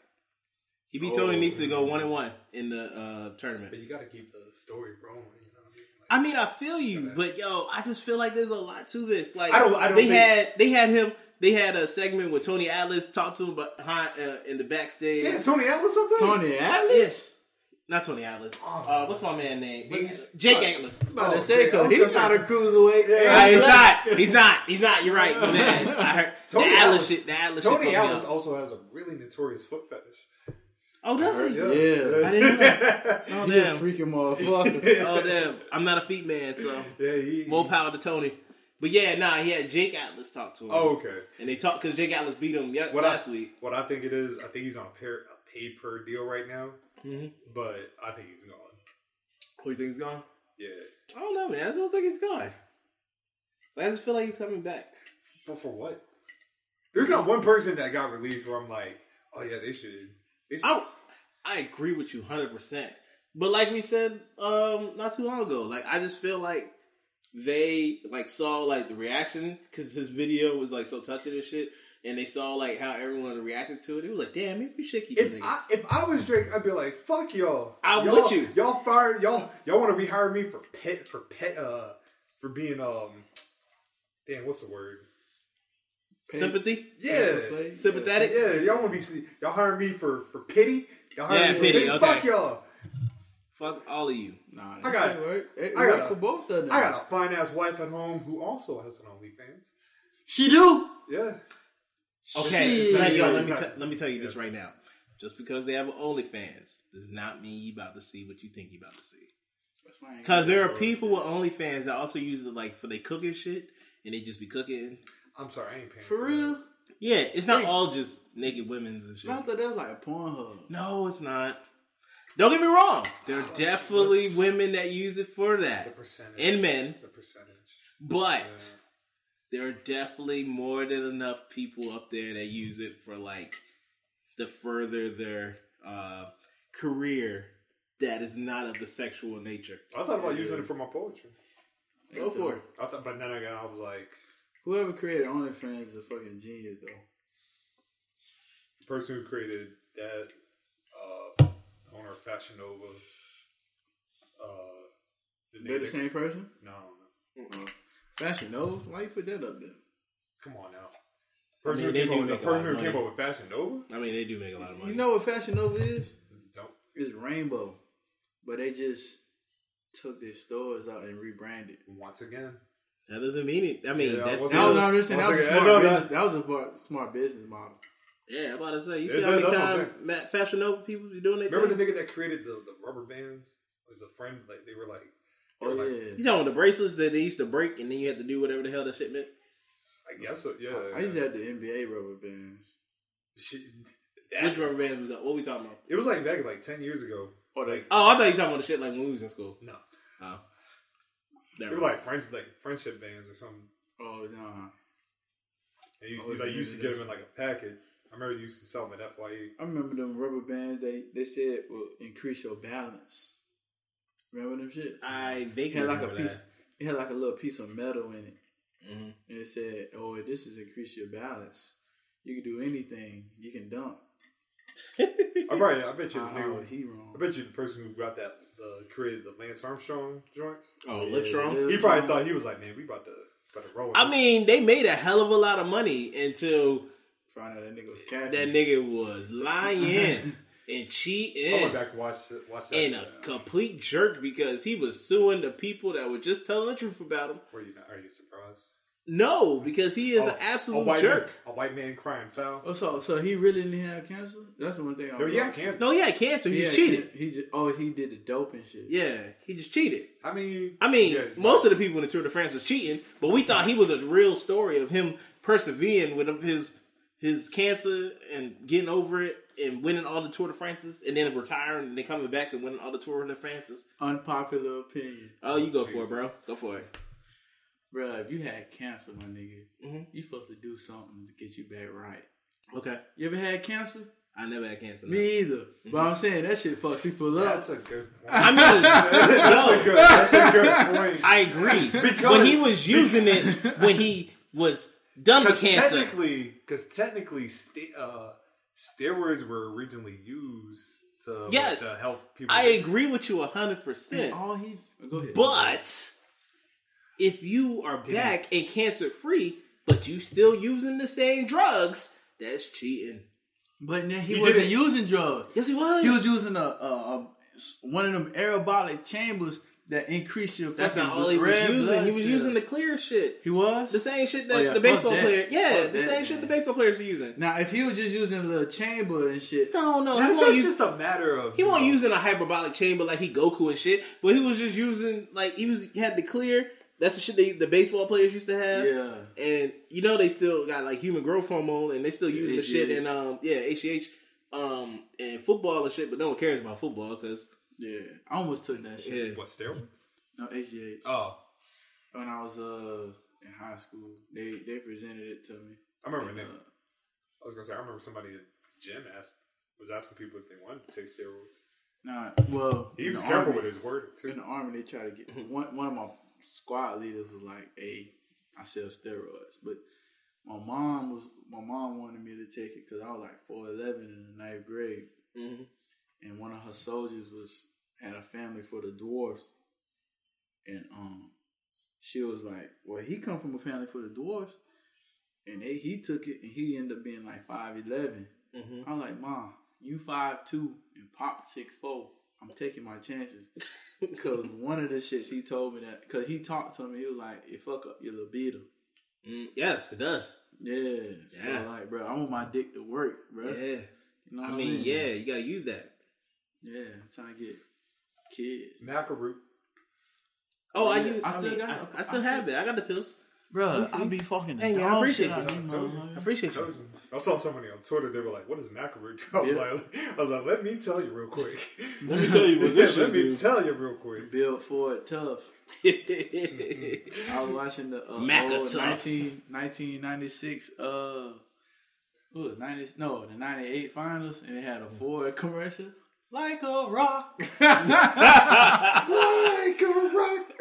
[SPEAKER 6] He beat Tony Nese to go one and one in the uh tournament.
[SPEAKER 7] but you got to keep the story rolling. You know what I mean? Like,
[SPEAKER 6] I mean, I feel you, but yo, I just feel like there's a lot to this. Like,
[SPEAKER 7] I don't- I don't
[SPEAKER 6] they
[SPEAKER 7] think-
[SPEAKER 6] had they had him. They had a segment with Tony Atlas talk to him behind uh, in the backstage.
[SPEAKER 7] yeah, Tony Atlas up there.
[SPEAKER 8] Tony Atlas.
[SPEAKER 6] Not Tony Atlas.
[SPEAKER 7] Oh.
[SPEAKER 6] uh, what's my man name?
[SPEAKER 7] He's-
[SPEAKER 6] Jake Atlas.
[SPEAKER 8] I'm about
[SPEAKER 7] Oh,
[SPEAKER 8] to say,
[SPEAKER 7] yeah, I
[SPEAKER 8] cause
[SPEAKER 7] was
[SPEAKER 8] he's
[SPEAKER 7] gonna
[SPEAKER 8] not
[SPEAKER 7] say-
[SPEAKER 8] a cruiserweight.
[SPEAKER 6] Uh, he's not. He's
[SPEAKER 8] Yeah.
[SPEAKER 6] not. He's not. You're right. My bad. I heard
[SPEAKER 7] Tony
[SPEAKER 6] the Atlas
[SPEAKER 7] Atlas-
[SPEAKER 6] shit. The Atlas shit.
[SPEAKER 7] Tony
[SPEAKER 6] fucked me
[SPEAKER 7] Atlas
[SPEAKER 6] up.
[SPEAKER 7] also has a really notorious foot fetish.
[SPEAKER 6] Oh, does he?
[SPEAKER 8] Yeah.
[SPEAKER 6] I didn't know. that. Oh
[SPEAKER 8] He a
[SPEAKER 6] damn.
[SPEAKER 8] freaking motherfucker.
[SPEAKER 6] Oh damn. I'm not a feet man, so
[SPEAKER 7] Yeah, he,
[SPEAKER 6] more power to Tony. But yeah, nah, he had Jake Atlas talk to him.
[SPEAKER 7] Oh, okay.
[SPEAKER 6] And they talked because Jake Atlas beat him yeah,
[SPEAKER 7] What
[SPEAKER 6] last
[SPEAKER 7] I,
[SPEAKER 6] week.
[SPEAKER 7] What I think it is, I think he's on a, pair, a paid per deal right now, but I think he's gone.
[SPEAKER 6] Who Mm-hmm. Oh, you think's gone?
[SPEAKER 7] Yeah,
[SPEAKER 6] I don't know, man. I don't think he's gone. But I just feel like he's coming back.
[SPEAKER 7] but for what? There's not one person that got released where I'm like, oh yeah, they should. They should
[SPEAKER 6] I, I agree with you 100%. But like we said um not too long ago, like I just feel like they like saw like the reaction cuz his video was like so touching and shit and they saw like how everyone reacted to it. It was like, "Damn, maybe we should keep the
[SPEAKER 7] If
[SPEAKER 6] nigga."
[SPEAKER 7] I, if I was Drake, I'd be like, "Fuck y'all!
[SPEAKER 6] I'm
[SPEAKER 7] y'all,
[SPEAKER 6] with you.
[SPEAKER 7] Y'all fired. Y'all y'all want to rehire me for pet for pet uh for being um damn what's the word?
[SPEAKER 6] Sympathy?
[SPEAKER 7] Yeah,
[SPEAKER 6] Sympathetic?
[SPEAKER 7] yeah. Y'all want to be y'all hire me for for pity? Y'all hire
[SPEAKER 6] Yeah,
[SPEAKER 7] me for
[SPEAKER 6] pity,
[SPEAKER 7] Fuck
[SPEAKER 6] okay.
[SPEAKER 7] y'all!
[SPEAKER 6] Fuck all of you.
[SPEAKER 8] Nah, that
[SPEAKER 7] I got-
[SPEAKER 8] shit work. It
[SPEAKER 7] I got
[SPEAKER 8] worked
[SPEAKER 7] a-
[SPEAKER 8] for both of them.
[SPEAKER 7] I got a fine ass wife at home who also has an OnlyFans.
[SPEAKER 8] She do.
[SPEAKER 7] Yeah,
[SPEAKER 6] Okay,
[SPEAKER 8] Shit.
[SPEAKER 6] now, yo,
[SPEAKER 7] not-
[SPEAKER 6] let
[SPEAKER 7] it's
[SPEAKER 6] me
[SPEAKER 7] not-
[SPEAKER 6] te- let me tell you this
[SPEAKER 7] yes.
[SPEAKER 6] right now. Just because they have an OnlyFans does not mean you about to see what you think you about to see. Because there are people with OnlyFans that also use it like for they cooking shit and they just be cooking.
[SPEAKER 7] I'm sorry, I ain't paying
[SPEAKER 8] For real?
[SPEAKER 6] Yeah, it's not all just naked women's and shit.
[SPEAKER 8] I thought that was like a porn hub.
[SPEAKER 6] No, it's not. Don't get me wrong. There are definitely women that use it for
[SPEAKER 7] Oh, The
[SPEAKER 6] that
[SPEAKER 7] percentage
[SPEAKER 6] and men,
[SPEAKER 7] The percentage.
[SPEAKER 6] but there are definitely more than enough people up there that use it for like the further their uh, career that is not of the sexual nature.
[SPEAKER 7] I thought about using it for my poetry.
[SPEAKER 6] Go for it.
[SPEAKER 7] I thought, but then again, I was like,
[SPEAKER 8] Whoever created OnlyFans is a fucking genius, though.
[SPEAKER 7] the person who created that uh, owner of Fashion Nova. Uh, the
[SPEAKER 8] They're
[SPEAKER 7] nigga
[SPEAKER 8] the
[SPEAKER 7] that-
[SPEAKER 8] same person.
[SPEAKER 7] No,
[SPEAKER 8] Uh-uh. Fashion Nova. Why you put that up there?
[SPEAKER 7] come on now. Person
[SPEAKER 6] mean,
[SPEAKER 7] who
[SPEAKER 6] they
[SPEAKER 7] came
[SPEAKER 6] do
[SPEAKER 7] up, the
[SPEAKER 6] make a lot of
[SPEAKER 7] person who came
[SPEAKER 6] money.
[SPEAKER 7] up with Fashion Nova.
[SPEAKER 6] I mean, they do make a lot of money.
[SPEAKER 8] You know what Fashion Nova is?
[SPEAKER 7] Don't.
[SPEAKER 8] It's Rainbow, but they just took their stores out and rebranded.
[SPEAKER 7] Once again,
[SPEAKER 6] that doesn't mean it. I mean, that's
[SPEAKER 7] Yeah, well,
[SPEAKER 8] That was,
[SPEAKER 6] still,
[SPEAKER 8] no, I'm just saying, that was a
[SPEAKER 7] Once again,
[SPEAKER 8] smart.
[SPEAKER 7] no,
[SPEAKER 8] business,
[SPEAKER 7] that-
[SPEAKER 8] that was a bar- smart business model.
[SPEAKER 6] yeah. I'm about to say. You
[SPEAKER 7] Yeah,
[SPEAKER 6] see how many
[SPEAKER 7] that's what I'm
[SPEAKER 6] times Ma- Fashion Nova people be doing that?
[SPEAKER 7] remember the nigga that created the, the rubber bands, like the friend, like they were like,
[SPEAKER 8] Oh
[SPEAKER 7] like-
[SPEAKER 8] yeah,
[SPEAKER 6] You talking about the bracelets that they used to break and then you had to do whatever the hell that shit meant?
[SPEAKER 7] I guess so, yeah.
[SPEAKER 8] I used to have the NBA rubber bands.
[SPEAKER 7] She-
[SPEAKER 6] Which
[SPEAKER 7] that-
[SPEAKER 6] rubber bands was that? What we talking about?
[SPEAKER 7] it was like back like ten years ago.
[SPEAKER 8] Oh, they-
[SPEAKER 7] like
[SPEAKER 6] Oh, I thought you talking about the shit like when we was in school.
[SPEAKER 7] no,
[SPEAKER 6] Oh.
[SPEAKER 7] they
[SPEAKER 6] Never
[SPEAKER 7] were
[SPEAKER 6] mind.
[SPEAKER 7] like friends, like friendship bands or something.
[SPEAKER 8] Oh nah,
[SPEAKER 7] They
[SPEAKER 6] Oh,
[SPEAKER 7] used,
[SPEAKER 8] Always
[SPEAKER 7] like, you
[SPEAKER 8] been
[SPEAKER 7] used to
[SPEAKER 8] in
[SPEAKER 7] get
[SPEAKER 8] this.
[SPEAKER 7] them in like a package. I remember you used to sell them at E. FYE.
[SPEAKER 8] I remember them rubber bands. They they said will increase your balance. Remember them shit?
[SPEAKER 6] I
[SPEAKER 8] It
[SPEAKER 6] vaguely
[SPEAKER 8] had like a
[SPEAKER 6] remember Mm-hmm.
[SPEAKER 8] piece.
[SPEAKER 6] that.
[SPEAKER 8] It had like a little piece of metal in it, and it said, "Oh, this is increase your balance. You can do anything. You can dump."
[SPEAKER 7] I probably, I bet you the
[SPEAKER 8] How
[SPEAKER 7] nigga,
[SPEAKER 8] he
[SPEAKER 7] I
[SPEAKER 8] wrong?
[SPEAKER 7] bet you the person who got that the created the Lance Armstrong joints.
[SPEAKER 6] Oh, Live Strong?
[SPEAKER 8] Live
[SPEAKER 7] He probably
[SPEAKER 8] Strong.
[SPEAKER 7] thought he was like, man, we about to about to roll.
[SPEAKER 6] I mean, they made a hell of a lot of money until
[SPEAKER 8] Found out that nigga was cat.
[SPEAKER 6] that nigga was lying and
[SPEAKER 7] Oh I went
[SPEAKER 6] cheating
[SPEAKER 7] back and watched it- watched that.
[SPEAKER 6] and a complete jerk because he was suing the people that were just telling the truth about him.
[SPEAKER 7] Were you not, are you surprised?
[SPEAKER 6] No, because he is
[SPEAKER 7] Oh,
[SPEAKER 6] an absolute
[SPEAKER 7] white
[SPEAKER 6] jerk.
[SPEAKER 7] Man, a white man crying foul.
[SPEAKER 8] Oh, so so he really didn't have cancer? That's the one thing. I
[SPEAKER 7] No, yeah, I
[SPEAKER 8] watched.
[SPEAKER 7] can.
[SPEAKER 6] No, he had cancer. He,
[SPEAKER 8] He
[SPEAKER 6] just
[SPEAKER 8] had
[SPEAKER 6] cheated.
[SPEAKER 8] can- He just oh he did the dope and shit.
[SPEAKER 6] Yeah, he just cheated.
[SPEAKER 7] I mean,
[SPEAKER 6] I mean,
[SPEAKER 7] yeah,
[SPEAKER 6] most of the people in the Tour de France was cheating, but we thought he was a real story of him persevering with his his cancer and getting over it and winning all the Tour de France's and then retiring and then coming back and winning all the Tour de France's.
[SPEAKER 8] Unpopular opinion,
[SPEAKER 6] Oh, you go for it, bro. Go for it.
[SPEAKER 8] bro. If you had cancer, my nigga,
[SPEAKER 6] Mm-hmm.
[SPEAKER 8] you supposed to do something to get you back right.
[SPEAKER 6] Okay.
[SPEAKER 8] You ever had cancer?
[SPEAKER 6] I never had cancer. no.
[SPEAKER 8] Me either. But
[SPEAKER 6] Mm-hmm.
[SPEAKER 8] I'm saying that shit fucks people up.
[SPEAKER 7] that's a good. Point.
[SPEAKER 6] I mean,
[SPEAKER 7] that's, a good that's a good point.
[SPEAKER 6] I agree. but he was using it when he was done with
[SPEAKER 7] Because
[SPEAKER 6] cancer.
[SPEAKER 7] technically, because technically, sta- uh, steroids were originally used to,
[SPEAKER 6] Yes.
[SPEAKER 7] to help people.
[SPEAKER 6] I agree with you 100%.
[SPEAKER 8] All he go ahead.
[SPEAKER 6] But if you are back and cancer free, but you still using the same drugs, that's cheating.
[SPEAKER 8] but now he,
[SPEAKER 7] He
[SPEAKER 8] wasn't
[SPEAKER 7] did it.
[SPEAKER 8] using drugs.
[SPEAKER 6] Yes, he was.
[SPEAKER 8] He was using a, a, a one of them aerobolic chambers that increase your.
[SPEAKER 6] that's
[SPEAKER 8] fucking
[SPEAKER 6] not all he was
[SPEAKER 8] red
[SPEAKER 6] using.
[SPEAKER 8] blood
[SPEAKER 6] He was using the
[SPEAKER 8] cells.
[SPEAKER 6] clear shit.
[SPEAKER 8] He was
[SPEAKER 6] The same shit that
[SPEAKER 8] Oh, yeah,
[SPEAKER 6] the baseball
[SPEAKER 8] fuck
[SPEAKER 6] player.
[SPEAKER 8] that.
[SPEAKER 6] Yeah,
[SPEAKER 8] Fuck
[SPEAKER 6] the
[SPEAKER 8] that,
[SPEAKER 6] same shit the
[SPEAKER 8] man.
[SPEAKER 6] baseball players are using.
[SPEAKER 8] Now, if he was just using a little chamber and shit,
[SPEAKER 6] No, no, he
[SPEAKER 7] That's
[SPEAKER 6] won't
[SPEAKER 7] just,
[SPEAKER 6] use.
[SPEAKER 7] just a matter of.
[SPEAKER 6] He
[SPEAKER 7] you
[SPEAKER 6] won't
[SPEAKER 7] know,
[SPEAKER 6] use in a hyperbolic chamber like he Goku and shit, but he was just using like he was he had the clear That's the shit they the baseball players used to have.
[SPEAKER 8] Yeah.
[SPEAKER 6] And you know they still got like human growth hormone and they still using the shit and um yeah, HGH um and football and shit, but no one cares about football cuz
[SPEAKER 8] Yeah, I almost took that shit.
[SPEAKER 6] yeah.
[SPEAKER 7] What steroids?
[SPEAKER 8] No, HGH.
[SPEAKER 7] Oh,
[SPEAKER 8] When I was uh in high school, they they presented it to me.
[SPEAKER 7] I remember.
[SPEAKER 8] And,
[SPEAKER 7] Nick.
[SPEAKER 8] uh,
[SPEAKER 7] I was gonna say I remember somebody at gym asked was asking people if they wanted to take steroids.
[SPEAKER 8] Nah, well,
[SPEAKER 7] He
[SPEAKER 8] in
[SPEAKER 7] was
[SPEAKER 8] the
[SPEAKER 7] careful
[SPEAKER 8] Army-
[SPEAKER 7] with his word
[SPEAKER 8] in the
[SPEAKER 7] too.
[SPEAKER 8] army they try to get one one of my squad leaders was like, Hey, I sell steroids but my mom was my mom wanted me to take it because I was like four eleven in the ninth grade. And one of her soldiers was had a family for the dwarfs. And um she was like, Well he come from a family for the dwarfs and they, he took it and he ended up being like five I'm like, Mom, you five two and pop six four. I'm taking my chances. Because one of the shits he told me that, because he talked to me, he was like, "It fuck up your libido."
[SPEAKER 6] Mm, yes, it does.
[SPEAKER 8] Yeah.
[SPEAKER 6] Yeah.
[SPEAKER 8] So like, bro, I want my dick to work, bro.
[SPEAKER 6] Yeah.
[SPEAKER 8] You know
[SPEAKER 6] I
[SPEAKER 8] what
[SPEAKER 6] mean, yeah, you got to use that.
[SPEAKER 8] Yeah, I'm trying to get kids,
[SPEAKER 7] Macaroon.
[SPEAKER 6] Oh, I,
[SPEAKER 8] Yeah,
[SPEAKER 6] use,
[SPEAKER 8] I
[SPEAKER 6] I,
[SPEAKER 8] still
[SPEAKER 6] mean,
[SPEAKER 8] got
[SPEAKER 6] I,
[SPEAKER 8] it.
[SPEAKER 6] I still
[SPEAKER 8] I
[SPEAKER 6] have it. I got the pills.
[SPEAKER 8] bro. I be fucking.
[SPEAKER 6] Hey, man, I appreciate you.
[SPEAKER 7] I told you.
[SPEAKER 6] I appreciate you.
[SPEAKER 7] Told you. I saw somebody on Twitter. They were like, "What is macaroon?" I was
[SPEAKER 8] Yeah.
[SPEAKER 7] like, "I was like, let me tell you real quick.
[SPEAKER 6] Let me tell you what
[SPEAKER 7] let me tell you real quick."
[SPEAKER 8] Bill Ford tough. I was watching the uh,
[SPEAKER 6] Maca
[SPEAKER 8] old
[SPEAKER 6] Tough.
[SPEAKER 8] 19, 1996, uh, what was it, 90, no, the 98 finals, and it had a Ford commercial. Like a
[SPEAKER 6] Oh,
[SPEAKER 8] rock. like a rock.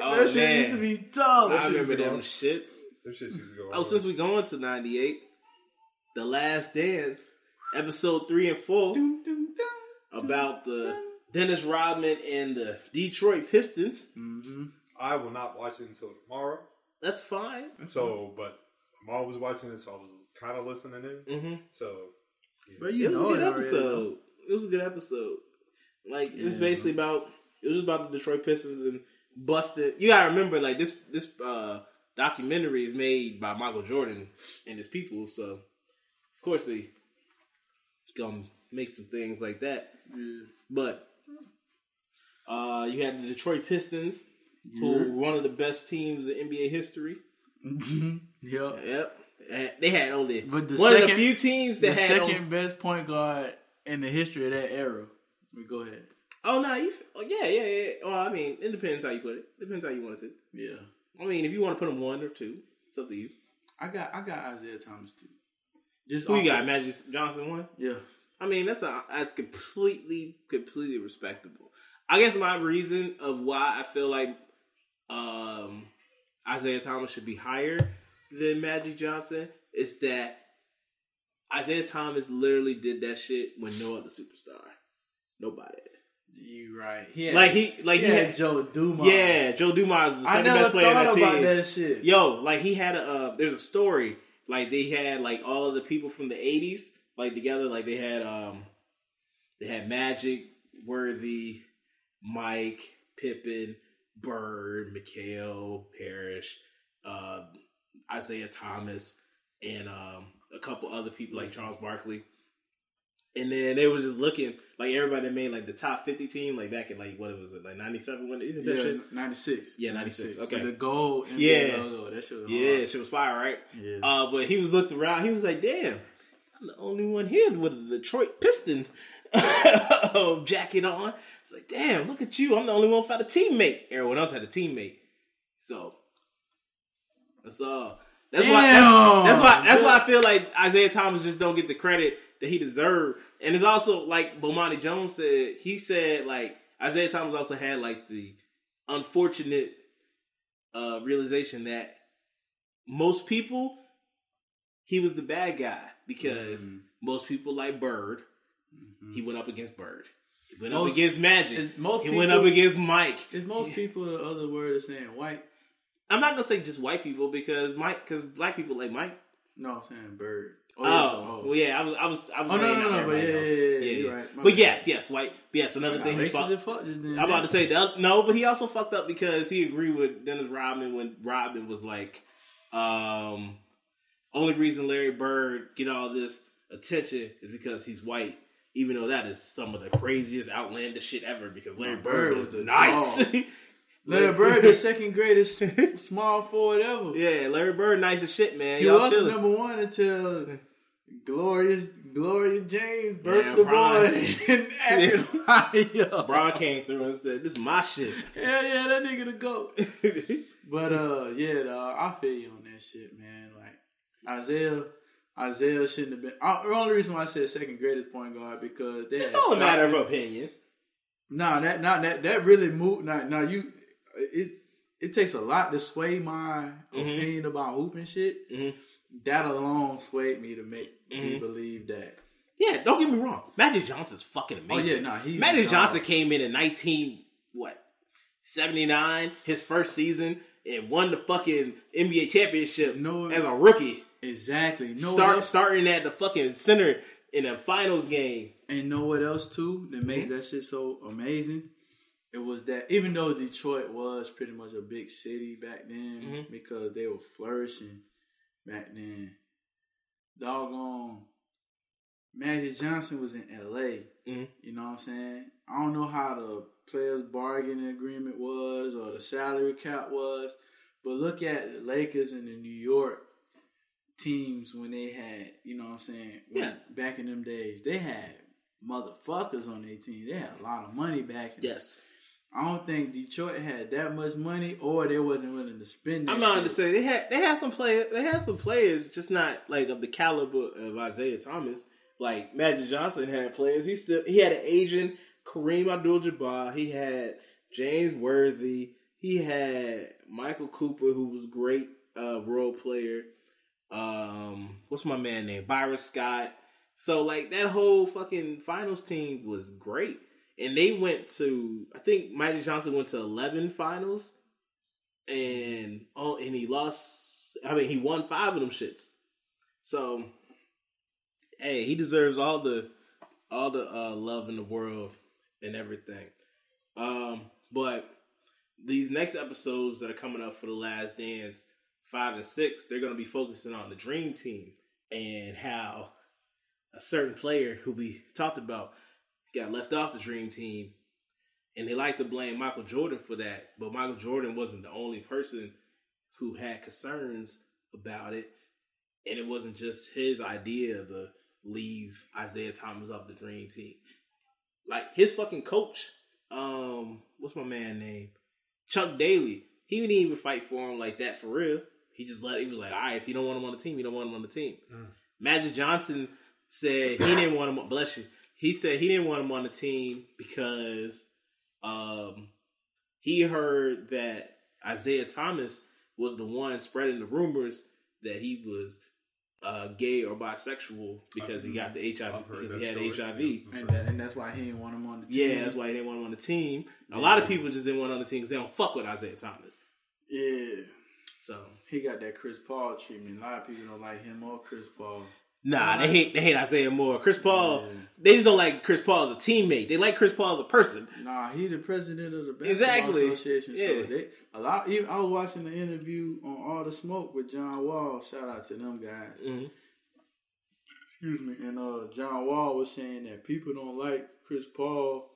[SPEAKER 6] Oh,
[SPEAKER 8] that shit
[SPEAKER 6] man.
[SPEAKER 8] used to be tough.
[SPEAKER 6] I remember them shits.
[SPEAKER 7] Them shits used to go.
[SPEAKER 6] Oh, since we going to 98, The Last Dance, episode 3 and 4, about the Dennis Rodman and the Detroit Pistons.
[SPEAKER 7] I will not watch it until tomorrow.
[SPEAKER 6] That's fine.
[SPEAKER 7] So, but my mom was watching it, so I was kind of listening in.
[SPEAKER 6] Mm-hmm.
[SPEAKER 7] So,
[SPEAKER 8] But you
[SPEAKER 6] It was a
[SPEAKER 8] know
[SPEAKER 6] good
[SPEAKER 8] it already, though.
[SPEAKER 6] episode. It was a good episode. Like, it was basically about, it was about the Detroit Pistons and busted. You gotta remember, like, this, this, uh, documentary is made by Michael Jordan and his people, so, of course they gonna make some things like that. But uh, you had the Detroit Pistons, who were one of the best teams in NBA history.
[SPEAKER 8] Yep.
[SPEAKER 6] Yep. Uh, They had only
[SPEAKER 8] But the
[SPEAKER 6] one of the
[SPEAKER 8] second-
[SPEAKER 6] few teams
[SPEAKER 8] the
[SPEAKER 6] that had.
[SPEAKER 8] second
[SPEAKER 6] only-
[SPEAKER 8] best point guard in the history of that era. We go ahead.
[SPEAKER 6] oh no, you. f- oh, yeah, yeah, yeah. Well, I mean, it depends how you put it. Depends how you want it to.
[SPEAKER 8] Yeah,
[SPEAKER 6] I mean, if you want to put them one or two, it's up to you.
[SPEAKER 8] I got I got Isaiah Thomas too. Just
[SPEAKER 6] Who you
[SPEAKER 8] off
[SPEAKER 6] got?
[SPEAKER 8] the-
[SPEAKER 6] Magic Johnson one.
[SPEAKER 8] Yeah,
[SPEAKER 6] I mean, that's a, that's completely completely respectable. I guess my reason of why I feel like um, Isaiah Thomas should be higher than Magic Johnson is that Isaiah Thomas literally did that shit when no other superstar, nobody.
[SPEAKER 8] you right. He had,
[SPEAKER 6] Like he, like
[SPEAKER 8] he
[SPEAKER 6] he,
[SPEAKER 8] had
[SPEAKER 6] had,
[SPEAKER 8] Joe Dumas.
[SPEAKER 6] yeah, Joe Dumas is the
[SPEAKER 8] I
[SPEAKER 6] second
[SPEAKER 8] never
[SPEAKER 6] best player
[SPEAKER 8] thought
[SPEAKER 6] on that
[SPEAKER 8] about
[SPEAKER 6] team.
[SPEAKER 8] that shit.
[SPEAKER 6] Yo, like he had a uh, there's a story like they had like all of the people from the '80s like together. Like they had um they had Magic, Worthy, Mike, Pippen, Bird, Mikhail, Parrish, uh, Isaiah Thomas, and um a couple other people like Charles Barkley. And then they was just looking like everybody that made like the top fifty team like back in like what was it like ninety seven when they did that
[SPEAKER 8] yeah,
[SPEAKER 6] shit.
[SPEAKER 8] ninety six.
[SPEAKER 6] Yeah, 96, okay.
[SPEAKER 8] the gold.
[SPEAKER 6] Yeah.
[SPEAKER 8] Yeah, logo, that shit. Was
[SPEAKER 6] Yeah,
[SPEAKER 8] hard.
[SPEAKER 6] she was fire, right?
[SPEAKER 8] Yeah.
[SPEAKER 6] Uh, but he was looked around. He was like, "Damn, I'm the only one here with a Detroit Piston um, jacket on." It's like, "Damn, look at you! I'm the only one without a teammate. Everyone else had a teammate." So that's all. That's why. That's,
[SPEAKER 8] Damn.
[SPEAKER 6] that's why. That's why I feel like Isaiah Thomas just don't get the credit that he deserved. And it's also like Bomani Jones said. He said like Isaiah Thomas also had like the unfortunate uh, realization that most people he was the bad guy because most people like Bird. He went up against Bird. He went up
[SPEAKER 8] Most-
[SPEAKER 6] against Magic.
[SPEAKER 8] it's most
[SPEAKER 6] he went
[SPEAKER 8] people-
[SPEAKER 6] up against Mike.
[SPEAKER 8] Is most people the other word is saying white?
[SPEAKER 6] I'm not gonna say just white people because Mike, because black people like Mike.
[SPEAKER 8] No, I'm saying bird.
[SPEAKER 6] Oh, well, yeah. I was, I was, I was.
[SPEAKER 8] Oh, no,
[SPEAKER 6] laying
[SPEAKER 8] no,
[SPEAKER 6] out
[SPEAKER 8] no, but
[SPEAKER 6] everybody
[SPEAKER 8] yeah,
[SPEAKER 6] else.
[SPEAKER 8] yeah, yeah, yeah, you're right. My
[SPEAKER 6] But
[SPEAKER 8] bad.
[SPEAKER 6] yes, yes, white. Yes, another
[SPEAKER 8] Oh. Nah,
[SPEAKER 6] thing he
[SPEAKER 8] racist
[SPEAKER 6] fucked.
[SPEAKER 8] as fuck. Just
[SPEAKER 6] I'm about to say that. No, but he also fucked up because he agreed with Dennis Rodman when Rodman was like, um, only reason Larry Bird get all this attention is because he's white. Even though that is some of the craziest outlandish shit ever, because Larry
[SPEAKER 8] Bird
[SPEAKER 6] Bird
[SPEAKER 8] was
[SPEAKER 6] was
[SPEAKER 8] the
[SPEAKER 6] nice.
[SPEAKER 8] dog. Larry Bird, the second greatest small forward ever.
[SPEAKER 6] Yeah, Larry Bird, nice as shit, man.
[SPEAKER 8] He
[SPEAKER 6] Y'all
[SPEAKER 8] was
[SPEAKER 6] chilling.
[SPEAKER 8] number one until glorious Gloria James birthed
[SPEAKER 6] Yeah,
[SPEAKER 8] the
[SPEAKER 6] Brian.
[SPEAKER 8] boy and acted high up.
[SPEAKER 6] Braun came through and said, "This is my shit."
[SPEAKER 8] Hell yeah, that nigga the goat. but uh, yeah, dog, I feel you on that shit, man. Like Isaiah, Isaiah shouldn't have been. I, the only reason why I said second greatest point guard because they
[SPEAKER 6] it's
[SPEAKER 8] had
[SPEAKER 6] all a matter of
[SPEAKER 8] Stockton.
[SPEAKER 6] opinion.
[SPEAKER 8] Nah, that nah, that that really moved. Now, now you, it it takes a lot to sway my
[SPEAKER 6] Mm-hmm.
[SPEAKER 8] opinion about hoop and shit. That alone swayed me to make
[SPEAKER 6] Mm-hmm.
[SPEAKER 8] me believe that.
[SPEAKER 6] Yeah, don't get me wrong. Magic Johnson's fucking
[SPEAKER 8] Oh,
[SPEAKER 6] amazing.
[SPEAKER 8] yeah, nah, he's
[SPEAKER 6] Magic
[SPEAKER 8] dog.
[SPEAKER 6] Johnson came in in nineteen what seventy nine, his first season, and won the fucking NBA championship
[SPEAKER 8] No.
[SPEAKER 6] as a rookie.
[SPEAKER 8] Exactly. Know what
[SPEAKER 6] Start
[SPEAKER 8] else,
[SPEAKER 6] starting at the fucking center in a finals game.
[SPEAKER 8] and know what else too that makes that shit so amazing? It was that even though Detroit was pretty much a big city back then because they were flourishing back then. Doggone, Magic Johnson was in L.A.
[SPEAKER 6] Mhm.
[SPEAKER 8] You know what I'm saying? I don't know how the players' bargaining agreement was or the salary cap was, but look at the Lakers and the New York teams when they had, you know what I'm saying? When-
[SPEAKER 6] Yeah.
[SPEAKER 8] Back in them days, they had motherfuckers on their team. They had a lot of money back in
[SPEAKER 6] Yes,
[SPEAKER 8] I don't think Detroit had that much money or they wasn't willing to spend that
[SPEAKER 6] I'm not
[SPEAKER 8] shit.
[SPEAKER 6] to say they had they had some players they had some players just not like of the caliber of Isaiah Thomas. Like Magic Johnson had players. He still he had an agent Kareem Abdul-Jabbar. He had James Worthy. He had Michael Cooper, who was great uh, role player. Um, what's my man name? Byron Scott. So like that whole fucking finals team was great, and they went to I think Magic Johnson went to eleven finals and oh, and he lost. I mean, he won five of them shits. So, hey, he deserves all the all the uh, love in the world and everything. Um, but these next episodes that are coming up for the Last Dance five and six, they're going to be focusing on the Dream Team and how a certain player who we talked about got left off the Dream Team and they like to blame Michael Jordan for that, but Michael Jordan wasn't the only person who had concerns about it, and it wasn't just his idea to leave Isaiah Thomas off the dream team. Like his fucking coach, um, what's my man name? Chuck Daly. He didn't even fight for him like that for real. He just let he was like, all right, if you don't want him on the team, you don't want him on the team.
[SPEAKER 7] Mm.
[SPEAKER 6] Magic Johnson said he didn't want him. Bless you. He said he didn't want him on the team because um, he heard that Isaiah Thomas was the one spreading the rumors that he was uh, gay or bisexual because he got the HIV
[SPEAKER 7] Mm-hmm. I've heard
[SPEAKER 6] because
[SPEAKER 7] that
[SPEAKER 6] he had
[SPEAKER 7] story,
[SPEAKER 6] HIV.
[SPEAKER 7] yeah.
[SPEAKER 8] And, that, and that's why he didn't want him on the team.
[SPEAKER 6] Yeah, that's why he didn't want him on the team. A lot of people just didn't want him on the team because they don't fuck with Isaiah Thomas.
[SPEAKER 8] Yeah.
[SPEAKER 6] So
[SPEAKER 8] He got that Chris Paul treatment. A lot of people don't like him or Chris Paul.
[SPEAKER 6] nah, they hate they hate Isaiah more. Chris Paul, they just don't like Chris Paul as a teammate. They like Chris Paul as a person.
[SPEAKER 8] Nah, he the president of the basketball
[SPEAKER 6] Exactly.
[SPEAKER 8] association.
[SPEAKER 6] Yeah.
[SPEAKER 8] So they a lot. Even I was watching the interview on All the Smoke with John Wall. Shout out to them guys.
[SPEAKER 6] Mhm.
[SPEAKER 8] Excuse me. And uh, John Wall was saying that people don't like Chris Paul,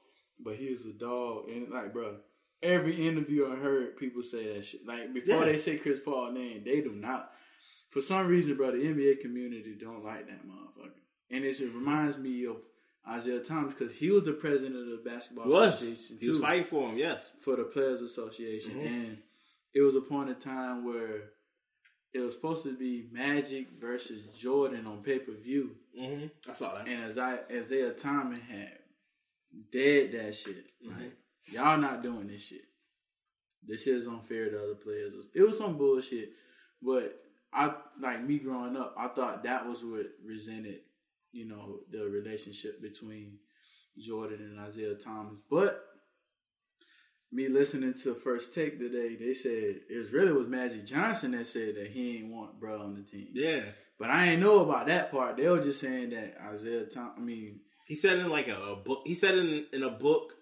[SPEAKER 8] but he is a dog. And like, bro, every interview I heard, people say that shit. Like before
[SPEAKER 6] Yeah.
[SPEAKER 8] they say Chris Paul name, they do not. For some reason, bro, the NBA community don't like that motherfucker. And it just reminds me of Isaiah Thomas because he was the president of the basketball
[SPEAKER 6] Was
[SPEAKER 8] association
[SPEAKER 6] he was
[SPEAKER 8] too,
[SPEAKER 6] fighting Mm-hmm. for him? Yes.
[SPEAKER 8] for the players association, and it was upon a time where it was supposed to be Magic versus Jordan on pay per view,
[SPEAKER 6] hmm I saw that.
[SPEAKER 8] and Isaiah, Isaiah Thomas had dead that shit. Like y'all not doing this shit. This shit is unfair to other players. It was some bullshit, but I like me growing up, I thought that was what resented, you know, the relationship between Jordan and Isaiah Thomas. But me listening to First Take today, they said it was really was Magic Johnson that said that he ain't want bro on the team.
[SPEAKER 6] Yeah,
[SPEAKER 8] But I ain't know about that part. They were just saying that Isaiah Thomas. I mean,
[SPEAKER 6] he said in like a, a book. He said in in a book.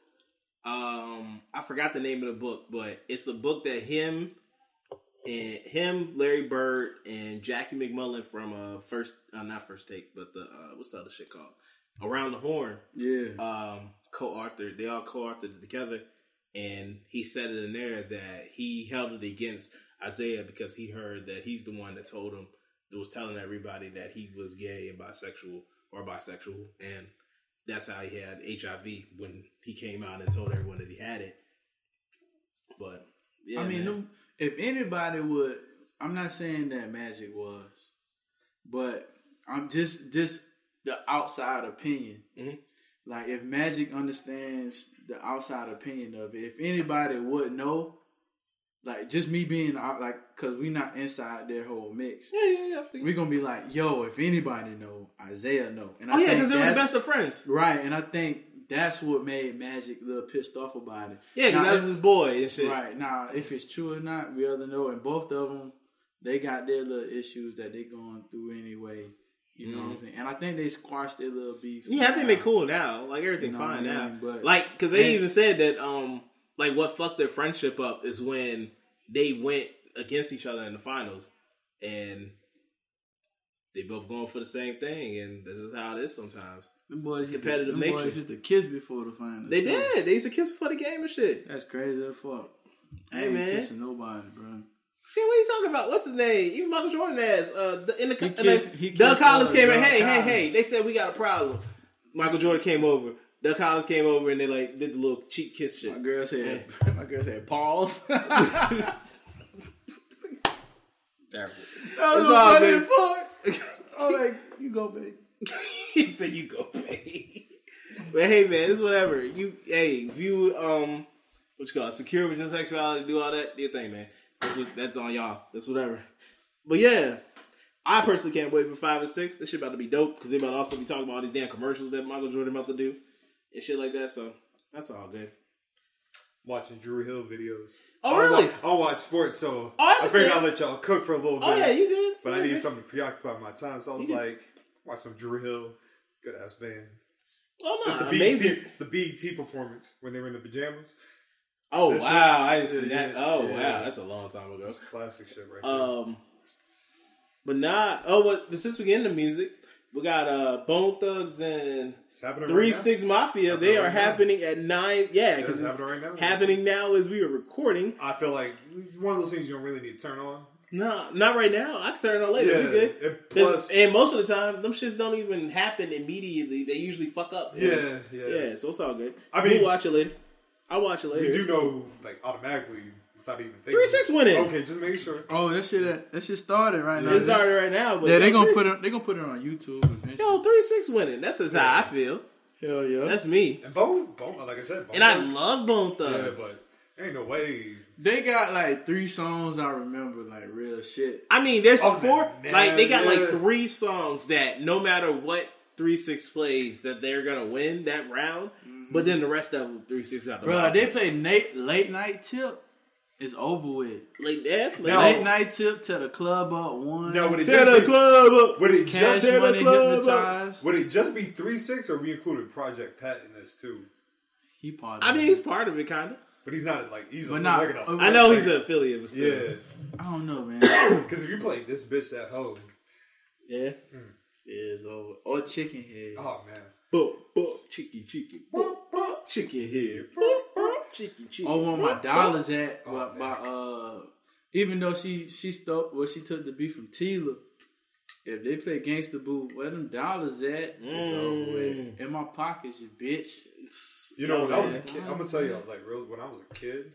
[SPEAKER 6] Um, I forgot the name of the book, but it's a book that him and him, Larry Bird, and Jackie McMullen from uh first, uh, not first take, but the uh, what's the other shit called? Around the Horn.
[SPEAKER 8] yeah,
[SPEAKER 6] Um, co-authored. They all co-authored it together, And he said it in there that he held it against Isaiah because he heard that he's the one that told him that was telling everybody that he was gay and bisexual or bisexual, and that's how he had HIV when he came out and told everyone that he had it. But yeah,
[SPEAKER 8] I
[SPEAKER 6] man.
[SPEAKER 8] mean, them, if anybody would, I'm not saying that Magic was, but I'm just just the outside opinion.
[SPEAKER 6] Mm-hmm.
[SPEAKER 8] Like if Magic understands the outside opinion of it, if anybody would know, like just me being out, like because we not inside their whole mix.
[SPEAKER 6] yeah, yeah, yeah. I think-
[SPEAKER 8] We're gonna be like, yo, if anybody know, Isaiah know, and
[SPEAKER 6] Oh yeah,
[SPEAKER 8] think
[SPEAKER 6] because they were the
[SPEAKER 8] that's-
[SPEAKER 6] best of friends.
[SPEAKER 8] right? And I think that's what made Magic a little pissed off about it.
[SPEAKER 6] Yeah,
[SPEAKER 8] Now,
[SPEAKER 6] because that was
[SPEAKER 8] if-
[SPEAKER 6] his boy and shit.
[SPEAKER 8] Right now, if it's true or not, we other know. And both of them, they got their little issues that they going through anyway. You know what I'm saying? And I think they squashed their little beef.
[SPEAKER 6] Mm-hmm. Yeah, I think they cool now. Like everything
[SPEAKER 8] You know
[SPEAKER 6] fine
[SPEAKER 8] what I
[SPEAKER 6] now.
[SPEAKER 8] mean? But-
[SPEAKER 6] like because they
[SPEAKER 8] and-
[SPEAKER 6] even said that um like what fucked their friendship up is when they went against each other in the finals and they both going for the same thing and that's just how it is sometimes.
[SPEAKER 8] Them boys
[SPEAKER 6] It's competitive
[SPEAKER 8] them boys
[SPEAKER 6] nature.
[SPEAKER 8] used to kiss before the finals.
[SPEAKER 6] They
[SPEAKER 8] too.
[SPEAKER 6] did. They used to kiss before the game and shit.
[SPEAKER 8] That's crazy as fuck. I
[SPEAKER 6] Hey,
[SPEAKER 8] ain't
[SPEAKER 6] man.
[SPEAKER 8] kissing nobody, bro.
[SPEAKER 6] Shit, what are you talking about? What's his name? Even Michael Jordan has uh the, in the,
[SPEAKER 8] He
[SPEAKER 6] in the-
[SPEAKER 8] kissed- he
[SPEAKER 6] Doug
[SPEAKER 8] kissed,
[SPEAKER 6] Collins
[SPEAKER 8] uh,
[SPEAKER 6] came in.
[SPEAKER 8] Doug
[SPEAKER 6] Hey, hey,
[SPEAKER 8] Collins.
[SPEAKER 6] hey! They said we got a problem. Michael Jordan came over. Doug Collins came over and they like did the little cheek kiss shit.
[SPEAKER 8] My girl said. my girl said pause. that
[SPEAKER 6] Terrible.
[SPEAKER 8] was
[SPEAKER 6] all
[SPEAKER 8] funny
[SPEAKER 6] good.
[SPEAKER 8] as fuck.
[SPEAKER 6] Oh,
[SPEAKER 8] I'm like, you go, babe.
[SPEAKER 6] he said you go pay. but hey man, it's whatever. You hey, if you um what you call it, secure with your sexuality, do all that, do your thing, man. That's, what, that's on y'all. That's whatever. But yeah, I personally can't wait for five and six. This shit about to be dope because they about to also be talking about all these damn commercials that Michael Jordan about to do and shit like that. So that's all good.
[SPEAKER 7] Watching Drew Hill videos.
[SPEAKER 6] Oh,
[SPEAKER 7] I don't
[SPEAKER 6] really? Oh,
[SPEAKER 7] wa- I don't watch sports, so
[SPEAKER 6] I
[SPEAKER 7] I, figured
[SPEAKER 6] understand.
[SPEAKER 7] I'd let y'all cook for a little bit.
[SPEAKER 6] Oh yeah, you good?
[SPEAKER 7] But I
[SPEAKER 6] Yeah,
[SPEAKER 7] needed
[SPEAKER 6] man.
[SPEAKER 7] something to preoccupy my time, so I was like, watch some Drew Hill. Good ass band.
[SPEAKER 6] Oh
[SPEAKER 7] It's
[SPEAKER 6] no,
[SPEAKER 7] the,
[SPEAKER 6] amazing.
[SPEAKER 7] BET, it's the BET performance when they were in the pajamas.
[SPEAKER 6] Oh
[SPEAKER 7] That shit-
[SPEAKER 6] wow, I didn't see
[SPEAKER 7] Yeah,
[SPEAKER 6] that. Oh
[SPEAKER 7] yeah.
[SPEAKER 6] wow, that's a long time ago.
[SPEAKER 7] That's classic shit right
[SPEAKER 6] Um, but nah. Oh, but, but since we get into music, we got uh Bone Thugs and
[SPEAKER 7] there. It's happening
[SPEAKER 6] Three
[SPEAKER 7] right
[SPEAKER 6] Six Mafia. They
[SPEAKER 7] Happening
[SPEAKER 6] are
[SPEAKER 7] right now.
[SPEAKER 6] happening at nine. Yeah,
[SPEAKER 7] Yeah,
[SPEAKER 6] because
[SPEAKER 7] it's
[SPEAKER 6] it's
[SPEAKER 7] happening right now.
[SPEAKER 6] happening now as we are recording.
[SPEAKER 7] now. I feel like it's one of those things you don't really need to turn on.
[SPEAKER 6] Nah, not right now. I can turn it on later.
[SPEAKER 7] Yeah,
[SPEAKER 6] we good.
[SPEAKER 7] and
[SPEAKER 6] 'Cause-
[SPEAKER 7] plus-
[SPEAKER 6] and most of the time, them shits don't even happen immediately. They usually fuck up.
[SPEAKER 7] Yeah, yeah.
[SPEAKER 6] yeah. so it's all good.
[SPEAKER 7] I
[SPEAKER 6] I
[SPEAKER 7] mean-
[SPEAKER 6] mean, we'll watch it later. I will watch it later.
[SPEAKER 7] You
[SPEAKER 6] It's
[SPEAKER 7] do know, like, automatically, without even thinking.
[SPEAKER 6] 3-6 winning.
[SPEAKER 7] Okay, just make sure.
[SPEAKER 8] Oh, that shit. That shit started right now.
[SPEAKER 6] cool. It's started right now, but
[SPEAKER 8] Yeah, they
[SPEAKER 6] yo,
[SPEAKER 8] gonna
[SPEAKER 6] three-
[SPEAKER 8] put it. They gonna put it on YouTube. Eventually.
[SPEAKER 6] yo three six winning. That's just how I feel.
[SPEAKER 8] Hell yeah.
[SPEAKER 6] That's me.
[SPEAKER 7] And Bone, Bone, like I said, Bone
[SPEAKER 6] And I
[SPEAKER 7] Thugs-
[SPEAKER 6] love Bone Thugs.
[SPEAKER 7] Yeah, but there ain't no way.
[SPEAKER 8] They got like three songs I remember, like real shit.
[SPEAKER 6] I mean, there's
[SPEAKER 7] Oh,
[SPEAKER 6] four.
[SPEAKER 7] man,
[SPEAKER 6] like they got
[SPEAKER 7] yeah.
[SPEAKER 6] like three songs that no matter what three six plays, that they're gonna win that round. But then the rest of them three six got the
[SPEAKER 8] Bro,
[SPEAKER 6] round.
[SPEAKER 8] they play Nate Late Night Tip. It's over with.
[SPEAKER 6] like that. Like,
[SPEAKER 7] No.
[SPEAKER 8] Late Night Tip till the club up one.
[SPEAKER 7] Now, would it
[SPEAKER 6] Tear
[SPEAKER 7] just
[SPEAKER 6] the
[SPEAKER 7] be,
[SPEAKER 6] club up.
[SPEAKER 7] Would it
[SPEAKER 8] Cash
[SPEAKER 7] just
[SPEAKER 8] Money
[SPEAKER 6] club up.
[SPEAKER 8] Hypnotized.
[SPEAKER 7] would it just be three six, or we included Project Pat in this too?
[SPEAKER 8] He part of
[SPEAKER 6] I mean,
[SPEAKER 8] it.
[SPEAKER 6] he's part of it, kind of.
[SPEAKER 7] But he's not like he's a
[SPEAKER 8] But not-
[SPEAKER 7] regular.
[SPEAKER 8] uh,
[SPEAKER 6] I know he's an affiliate. But still.
[SPEAKER 7] yeah,
[SPEAKER 8] I don't know, man. yeah,
[SPEAKER 7] because if you play this bitch at home,
[SPEAKER 6] yeah.
[SPEAKER 8] it's over. Or Chicken Head.
[SPEAKER 7] oh man,
[SPEAKER 6] Boop boop, chicky chicky, boop boop, chicky head, boop boop, chicky chicky.
[SPEAKER 8] Or where my
[SPEAKER 6] boop,
[SPEAKER 8] dollars at by,
[SPEAKER 7] Oh, man.
[SPEAKER 8] by uh even though she she stole well she took the beat from Tila. If they play Gangsta Boo, where them dollars at? It's over
[SPEAKER 7] Mm.
[SPEAKER 8] with. In my pockets, you bitch.
[SPEAKER 7] you know when I was a kid, I'm gonna tell you like real when I was a kid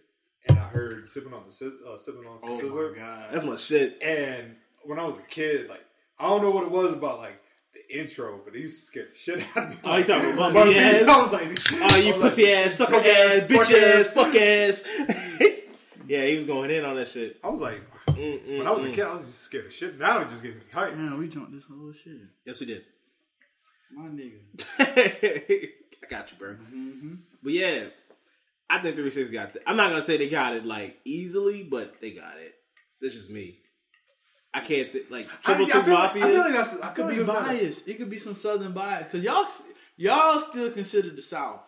[SPEAKER 7] and I heard sipping on the Sizz- uh, sipping on some
[SPEAKER 8] Oh
[SPEAKER 7] scissor,
[SPEAKER 8] my god.
[SPEAKER 6] boop. That's my shit.
[SPEAKER 7] and when I was a kid, like I don't know what it was about like the intro, but it used to scare the shit out of me.
[SPEAKER 6] Oh, you talking about
[SPEAKER 7] But
[SPEAKER 6] me ass?
[SPEAKER 7] I was like,
[SPEAKER 6] Oh, you
[SPEAKER 7] I was
[SPEAKER 6] pussy
[SPEAKER 7] like,
[SPEAKER 6] ass, sucker
[SPEAKER 7] fuck
[SPEAKER 6] ass, bitch ass,
[SPEAKER 7] fuck
[SPEAKER 6] fuck ass. yeah, he was going in on that shit.
[SPEAKER 7] I was like, when I was
[SPEAKER 6] mm.
[SPEAKER 7] a kid, I was just scared of shit. Now it just gets me hype.
[SPEAKER 8] Man, we drunk this whole shit.
[SPEAKER 6] Yes, we did.
[SPEAKER 8] My nigga.
[SPEAKER 6] I got you, bro.
[SPEAKER 7] Mm-hmm.
[SPEAKER 6] But yeah, I think Three Six got. Th- I'm not gonna say they got it like easily, but they got it. This is me. I can't th- like Triple
[SPEAKER 7] I,
[SPEAKER 6] Six
[SPEAKER 7] feel,
[SPEAKER 6] Mafia.
[SPEAKER 7] I feel like that's. I feel
[SPEAKER 8] could
[SPEAKER 7] like
[SPEAKER 8] be
[SPEAKER 7] that's not a-
[SPEAKER 8] biased. It could be some southern bias because y'all s- y'all still consider the South.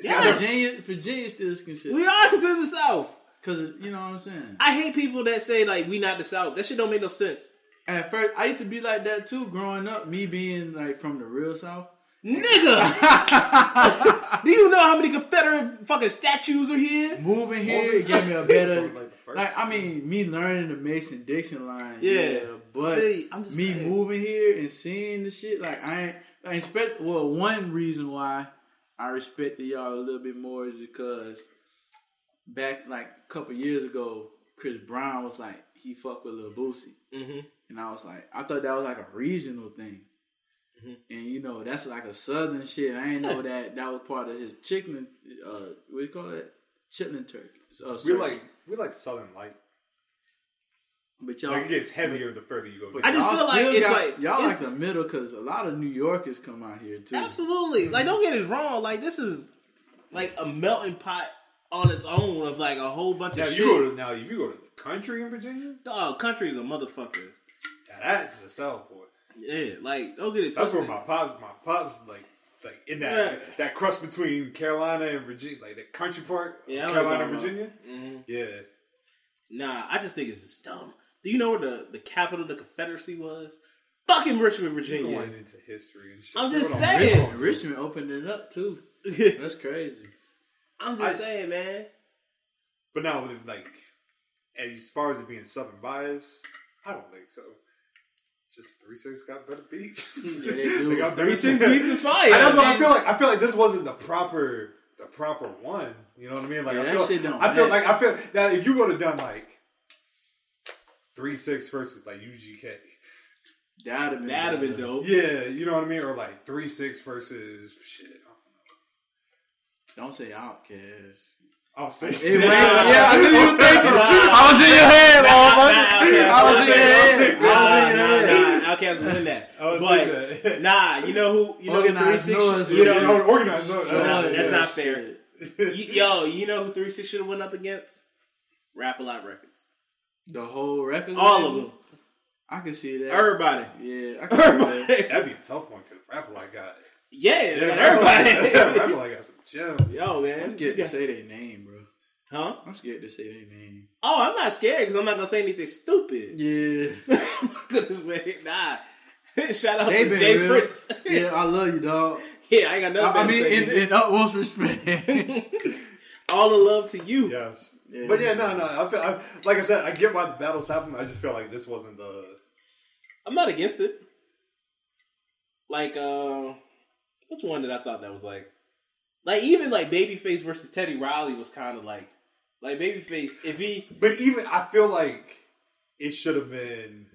[SPEAKER 6] Yes!
[SPEAKER 8] Virginia, Virginia still is
[SPEAKER 6] we
[SPEAKER 8] considered
[SPEAKER 6] are considered the South.
[SPEAKER 8] because you know what I'm saying.
[SPEAKER 6] I hate people that say like we not the South. That shit don't make no sense.
[SPEAKER 8] At first, I used to be like that too growing up. Me being like from the real South,
[SPEAKER 6] Nigga! Do you know how many Confederate fucking statues are here?
[SPEAKER 8] Moving here it gave me a better. Like I mean, me learning the Mason Dixon line, yeah,
[SPEAKER 6] Yeah.
[SPEAKER 8] but
[SPEAKER 6] Hey, I'm just
[SPEAKER 8] me
[SPEAKER 6] saying.
[SPEAKER 8] moving here and seeing the shit, like I ain't, I expect. Well, one reason why I respected y'all a little bit more is because back like a couple years ago, Chris Brown was like he fucked with Lil Boosie, and I was like, I thought that was like a regional thing. And you know that's like a southern shit. I ain't know that that was part of his chitlin. Uh, what do you call that? Chitlin turkey. Uh,
[SPEAKER 7] We
[SPEAKER 8] circuit.
[SPEAKER 7] like we like Southern Light.
[SPEAKER 8] but y'all
[SPEAKER 7] Like it gets heavier the further you go.
[SPEAKER 8] But
[SPEAKER 6] I just
[SPEAKER 8] y'all
[SPEAKER 6] feel like
[SPEAKER 8] still
[SPEAKER 6] it's
[SPEAKER 8] got-
[SPEAKER 6] like-
[SPEAKER 8] y'all
[SPEAKER 6] it's-
[SPEAKER 8] like the middle because a lot of New Yorkers come out here too.
[SPEAKER 6] Absolutely. Like, don't get it wrong. Like, this is like a melting pot on its own of like a whole bunch
[SPEAKER 7] now
[SPEAKER 6] of
[SPEAKER 7] if
[SPEAKER 6] shit.
[SPEAKER 7] you go to now if you go to the country in Virginia,
[SPEAKER 6] Dog, country is a motherfucker.
[SPEAKER 7] now that's the South boy.
[SPEAKER 6] Yeah, like, don't get it
[SPEAKER 7] That's where
[SPEAKER 6] twisted.
[SPEAKER 7] my pops my pops like like in that
[SPEAKER 6] Yeah.
[SPEAKER 7] that crust between Carolina and Virginia, like the country part,
[SPEAKER 6] Yeah, I know what
[SPEAKER 7] Carolina and
[SPEAKER 6] you're talking Mm-hmm.
[SPEAKER 7] Virginia. Yeah,
[SPEAKER 6] Nah, I just think it's just dumb. Do you know where the, the capital of the Confederacy was? Fucking Richmond, Virginia.
[SPEAKER 7] going into history and shit.
[SPEAKER 6] I'm just
[SPEAKER 7] Hold on,
[SPEAKER 6] saying.
[SPEAKER 7] hold on.
[SPEAKER 8] And Richmond opened it up too. That's crazy.
[SPEAKER 6] I'm just
[SPEAKER 7] I-
[SPEAKER 6] saying, man.
[SPEAKER 7] But now, with like, as far as it being Southern bias, I don't think so. Just three six got better beats.
[SPEAKER 8] Yeah, they do.
[SPEAKER 7] They got better
[SPEAKER 6] 36
[SPEAKER 7] beats.
[SPEAKER 6] beats is fire.
[SPEAKER 7] And that's what I feel like. I feel like this wasn't the proper, the proper one. You know what I mean? Like
[SPEAKER 8] Yeah,
[SPEAKER 7] I
[SPEAKER 8] that
[SPEAKER 7] feel,
[SPEAKER 8] shit don't
[SPEAKER 7] I feel
[SPEAKER 8] match.
[SPEAKER 7] like I feel now if you would have done like three six versus like UGK,
[SPEAKER 8] That'd have been
[SPEAKER 6] That'd have been
[SPEAKER 8] better.
[SPEAKER 6] dope.
[SPEAKER 7] yeah, you know what I mean, or like three six versus shit.
[SPEAKER 8] Don't say outcast.
[SPEAKER 7] I'll say
[SPEAKER 8] It went- yeah, I knew you were thinking.
[SPEAKER 9] I was in your head,
[SPEAKER 6] I was
[SPEAKER 7] thinking
[SPEAKER 6] Nah, nah,
[SPEAKER 7] that.
[SPEAKER 6] nah, Outkast winning that.
[SPEAKER 7] I was thinking
[SPEAKER 6] But
[SPEAKER 7] that.
[SPEAKER 6] nah, you know who? You know who Three
[SPEAKER 8] Organized
[SPEAKER 6] Six?
[SPEAKER 8] noise
[SPEAKER 6] You
[SPEAKER 7] Yeah, I
[SPEAKER 6] know,
[SPEAKER 7] was organized. No,
[SPEAKER 6] no,
[SPEAKER 7] yeah.
[SPEAKER 6] that's not fair. You- Yo, you know who Three Six should have went up against? Rap a lot records,
[SPEAKER 8] The whole record,
[SPEAKER 6] all of
[SPEAKER 8] label?
[SPEAKER 6] them,
[SPEAKER 8] I can see that.
[SPEAKER 6] everybody,
[SPEAKER 8] yeah, I can see that.
[SPEAKER 6] everybody.
[SPEAKER 7] That'd be a tough one because rap like got
[SPEAKER 6] Yeah,
[SPEAKER 7] yeah,
[SPEAKER 6] man,
[SPEAKER 7] Rap
[SPEAKER 6] everybody.
[SPEAKER 7] like got some gems.
[SPEAKER 6] Yo, man,
[SPEAKER 8] I'm scared
[SPEAKER 6] You
[SPEAKER 8] to
[SPEAKER 6] got-
[SPEAKER 8] say their name, bro.
[SPEAKER 6] huh?
[SPEAKER 8] I'm scared to say their name.
[SPEAKER 6] Oh, I'm not scared because I'm not gonna say anything stupid.
[SPEAKER 8] Yeah,
[SPEAKER 6] I'm not gonna say nah. Shout out
[SPEAKER 8] they
[SPEAKER 6] to
[SPEAKER 8] been
[SPEAKER 6] Jay
[SPEAKER 8] real.
[SPEAKER 6] Prince.
[SPEAKER 8] yeah, I love you, dog.
[SPEAKER 6] Yeah, I ain't got nothing.
[SPEAKER 8] I, I
[SPEAKER 6] better
[SPEAKER 8] mean,
[SPEAKER 6] to say
[SPEAKER 8] in,
[SPEAKER 6] than
[SPEAKER 8] in utmost respect.
[SPEAKER 6] all the love to you.
[SPEAKER 7] Yes. But yeah, no, no. I feel I, like I said, I get why the battles happen. I just feel like this wasn't the.
[SPEAKER 6] I'm not against it. Like, uh, what's one that I thought that was like, like even like Babyface versus Teddy Riley was kind of like, like Babyface if he
[SPEAKER 7] But even I feel like it should have been.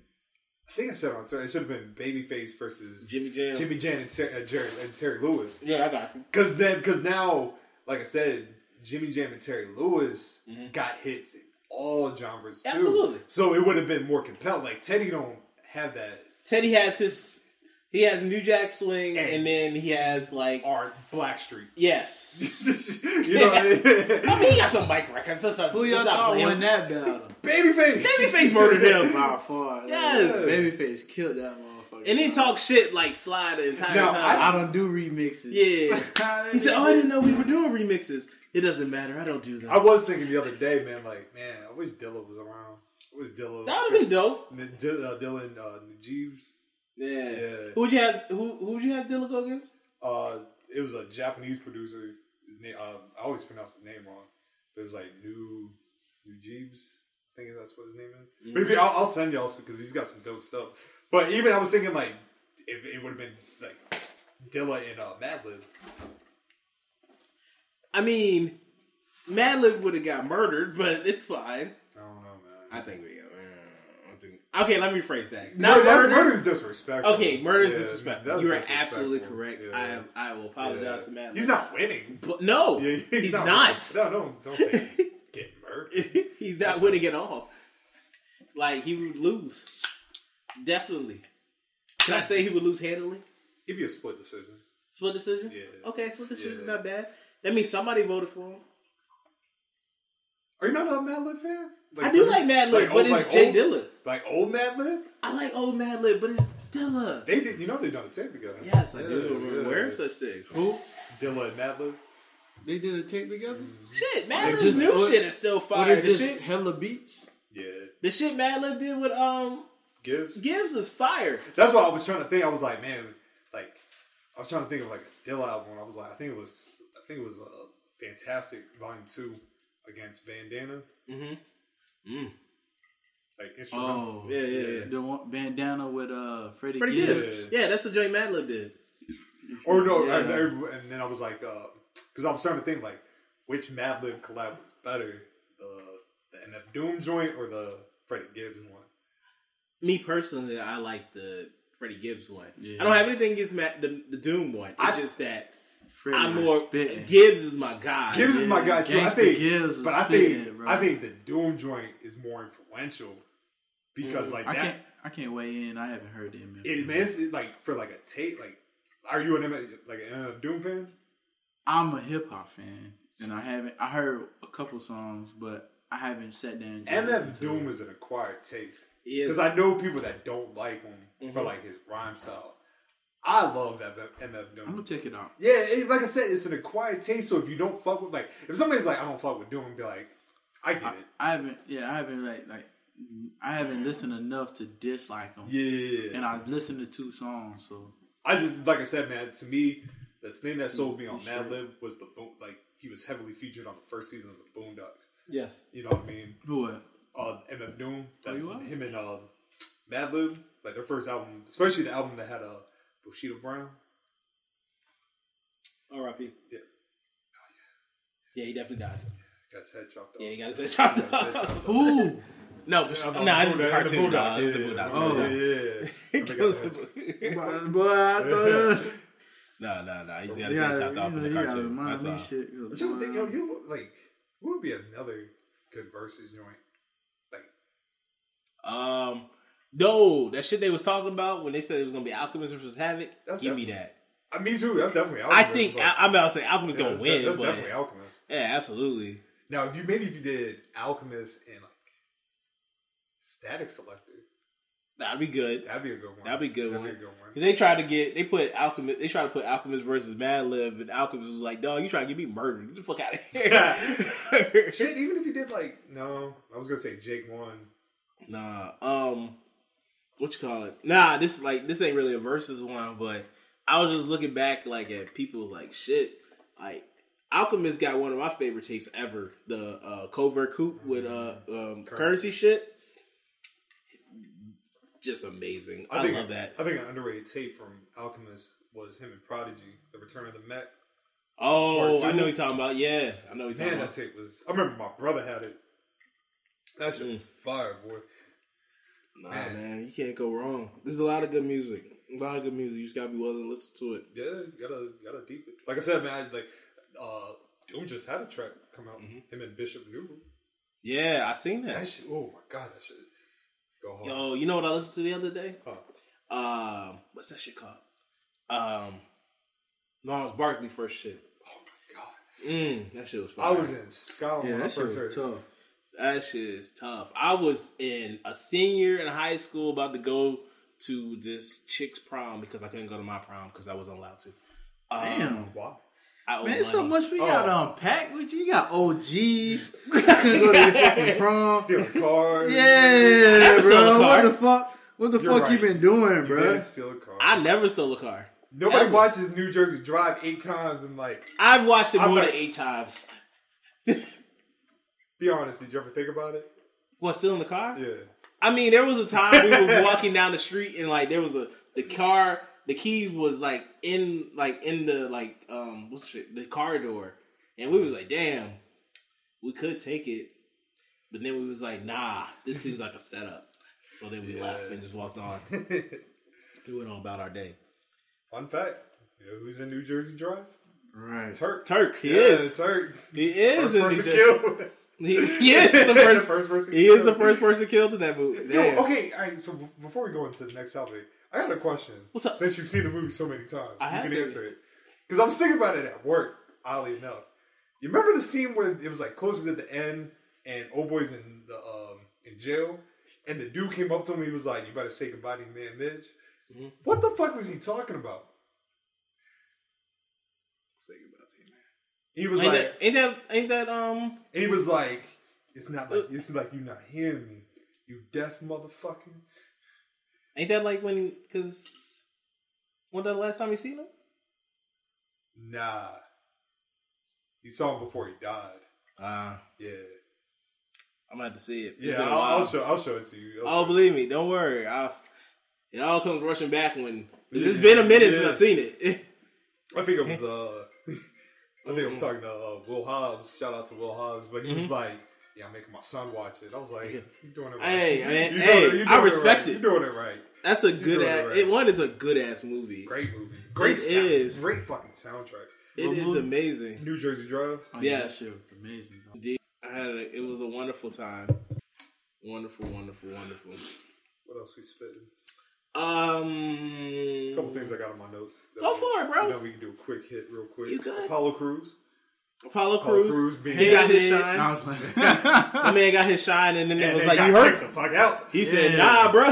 [SPEAKER 7] I think I said it on Twitter. It should have been Babyface versus
[SPEAKER 6] Jimmy Jam.
[SPEAKER 7] Jimmy Jam and, Ter- uh, Jerry, and Terry Lewis.
[SPEAKER 6] yeah, I got you.
[SPEAKER 7] Because then, because now, like I said, Jimmy Jam and Terry Lewis got hits in all genres too.
[SPEAKER 6] Absolutely.
[SPEAKER 7] So it would have been more compelling. Like Teddy don't have that
[SPEAKER 6] Teddy has his, he has New Jack Swing,
[SPEAKER 7] And-
[SPEAKER 6] and then he has like,
[SPEAKER 7] art Blackstreet.
[SPEAKER 6] yes,
[SPEAKER 7] you know, what
[SPEAKER 6] I mean he got some bike records. That's not,
[SPEAKER 8] Who
[SPEAKER 6] that's
[SPEAKER 8] y'all
[SPEAKER 6] not
[SPEAKER 8] thought
[SPEAKER 6] playing.
[SPEAKER 8] won that battle?
[SPEAKER 7] Babyface.
[SPEAKER 6] Babyface murdered him.
[SPEAKER 8] by far.
[SPEAKER 6] Yes.
[SPEAKER 8] Like, Babyface killed that motherfucker.
[SPEAKER 6] and then talk shit like Sly the entire
[SPEAKER 7] No,
[SPEAKER 6] time.
[SPEAKER 8] I don't do remixes.
[SPEAKER 6] yeah, he said, "Oh, I didn't know we were doing remixes. It doesn't matter. I don't do them."
[SPEAKER 7] I was thinking the other day, man. Like, man, I wish Dilla was around. I wish Dilla.
[SPEAKER 6] that would have been dope.
[SPEAKER 7] N- Dil- uh, Dylan uh, Jeeves.
[SPEAKER 6] Yeah.
[SPEAKER 7] Yeah.
[SPEAKER 6] Who'd you have? Who Who'd you have Dilla go against?
[SPEAKER 7] Uh, it was a Japanese producer. His name. Uh, I always pronounce his name wrong. But it was like New New Jeeves. I think that's what his name
[SPEAKER 6] Mm-hmm.
[SPEAKER 7] is. Maybe I'll, I'll send y'all because he's got some dope stuff. But even I was thinking like, if it would have been like Dilla and uh, Madlib.
[SPEAKER 6] I mean, Madlib would have got murdered, but it's fine.
[SPEAKER 7] I don't know, man.
[SPEAKER 6] I think we. uh, I think- Okay, let me phrase that.
[SPEAKER 7] No,
[SPEAKER 6] Not
[SPEAKER 7] that's
[SPEAKER 6] murder.
[SPEAKER 7] murder's disrespectful.
[SPEAKER 6] Okay, murder is
[SPEAKER 7] Yeah,
[SPEAKER 6] disrespectful.
[SPEAKER 7] that's
[SPEAKER 6] You are
[SPEAKER 7] disrespectful.
[SPEAKER 6] absolutely correct.
[SPEAKER 7] Yeah.
[SPEAKER 6] I am, I will apologize to Madlib.
[SPEAKER 7] He's not winning.
[SPEAKER 6] But no,
[SPEAKER 7] Yeah,
[SPEAKER 6] he's, not.
[SPEAKER 7] No, don't don't say get murdered.
[SPEAKER 6] he's not winning at all. Like he would lose. Definitely. Can I say he would lose handily?
[SPEAKER 7] It'd be a split decision.
[SPEAKER 6] Split decision.
[SPEAKER 7] Yeah.
[SPEAKER 6] Okay, split decision's
[SPEAKER 7] Yeah.
[SPEAKER 6] not bad. That means somebody voted for him.
[SPEAKER 7] Are you not a Madlib fan?
[SPEAKER 6] I do like Madlib, but it's Jay
[SPEAKER 7] old,
[SPEAKER 6] Dilla.
[SPEAKER 7] Like old Madlib,
[SPEAKER 6] I like old Madlib, but it's Dilla.
[SPEAKER 7] they did. You know they done a tape together.
[SPEAKER 6] Yes, I
[SPEAKER 7] Yeah,
[SPEAKER 6] do. I'm
[SPEAKER 7] yeah.
[SPEAKER 6] aware of such things.
[SPEAKER 8] Who?
[SPEAKER 7] Dilla and Madlib.
[SPEAKER 8] They did a tape together?
[SPEAKER 6] Shit, Madlib's
[SPEAKER 8] just-
[SPEAKER 6] new
[SPEAKER 8] or-
[SPEAKER 6] shit is still
[SPEAKER 8] Or
[SPEAKER 6] fire.
[SPEAKER 8] they
[SPEAKER 6] The
[SPEAKER 8] just
[SPEAKER 6] shit,
[SPEAKER 8] hella beats?
[SPEAKER 7] Yeah,
[SPEAKER 6] the shit Madlib did with um
[SPEAKER 7] Gibbs.
[SPEAKER 6] Gibbs is fire.
[SPEAKER 7] That's why I was trying to think. I was like, man, like I was trying to think of like a Dill album. and I was like, I think it was, I think it was a fantastic volume two against Bandana. Mm-hmm. Like instrumental.
[SPEAKER 8] Mm. Oh,
[SPEAKER 6] Yeah, yeah, yeah.
[SPEAKER 8] The one, bandana with uh Freddie,
[SPEAKER 6] Pretty
[SPEAKER 8] Gibbs.
[SPEAKER 6] good. Yeah, that's the Joy Madlib did.
[SPEAKER 7] Or no, and, and then I was like, because I was starting to think like, which Madlib collab was better, the the NF Doom joint or the Freddie Gibbs one?
[SPEAKER 6] Me personally, I like the Freddie Gibbs one.
[SPEAKER 8] Yeah.
[SPEAKER 6] I don't have anything against Matt, the, the Doom one. It's
[SPEAKER 7] I-
[SPEAKER 6] just that
[SPEAKER 8] Freddie
[SPEAKER 6] I'm
[SPEAKER 8] was
[SPEAKER 6] more
[SPEAKER 8] spitting.
[SPEAKER 6] Gibbs is my guy.
[SPEAKER 7] Gibbs is my guy too. I
[SPEAKER 8] Gangsta
[SPEAKER 7] think,
[SPEAKER 8] Gibbs is
[SPEAKER 7] but I
[SPEAKER 8] spitting
[SPEAKER 7] think
[SPEAKER 8] it, bro.
[SPEAKER 7] I think the Doom joint is more influential because like
[SPEAKER 8] I
[SPEAKER 7] that.
[SPEAKER 8] can't. I can't weigh in. I haven't heard them.
[SPEAKER 7] It, man, it's, it, like for like a tape. Like, are you an M- like an MF Doom fan?
[SPEAKER 8] I'm a hip hop fan, and I haven't. I heard a couple songs, but I haven't sat down. And just listened
[SPEAKER 7] MF
[SPEAKER 8] to
[SPEAKER 7] Doom
[SPEAKER 8] it.
[SPEAKER 7] is an acquired taste
[SPEAKER 6] Yes.
[SPEAKER 7] because I know people that don't like him for like his rhyme style. I love MF, MF
[SPEAKER 8] I'm gonna
[SPEAKER 7] Doom.
[SPEAKER 8] check it out.
[SPEAKER 7] Yeah, it, like I said, it's an acquired taste. So if you don't fuck with like, if somebody's like, I don't fuck with Doom, be like, I get
[SPEAKER 8] I,
[SPEAKER 7] it.
[SPEAKER 8] I haven't. Yeah, I haven't like like. I haven't listened enough to dislike them.
[SPEAKER 7] Yeah,
[SPEAKER 8] And I listened to two songs, so
[SPEAKER 7] I just like I said, man. To me, the thing that sold me on
[SPEAKER 8] Sure.
[SPEAKER 7] Madlib was the boom. Like he was heavily featured on the first season of the Boondocks.
[SPEAKER 6] Yes.
[SPEAKER 7] You know what I mean?
[SPEAKER 8] what?
[SPEAKER 7] Uh, MF Doom, that,
[SPEAKER 8] Oh, you are?
[SPEAKER 7] him and uh, Madlib, like their first album, especially the album that had uh, Bushido Brown.
[SPEAKER 6] R.I.P.
[SPEAKER 7] Yeah,
[SPEAKER 6] Yeah, he definitely died.
[SPEAKER 7] got his head chopped off.
[SPEAKER 6] Yeah, you gotta say shout out.
[SPEAKER 8] Ooh,
[SPEAKER 6] No, but-
[SPEAKER 7] I'm
[SPEAKER 6] no,
[SPEAKER 7] on
[SPEAKER 6] nah, it was
[SPEAKER 7] Boondocks,
[SPEAKER 6] the
[SPEAKER 7] the
[SPEAKER 6] cartoon.
[SPEAKER 7] Boondocks,
[SPEAKER 6] dog. It was the
[SPEAKER 7] yeah,
[SPEAKER 6] Boondocks.
[SPEAKER 8] Oh.
[SPEAKER 6] Boondocks.
[SPEAKER 7] Yeah, yeah.
[SPEAKER 6] It was the Boondocks.
[SPEAKER 8] boy, I thought-
[SPEAKER 6] No, no, no. He's got his
[SPEAKER 8] Yeah,
[SPEAKER 6] head
[SPEAKER 8] you
[SPEAKER 6] chopped off in
[SPEAKER 8] know,
[SPEAKER 6] the
[SPEAKER 8] you gotta
[SPEAKER 6] cartoon.
[SPEAKER 8] remind
[SPEAKER 6] That's
[SPEAKER 8] me
[SPEAKER 6] all.
[SPEAKER 8] shit.
[SPEAKER 7] But you think, yo, you know, like, what would be another good verses joint? Like,
[SPEAKER 6] Um, no, that shit they was talking about when they said it was gonna be Alchemist versus Havoc.
[SPEAKER 7] That's
[SPEAKER 6] give me
[SPEAKER 7] definitely-
[SPEAKER 6] that.
[SPEAKER 7] I me too. That's definitely.
[SPEAKER 6] I
[SPEAKER 7] Alchemist,
[SPEAKER 6] think
[SPEAKER 7] but-
[SPEAKER 6] I, I'm about to say Alchemist
[SPEAKER 7] Yeah,
[SPEAKER 6] gonna
[SPEAKER 7] that's-
[SPEAKER 6] win,
[SPEAKER 7] That's
[SPEAKER 6] but
[SPEAKER 7] definitely Alchemist.
[SPEAKER 6] yeah, absolutely.
[SPEAKER 7] Now, if you maybe if you did Alchemist and like Static Selector,
[SPEAKER 6] That'd be good.
[SPEAKER 7] that'd be a good one.
[SPEAKER 6] That'd be a good
[SPEAKER 7] that'd
[SPEAKER 6] one.
[SPEAKER 7] Be a good one.
[SPEAKER 6] 'Cause They tried to get they put Alchemist they tried to put Alchemist versus Madlib, and Alchemist was like, "Dog, you trying to get me murdered? Get the fuck out of here."
[SPEAKER 7] Shit, even if you did like no, I was gonna say Jake one.
[SPEAKER 6] Nah. Um, what you call it? Nah, this is like this ain't really a versus one, but I was just looking back like at people like shit. Like Alchemist got one of my favorite tapes ever, the uh, Covert Coup with uh
[SPEAKER 7] Mm-hmm.
[SPEAKER 6] um, currency shit. Just amazing. I,
[SPEAKER 7] think
[SPEAKER 6] love that.
[SPEAKER 7] I think an underrated tape from Alchemist was him and Prodigy, The Return of the Met.
[SPEAKER 6] oh,
[SPEAKER 7] Part
[SPEAKER 6] I
[SPEAKER 7] two.
[SPEAKER 6] know what you're talking about. Yeah, I know what you're talking
[SPEAKER 7] Man, that
[SPEAKER 6] about.
[SPEAKER 7] tape was. I remember my brother had it. That shit was
[SPEAKER 6] Mm.
[SPEAKER 7] fire, boy.
[SPEAKER 6] Nah, man, you can't go wrong. There's a lot of good music. A lot of good music. You just gotta be willing to listen to it.
[SPEAKER 7] Yeah, you gotta you gotta deep it. Like I said, man, like uh, Doom just had a track come out.
[SPEAKER 8] Mm-hmm.
[SPEAKER 7] Him and Bishop Newell.
[SPEAKER 6] Yeah, I seen
[SPEAKER 7] That
[SPEAKER 6] that.
[SPEAKER 7] shit. Oh my god, that shit. Go hard.
[SPEAKER 6] Yo, you know what I listened to the other day?
[SPEAKER 7] Huh.
[SPEAKER 6] um, what's that shit called? Um, Lawrence Barkley first shit.
[SPEAKER 7] Oh my god.
[SPEAKER 6] Mm, that shit was fire.
[SPEAKER 7] I was in Scotland
[SPEAKER 8] Yeah,
[SPEAKER 7] when I
[SPEAKER 8] that shit
[SPEAKER 7] first
[SPEAKER 8] was
[SPEAKER 7] heard it.
[SPEAKER 8] tough.
[SPEAKER 6] that shit is tough. I was in a senior in high school about to go to this chick's prom because I couldn't go to my prom because I wasn't allowed to. Um,
[SPEAKER 8] Damn.
[SPEAKER 7] Why?
[SPEAKER 6] I owed
[SPEAKER 8] Man, there's so
[SPEAKER 6] money.
[SPEAKER 8] much we gotta unpack with you. You got OGs. Couldn't go to the fucking prom.
[SPEAKER 7] Steal a car.
[SPEAKER 8] yeah,
[SPEAKER 6] stole a
[SPEAKER 8] bro. What
[SPEAKER 6] car.
[SPEAKER 8] the fuck? What the
[SPEAKER 7] You're
[SPEAKER 8] fuck you
[SPEAKER 7] right.
[SPEAKER 8] been doing,
[SPEAKER 7] You
[SPEAKER 8] bro?
[SPEAKER 7] did steal a car.
[SPEAKER 6] I never stole a car.
[SPEAKER 7] Nobody
[SPEAKER 6] Ever.
[SPEAKER 7] watches New Jersey Drive eight times and like.
[SPEAKER 6] I've watched it
[SPEAKER 7] I'm
[SPEAKER 6] more
[SPEAKER 7] not-
[SPEAKER 6] than eight times.
[SPEAKER 7] Be honest. Did you ever think about it?
[SPEAKER 6] What, still in the car?
[SPEAKER 7] Yeah.
[SPEAKER 6] I mean, there was a time we were walking down the street and like there was a the car, the keys was like in like in the like um what's the shit the car door, and we was like, damn, we could take it, but then we was like, nah, this seems like a setup. So then we left and just walked on. we went on about our day.
[SPEAKER 7] Fun fact. You know who's in New Jersey Drive?
[SPEAKER 8] Right.
[SPEAKER 7] Turk.
[SPEAKER 6] Turk, he
[SPEAKER 7] Yeah,
[SPEAKER 6] is,
[SPEAKER 7] Turk.
[SPEAKER 6] he is
[SPEAKER 7] First
[SPEAKER 6] in
[SPEAKER 7] person
[SPEAKER 6] New Jersey.
[SPEAKER 7] killed.
[SPEAKER 6] He, he is the first,
[SPEAKER 7] First person
[SPEAKER 6] He is the
[SPEAKER 7] killed.
[SPEAKER 6] first person killed in that movie.
[SPEAKER 7] Yo,
[SPEAKER 6] Damn.
[SPEAKER 7] okay, all right, so be- before we go into the next topic, I got a question.
[SPEAKER 6] What's up?
[SPEAKER 7] Since you've seen the movie so many times,
[SPEAKER 6] I
[SPEAKER 7] you
[SPEAKER 6] have
[SPEAKER 7] can
[SPEAKER 6] seen
[SPEAKER 7] answer it. Because I was thinking about it at work, oddly enough. You remember the scene where it was like closer to the end and old boy's in the um, in jail and the dude came up to him and he was like, You better say goodbye to your man Midge.
[SPEAKER 6] Mm-hmm.
[SPEAKER 7] What the fuck was he talking about? Say goodbye to your man. He was
[SPEAKER 6] Ain't
[SPEAKER 7] like
[SPEAKER 6] that, ain't that ain't that um
[SPEAKER 7] and he was like, It's not
[SPEAKER 6] uh,
[SPEAKER 7] like it's like you not hearing me, you deaf motherfucker.
[SPEAKER 6] Ain't that like when? Because when the last time you seen him?
[SPEAKER 7] Nah. He saw him before he died.
[SPEAKER 6] Uh,
[SPEAKER 7] Yeah.
[SPEAKER 6] I'm gonna have to see it. It's
[SPEAKER 7] Yeah,
[SPEAKER 6] been a
[SPEAKER 7] I'll,
[SPEAKER 6] while.
[SPEAKER 7] I'll show I'll show it to you. I'll
[SPEAKER 6] Oh,
[SPEAKER 7] show it.
[SPEAKER 6] believe me, don't worry. I, it all comes rushing back when it's been a minute since
[SPEAKER 7] Yeah.
[SPEAKER 6] I've seen it.
[SPEAKER 7] I think it was uh I think I
[SPEAKER 6] Mm-hmm.
[SPEAKER 7] was talking to uh, Will Hobbs. Shout out to Will Hobbs, but he was like, "Yeah, I'm making my son watch it." I was like, "You're doing it right.
[SPEAKER 6] Hey, man,
[SPEAKER 7] You're
[SPEAKER 6] hey,
[SPEAKER 7] doing you're
[SPEAKER 6] I
[SPEAKER 7] doing
[SPEAKER 6] respect
[SPEAKER 7] right.
[SPEAKER 6] it.
[SPEAKER 7] You're doing it right.
[SPEAKER 6] That's a
[SPEAKER 7] doing
[SPEAKER 6] good
[SPEAKER 7] it
[SPEAKER 6] ass.
[SPEAKER 7] right.
[SPEAKER 6] It one is a good ass movie.
[SPEAKER 7] Great movie. Great.
[SPEAKER 6] It
[SPEAKER 7] sound-
[SPEAKER 6] is.
[SPEAKER 7] great fucking soundtrack.
[SPEAKER 6] It is amazing.
[SPEAKER 7] New Jersey Drive.
[SPEAKER 8] Oh,
[SPEAKER 6] Yeah.
[SPEAKER 8] that shit was amazing. Dog.
[SPEAKER 6] Indeed. I had a, it was a wonderful time. Wonderful, wonderful, wonderful.
[SPEAKER 7] What else we spitting?
[SPEAKER 6] Um,
[SPEAKER 7] A couple things I got on my notes.
[SPEAKER 6] Go for it, bro.
[SPEAKER 7] Then we can do a quick hit, real quick.
[SPEAKER 6] You good?
[SPEAKER 7] Apollo Crews.
[SPEAKER 6] Apollo
[SPEAKER 7] Apollo
[SPEAKER 6] Crews.
[SPEAKER 7] Crews being-
[SPEAKER 6] he got his
[SPEAKER 8] And
[SPEAKER 6] shine.
[SPEAKER 8] I was like,
[SPEAKER 6] My man got his shine, and then it
[SPEAKER 7] And
[SPEAKER 6] was
[SPEAKER 7] they
[SPEAKER 6] like,
[SPEAKER 7] got
[SPEAKER 6] "You hurt."
[SPEAKER 7] kicked the fuck out.
[SPEAKER 6] He said,
[SPEAKER 8] Yeah.
[SPEAKER 6] "Nah, bro."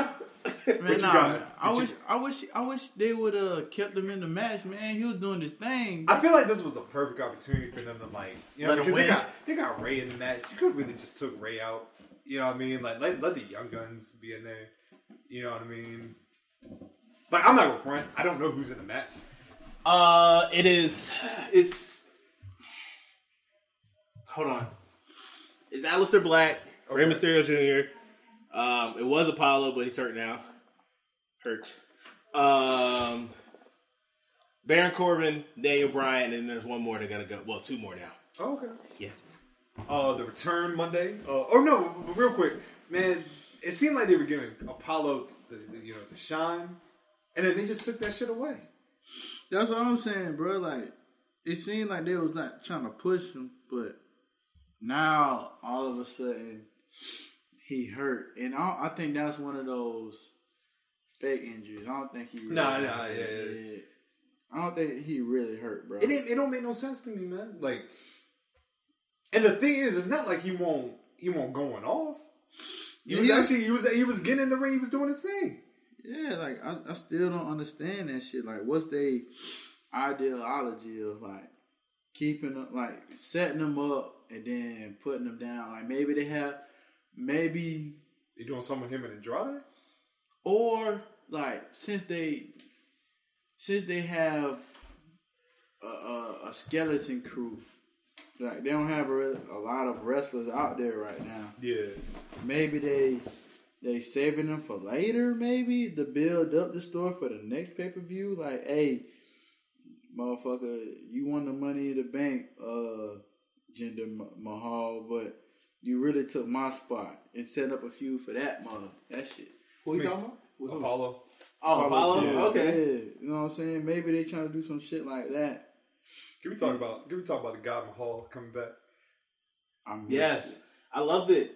[SPEAKER 8] man, nah,
[SPEAKER 7] got?
[SPEAKER 8] man. I
[SPEAKER 7] What you
[SPEAKER 8] wish, I wish, I wish they would have kept him in the match, man. He was doing this thing.
[SPEAKER 7] I feel like this was the perfect opportunity for them to like, you know,
[SPEAKER 8] Let 'em
[SPEAKER 7] because they
[SPEAKER 8] win.
[SPEAKER 7] got they got Ray in the match. You could really just took Ray out. You know what I mean? Like let, let the young guns be in there. You know what I mean? Like I'm not gonna front. I don't know who's in the match.
[SPEAKER 6] Uh, it is. It's. Hold on. It's Alistair Black, Rey
[SPEAKER 7] Okay.
[SPEAKER 6] Mysterio Jr. Um, it was Apollo, but he's hurt now. Hurt. Um, Baron Corbin, Daniel Bryan, and there's one more that gotta go. Well, two more now.
[SPEAKER 7] Oh, okay.
[SPEAKER 6] Yeah.
[SPEAKER 7] Uh, the return Monday. Uh, oh no, real quick, man. It seemed like they were giving Apollo the, the you know the shine, and then they just took that shit away.
[SPEAKER 8] That's what I'm saying, bro. Like, it seemed like they was not trying to push him, but now all of a sudden he hurt, and I, I think that's one of those fake injuries. I don't think he. Really
[SPEAKER 7] Nah, nah, yeah, yeah.
[SPEAKER 8] I don't think he really hurt, bro.
[SPEAKER 7] It didn't- it don't make no sense to me, man. Like, and the thing is, it's not like he won't he won't going off. He was
[SPEAKER 8] Yeah.
[SPEAKER 7] actually he was he was getting in the ring. He was doing his thing.
[SPEAKER 8] Yeah, like I, I still don't understand that shit. Like, what's they ideology of like keeping up, like setting them up and then putting them down? Like maybe they have, maybe
[SPEAKER 7] You doing something with him and Andrade?
[SPEAKER 8] or like since they since they have a, a, a skeleton crew, like they don't have a, re- a lot of wrestlers out there right now.
[SPEAKER 7] Yeah,
[SPEAKER 8] Maybe they they saving them for later. Maybe to build up the store for the next pay per view. Like, hey, motherfucker, you won the money in the bank, uh, Jinder Ma- Mahal, but you really took my spot and set up a feud for that mother. That shit.
[SPEAKER 6] Who you talking about?
[SPEAKER 7] Apollo.
[SPEAKER 6] Oh, Apollo.
[SPEAKER 7] Yeah.
[SPEAKER 6] Okay.
[SPEAKER 8] Yeah, you know what I'm saying? Maybe they trying to do some shit like that.
[SPEAKER 7] Can we talk about can we talk about the guy Mahal coming back?
[SPEAKER 8] I'm
[SPEAKER 6] Yes, I loved it.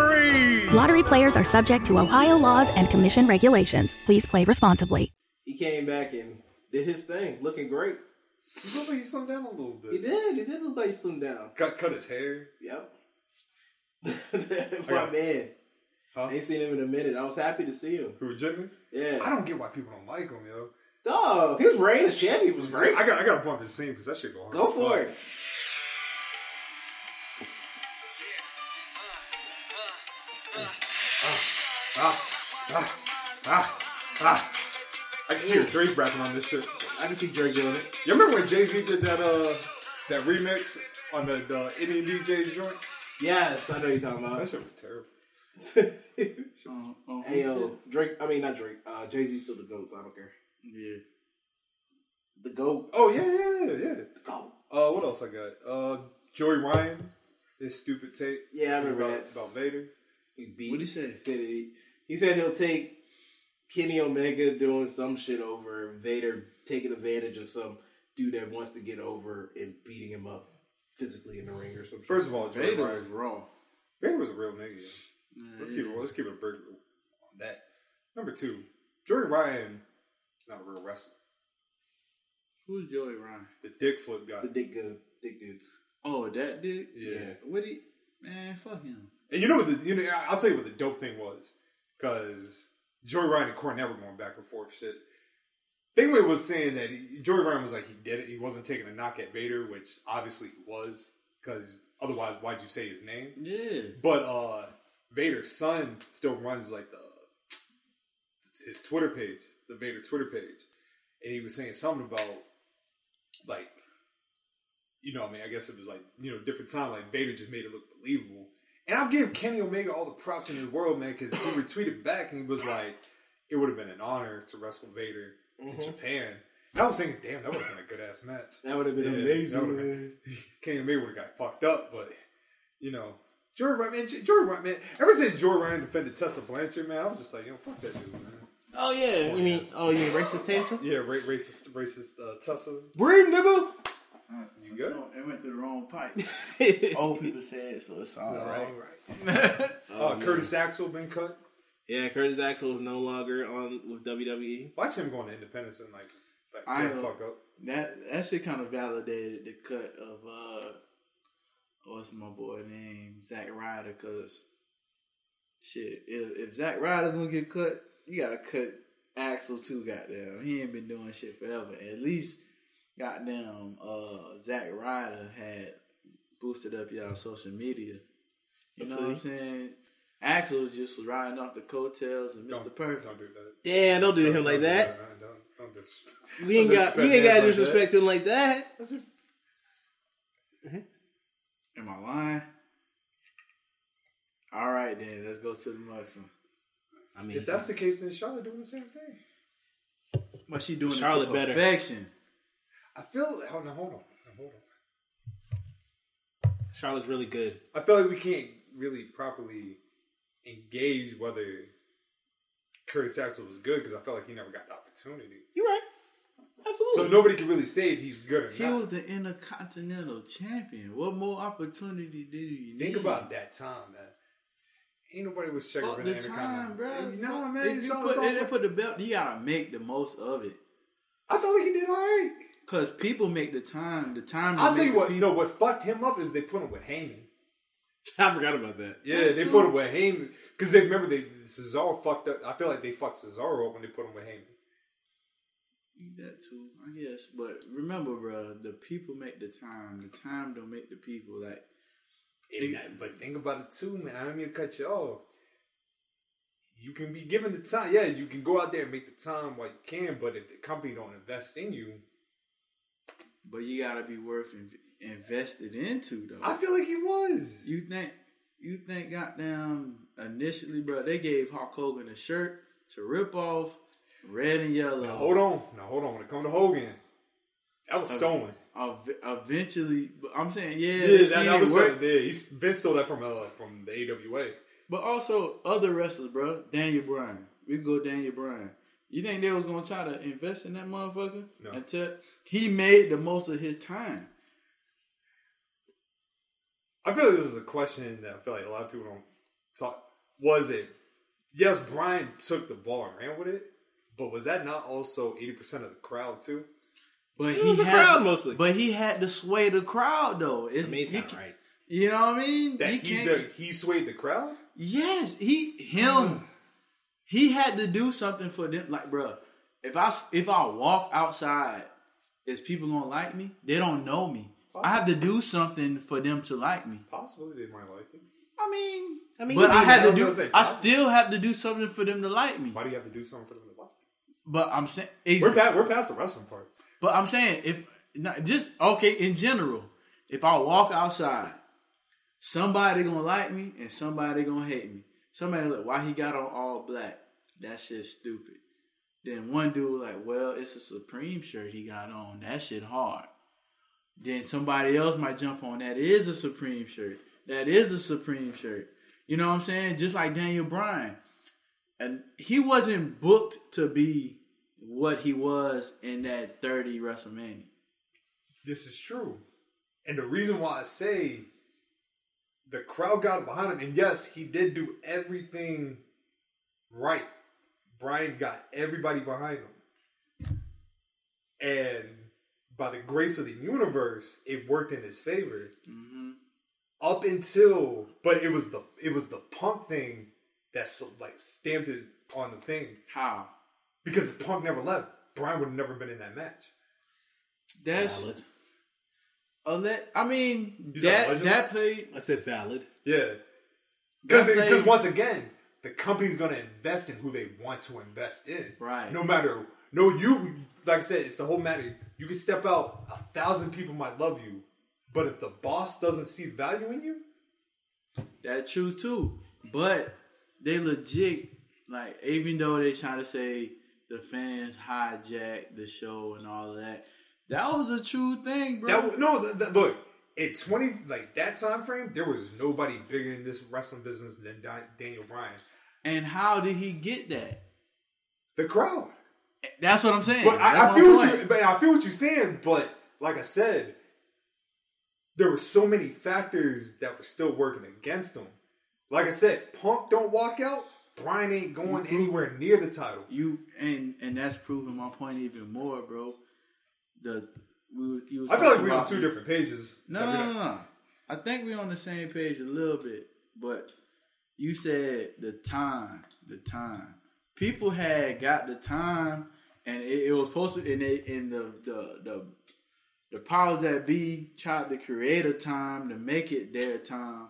[SPEAKER 1] Lottery.
[SPEAKER 2] Lottery players are subject to Ohio laws and commission regulations. Please play responsibly.
[SPEAKER 6] He came back and did his thing, looking great.
[SPEAKER 7] He looked like he slimmed down a little bit.
[SPEAKER 6] He did. He did look like he slimmed down.
[SPEAKER 7] Cut cut his hair.
[SPEAKER 6] Yep.
[SPEAKER 7] got
[SPEAKER 6] My
[SPEAKER 7] it.
[SPEAKER 6] man.
[SPEAKER 7] Huh?
[SPEAKER 6] Ain't seen him in a minute. I was happy to see him.
[SPEAKER 7] Who Jimmy? I
[SPEAKER 6] Yeah.
[SPEAKER 7] don't get why people don't like him, yo.
[SPEAKER 6] Dog, his reign as champion was great.
[SPEAKER 7] I got I got to bump his scene because that shit go hard.
[SPEAKER 6] Go
[SPEAKER 7] as fuck.
[SPEAKER 6] for it.
[SPEAKER 7] Ah, I can hear Drake rapping on this shit.
[SPEAKER 6] I can see Drake doing it.
[SPEAKER 7] You remember when Jay Z did that uh that remix on the, the Indian DJ joint?
[SPEAKER 6] Yes, I know you're talking
[SPEAKER 7] That
[SPEAKER 6] about.
[SPEAKER 7] shit was terrible.
[SPEAKER 8] Um, um,
[SPEAKER 6] Ayo, Drake. I mean, not Drake. Uh, Jay Z's still the goat, so I don't care.
[SPEAKER 8] Yeah.
[SPEAKER 6] The goat.
[SPEAKER 7] Oh yeah, yeah, yeah, yeah.
[SPEAKER 6] The goat.
[SPEAKER 7] Uh, what else I got? Uh, Joey Ryan. His stupid tape.
[SPEAKER 10] Yeah, I remember
[SPEAKER 7] about,
[SPEAKER 10] that.
[SPEAKER 7] about Vader.
[SPEAKER 10] He's beat.
[SPEAKER 8] What'd he say?
[SPEAKER 10] said he, he said he'll take Kenny Omega doing some shit over Vader taking advantage of some dude that wants to get over and beating him up physically in the ring or something.
[SPEAKER 7] First of all, Vader,
[SPEAKER 8] Vader
[SPEAKER 7] Vader,
[SPEAKER 8] is raw.
[SPEAKER 7] was a real nigga. Let's keep it. Let's keep it a break on that. Number two, Joey Ryan is not a real wrestler.
[SPEAKER 8] Who's Joey Ryan?
[SPEAKER 7] The dick flip guy.
[SPEAKER 10] the dick good, dick dude.
[SPEAKER 8] Oh, that dude.
[SPEAKER 7] Yeah.
[SPEAKER 8] What he? Man, fuck him.
[SPEAKER 7] And you know what the you know I- I'll tell you what the dope thing was because Joey Ryan and Cornette were going back and forth shit. Thingway was saying that he, Joey Ryan was like he did it. He wasn't taking a knock at Vader, which obviously he was because otherwise why'd you say his name?
[SPEAKER 8] Yeah.
[SPEAKER 7] But uh Vader's son still runs like the his Twitter page, the Vader Twitter page, and he was saying something about like you know, I mean, I guess it was like you know, different time. Like Vader just made it look believable, and I'll give Kenny Omega all the props in the world, man, because he retweeted back and he was like, "It would have been an honor to wrestle Vader in Japan." And I was thinking, "Damn, that would have been a good ass match."
[SPEAKER 10] That would have been
[SPEAKER 7] Yeah, that
[SPEAKER 10] amazing.
[SPEAKER 7] would've been-
[SPEAKER 10] man.
[SPEAKER 7] Kenny Omega would have got fucked up, but you know, Jory Ryan, man, J- Jory Ryan, man. Ever since Jory Ryan defended Tessa Blanchard, man, I was just like, "Yo, fuck that dude, man."
[SPEAKER 6] Oh yeah, you mean oh you mean racist tantrum?
[SPEAKER 7] Yeah, ra- racist, racist uh, Tessa.
[SPEAKER 10] Bream, nigga.
[SPEAKER 7] You good?
[SPEAKER 8] Oh, it went through the wrong pipe. Old people said it, so it's all right.
[SPEAKER 7] All right. uh, Curtis Axel been cut.
[SPEAKER 6] Yeah, Curtis Axel is no longer on with
[SPEAKER 10] E.
[SPEAKER 6] WWE.
[SPEAKER 7] Watch him going to Independence and like, like
[SPEAKER 8] I
[SPEAKER 7] tear the
[SPEAKER 8] know.
[SPEAKER 7] fuck up.
[SPEAKER 8] That that shit kind of validated the cut of uh, what's my boy name Zack Ryder because shit, if, if Zack Ryder's gonna get cut, you gotta cut Axel too. Goddamn, he ain't been doing shit forever. At least goddamn uh, Zack Ryder had boosted up y'all social media. You know what I'm saying? Axel was just riding off the coattails of mister
[SPEAKER 7] Don't-
[SPEAKER 8] Perfect.
[SPEAKER 7] Don't do that.
[SPEAKER 6] Damn, don't do him
[SPEAKER 7] Don't
[SPEAKER 6] like
[SPEAKER 7] do
[SPEAKER 6] that.
[SPEAKER 7] man. Don't, don't dis-
[SPEAKER 6] We ain't got we ain't got to
[SPEAKER 7] Don't disrespect
[SPEAKER 6] disrespect him like that.
[SPEAKER 8] Am I lying? All right, then let's go to the next one.
[SPEAKER 6] I
[SPEAKER 7] If
[SPEAKER 6] mean,
[SPEAKER 7] that's the case, then Charlotte doing the same thing.
[SPEAKER 8] But she doing
[SPEAKER 6] Charlotte
[SPEAKER 8] it to
[SPEAKER 6] better.
[SPEAKER 8] perfection.
[SPEAKER 7] I feel. Oh no, hold on, No, hold on.
[SPEAKER 6] Charlotte's really good.
[SPEAKER 7] I feel like we can't really properly engage whether Curtis Axel was good because I felt like he never got the opportunity.
[SPEAKER 6] You're right.
[SPEAKER 7] So
[SPEAKER 6] Absolutely.
[SPEAKER 7] nobody can really say if he's good or
[SPEAKER 8] He
[SPEAKER 7] not.
[SPEAKER 8] was the Intercontinental Champion. What more opportunity do you need?
[SPEAKER 7] Think about that time, man. Ain't nobody was checking
[SPEAKER 8] Fuck
[SPEAKER 7] for
[SPEAKER 8] the
[SPEAKER 7] the
[SPEAKER 8] time, bro.
[SPEAKER 7] Intercontinental. No,
[SPEAKER 8] Fuck-
[SPEAKER 7] man.
[SPEAKER 8] If
[SPEAKER 7] it's
[SPEAKER 8] you
[SPEAKER 7] all-
[SPEAKER 8] put,
[SPEAKER 7] it's all-
[SPEAKER 8] if they put the belt, you gotta make the most of it.
[SPEAKER 7] I felt like he did all right.
[SPEAKER 8] Cause people make the time. The time. to
[SPEAKER 7] I'll tell
[SPEAKER 8] make
[SPEAKER 7] you
[SPEAKER 8] the
[SPEAKER 7] what.
[SPEAKER 8] people-
[SPEAKER 7] No, what fucked him up is they put him with Heyman.
[SPEAKER 6] I forgot about that.
[SPEAKER 7] Yeah, they put him with Heyman because they remember they Cesaro fucked up. I feel like they fucked Cesaro up when they put him with Heyman.
[SPEAKER 8] That too, I guess. But remember, bro, the people make the time. The time don't make the people. Like
[SPEAKER 7] And that- but think about it too, man. I don't mean to cut you off. You can be given the time. Yeah, you can go out there and make the time while you can, but if the company don't invest in you,
[SPEAKER 8] But you gotta be worth inv- invested into though.
[SPEAKER 7] I feel like he was.
[SPEAKER 8] you think you think goddamn initially, bro? They gave Hulk Hogan a shirt to rip off, red and yellow.
[SPEAKER 7] Now, hold on. Now hold on. When it comes to Hogan, that was stolen.
[SPEAKER 8] Ev- eventually, but I'm saying yeah,
[SPEAKER 7] Yeah,
[SPEAKER 8] they
[SPEAKER 7] that,
[SPEAKER 8] seen
[SPEAKER 7] that
[SPEAKER 8] it
[SPEAKER 7] was
[SPEAKER 8] work.
[SPEAKER 7] stolen. Yeah, he, Vince stole that from uh, from the AWA.
[SPEAKER 8] But also other wrestlers, bro. Daniel Bryan, we go Daniel Bryan. You think they was gonna try to invest in that motherfucker
[SPEAKER 7] No.
[SPEAKER 8] until he made the most of his time?
[SPEAKER 7] I feel like this is a question that I feel like a lot of people don't talk. Was it? Yes, Brian took the ball and ran with it, but was that not also eighty percent of the crowd too?
[SPEAKER 8] But
[SPEAKER 6] It was the crowd mostly.
[SPEAKER 8] But he had to sway the crowd though. It's,
[SPEAKER 6] I mean, he's
[SPEAKER 8] he
[SPEAKER 6] not
[SPEAKER 8] ca-
[SPEAKER 6] right.
[SPEAKER 8] You know what I mean?
[SPEAKER 7] That
[SPEAKER 8] He
[SPEAKER 7] he
[SPEAKER 8] can't-
[SPEAKER 7] the, he swayed the crowd.
[SPEAKER 8] Yes, he him. he had to do something for them. Like, bruh, if I if I walk outside, is people gonna like me? They don't know me. I have to do something for them to like me.
[SPEAKER 7] Possibly they might like him.
[SPEAKER 8] I mean, I
[SPEAKER 6] mean,
[SPEAKER 8] but
[SPEAKER 6] you
[SPEAKER 8] I
[SPEAKER 6] do
[SPEAKER 8] had to
[SPEAKER 7] that. I
[SPEAKER 8] do.
[SPEAKER 7] was gonna say,
[SPEAKER 8] I still have to do something for them to like me.
[SPEAKER 7] Why do you have to do something for them to like? you?
[SPEAKER 8] But I'm saying,
[SPEAKER 7] We're past, we're past the wrestling part.
[SPEAKER 8] But I'm saying if not just okay in general, if I walk outside, somebody gonna like me and somebody gonna hate me. Somebody like why he got on all black? That shit's stupid. Then one dude like, well, it's a Supreme shirt he got on. That shit hard. Then somebody else might jump on that is a Supreme shirt. that is a Supreme shirt. You know what I'm saying? Just like Daniel Bryan. And he wasn't booked to be what he was in that 30 WrestleMania.
[SPEAKER 7] This is true. And the reason why I say the crowd got behind him, and yes, he did do everything right. Brian got everybody behind him. And by the grace of the universe, it worked in his favor. Up until, but it was the it was the Punk thing that so- like stamped it on the thing
[SPEAKER 8] How?
[SPEAKER 7] because if Punk never left, Brian would have never been in that match.
[SPEAKER 8] That's
[SPEAKER 10] Valid.
[SPEAKER 8] a le- I mean
[SPEAKER 7] You said
[SPEAKER 8] that
[SPEAKER 7] allegedly?
[SPEAKER 8] that played
[SPEAKER 10] I said valid.
[SPEAKER 7] Yeah. Because
[SPEAKER 8] That's like-
[SPEAKER 7] once again, the company's going to invest in who they want to invest in.
[SPEAKER 8] Right.
[SPEAKER 7] No matter, no, you, like I said, it's the whole matter. You can step out, a thousand people might love you, but if the boss doesn't see value in you,
[SPEAKER 8] That's true too. But they legit like even though they trying to say the fans hijacked the show and all of that, that was a true thing, bro.
[SPEAKER 7] that, no, th- th- look, at 20, like that time frame, there was nobody bigger in this wrestling business than Di- Daniel Bryan.
[SPEAKER 8] and how did he get that?
[SPEAKER 7] The crowd.
[SPEAKER 8] That's what I'm saying.
[SPEAKER 7] But I, I
[SPEAKER 8] That's
[SPEAKER 7] feel
[SPEAKER 8] my
[SPEAKER 7] what you,
[SPEAKER 8] point.
[SPEAKER 7] but I feel what you're saying. But like I said, there were so many factors that were still working against him. Like I said, Punk don't walk out. Brian ain't going
[SPEAKER 8] Mm-hmm.
[SPEAKER 7] anywhere near the title.
[SPEAKER 8] you and and that's proving my point even more, bro. The we were- you was
[SPEAKER 7] I feel like
[SPEAKER 8] talking
[SPEAKER 7] we're on
[SPEAKER 8] about-
[SPEAKER 7] two different pages.
[SPEAKER 8] No,
[SPEAKER 7] Like, we
[SPEAKER 8] no, no,
[SPEAKER 7] don't-
[SPEAKER 8] no. I think we're on the same page a little bit, but you said the time, the time. People had got the time, and it, it was supposed to, and, they, and the, the the the powers that be tried to create a time to make it their time,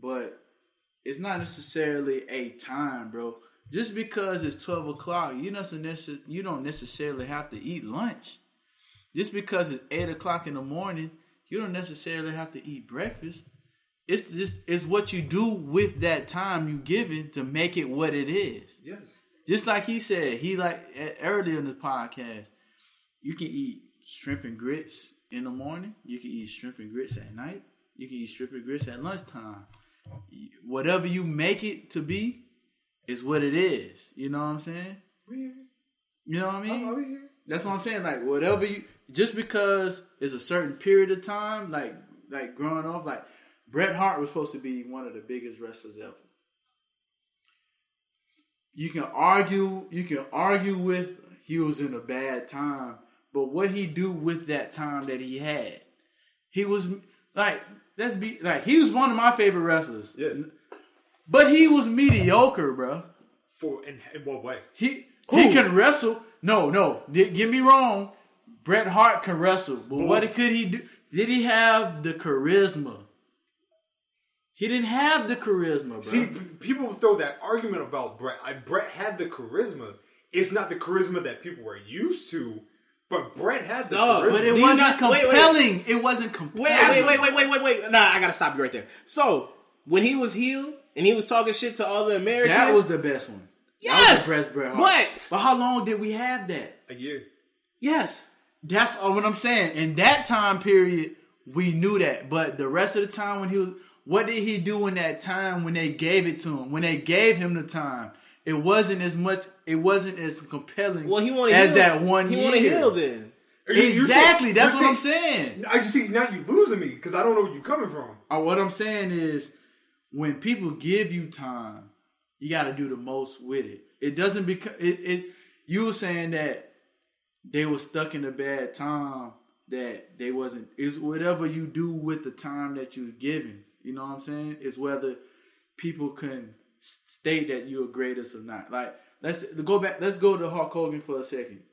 [SPEAKER 8] but it's not necessarily a time, bro. Just because it's twelve o'clock, you don't necess- you don't necessarily have to eat lunch. Just because it's eight o'clock in the morning, you don't necessarily have to eat breakfast. It's just it's what you do with that time you given to make it what it is.
[SPEAKER 7] Yes.
[SPEAKER 8] Just like he said, he like e- earlier in the podcast, you can eat shrimp and grits in the morning. You can eat shrimp and grits at night. You can eat shrimp and grits at lunchtime. Y- Whatever you make it to be is what it is. You know what I'm saying? You know what I mean? That's what I'm saying. Like whatever you, just because it's a certain period of time, like like growing up, like Bret Hart was supposed to be one of the biggest wrestlers ever. You can argue, you can argue with he was in a bad time, but what he do with that time that he had, he was like let's be like he was one of my favorite wrestlers.
[SPEAKER 7] Yeah.
[SPEAKER 8] But he was mediocre, bro.
[SPEAKER 7] For in, in what way?
[SPEAKER 8] He he can wrestle. No, no, di- get me wrong. Bret Hart can wrestle, but what could he do? Did he have the charisma? He didn't have the charisma, bro.
[SPEAKER 7] See, p- people throw that argument about Brett. I, Brett had the charisma. It's not the charisma that people were used to, but Brett had the
[SPEAKER 6] Dog,
[SPEAKER 7] charisma.
[SPEAKER 8] but it
[SPEAKER 6] Do you not-
[SPEAKER 8] wasn't
[SPEAKER 6] wait, wait, wait.
[SPEAKER 8] compelling. It wasn't compelling.
[SPEAKER 6] Wait, wait, wait, wait, wait, wait, wait. Nah, I gotta stop you right there. So when he was healed and he was talking shit to all the Americans,
[SPEAKER 8] That was the best one. That was
[SPEAKER 6] Yes,
[SPEAKER 8] the best Bret Hart.
[SPEAKER 6] but-
[SPEAKER 8] but how long did we have that?
[SPEAKER 7] a year.
[SPEAKER 6] yes.
[SPEAKER 8] That's all what I'm saying. In that time period, we knew that. But the rest of the time when he was what did he do in that time when they gave it to him? When they gave him the time, it wasn't as much it wasn't as compelling
[SPEAKER 6] Well, he wanted
[SPEAKER 8] as that one
[SPEAKER 6] He
[SPEAKER 8] year.
[SPEAKER 6] wanted heal then.
[SPEAKER 7] Are you- you're
[SPEAKER 8] Exactly,
[SPEAKER 7] saying-
[SPEAKER 8] that's
[SPEAKER 7] you're
[SPEAKER 8] what I'm saying.
[SPEAKER 7] I you see now you losing me because I don't know where you're coming from.
[SPEAKER 8] Uh, what I'm saying is when people give you time, you got to do the most with it. It doesn't become it, it. You were saying that they were stuck in a bad time that they wasn't. It's whatever you do with the time that you was given. You know what I'm saying? It's whether people can s- state that you're greatest or not. Like let's go back. Let's go to Hulk Hogan for a second.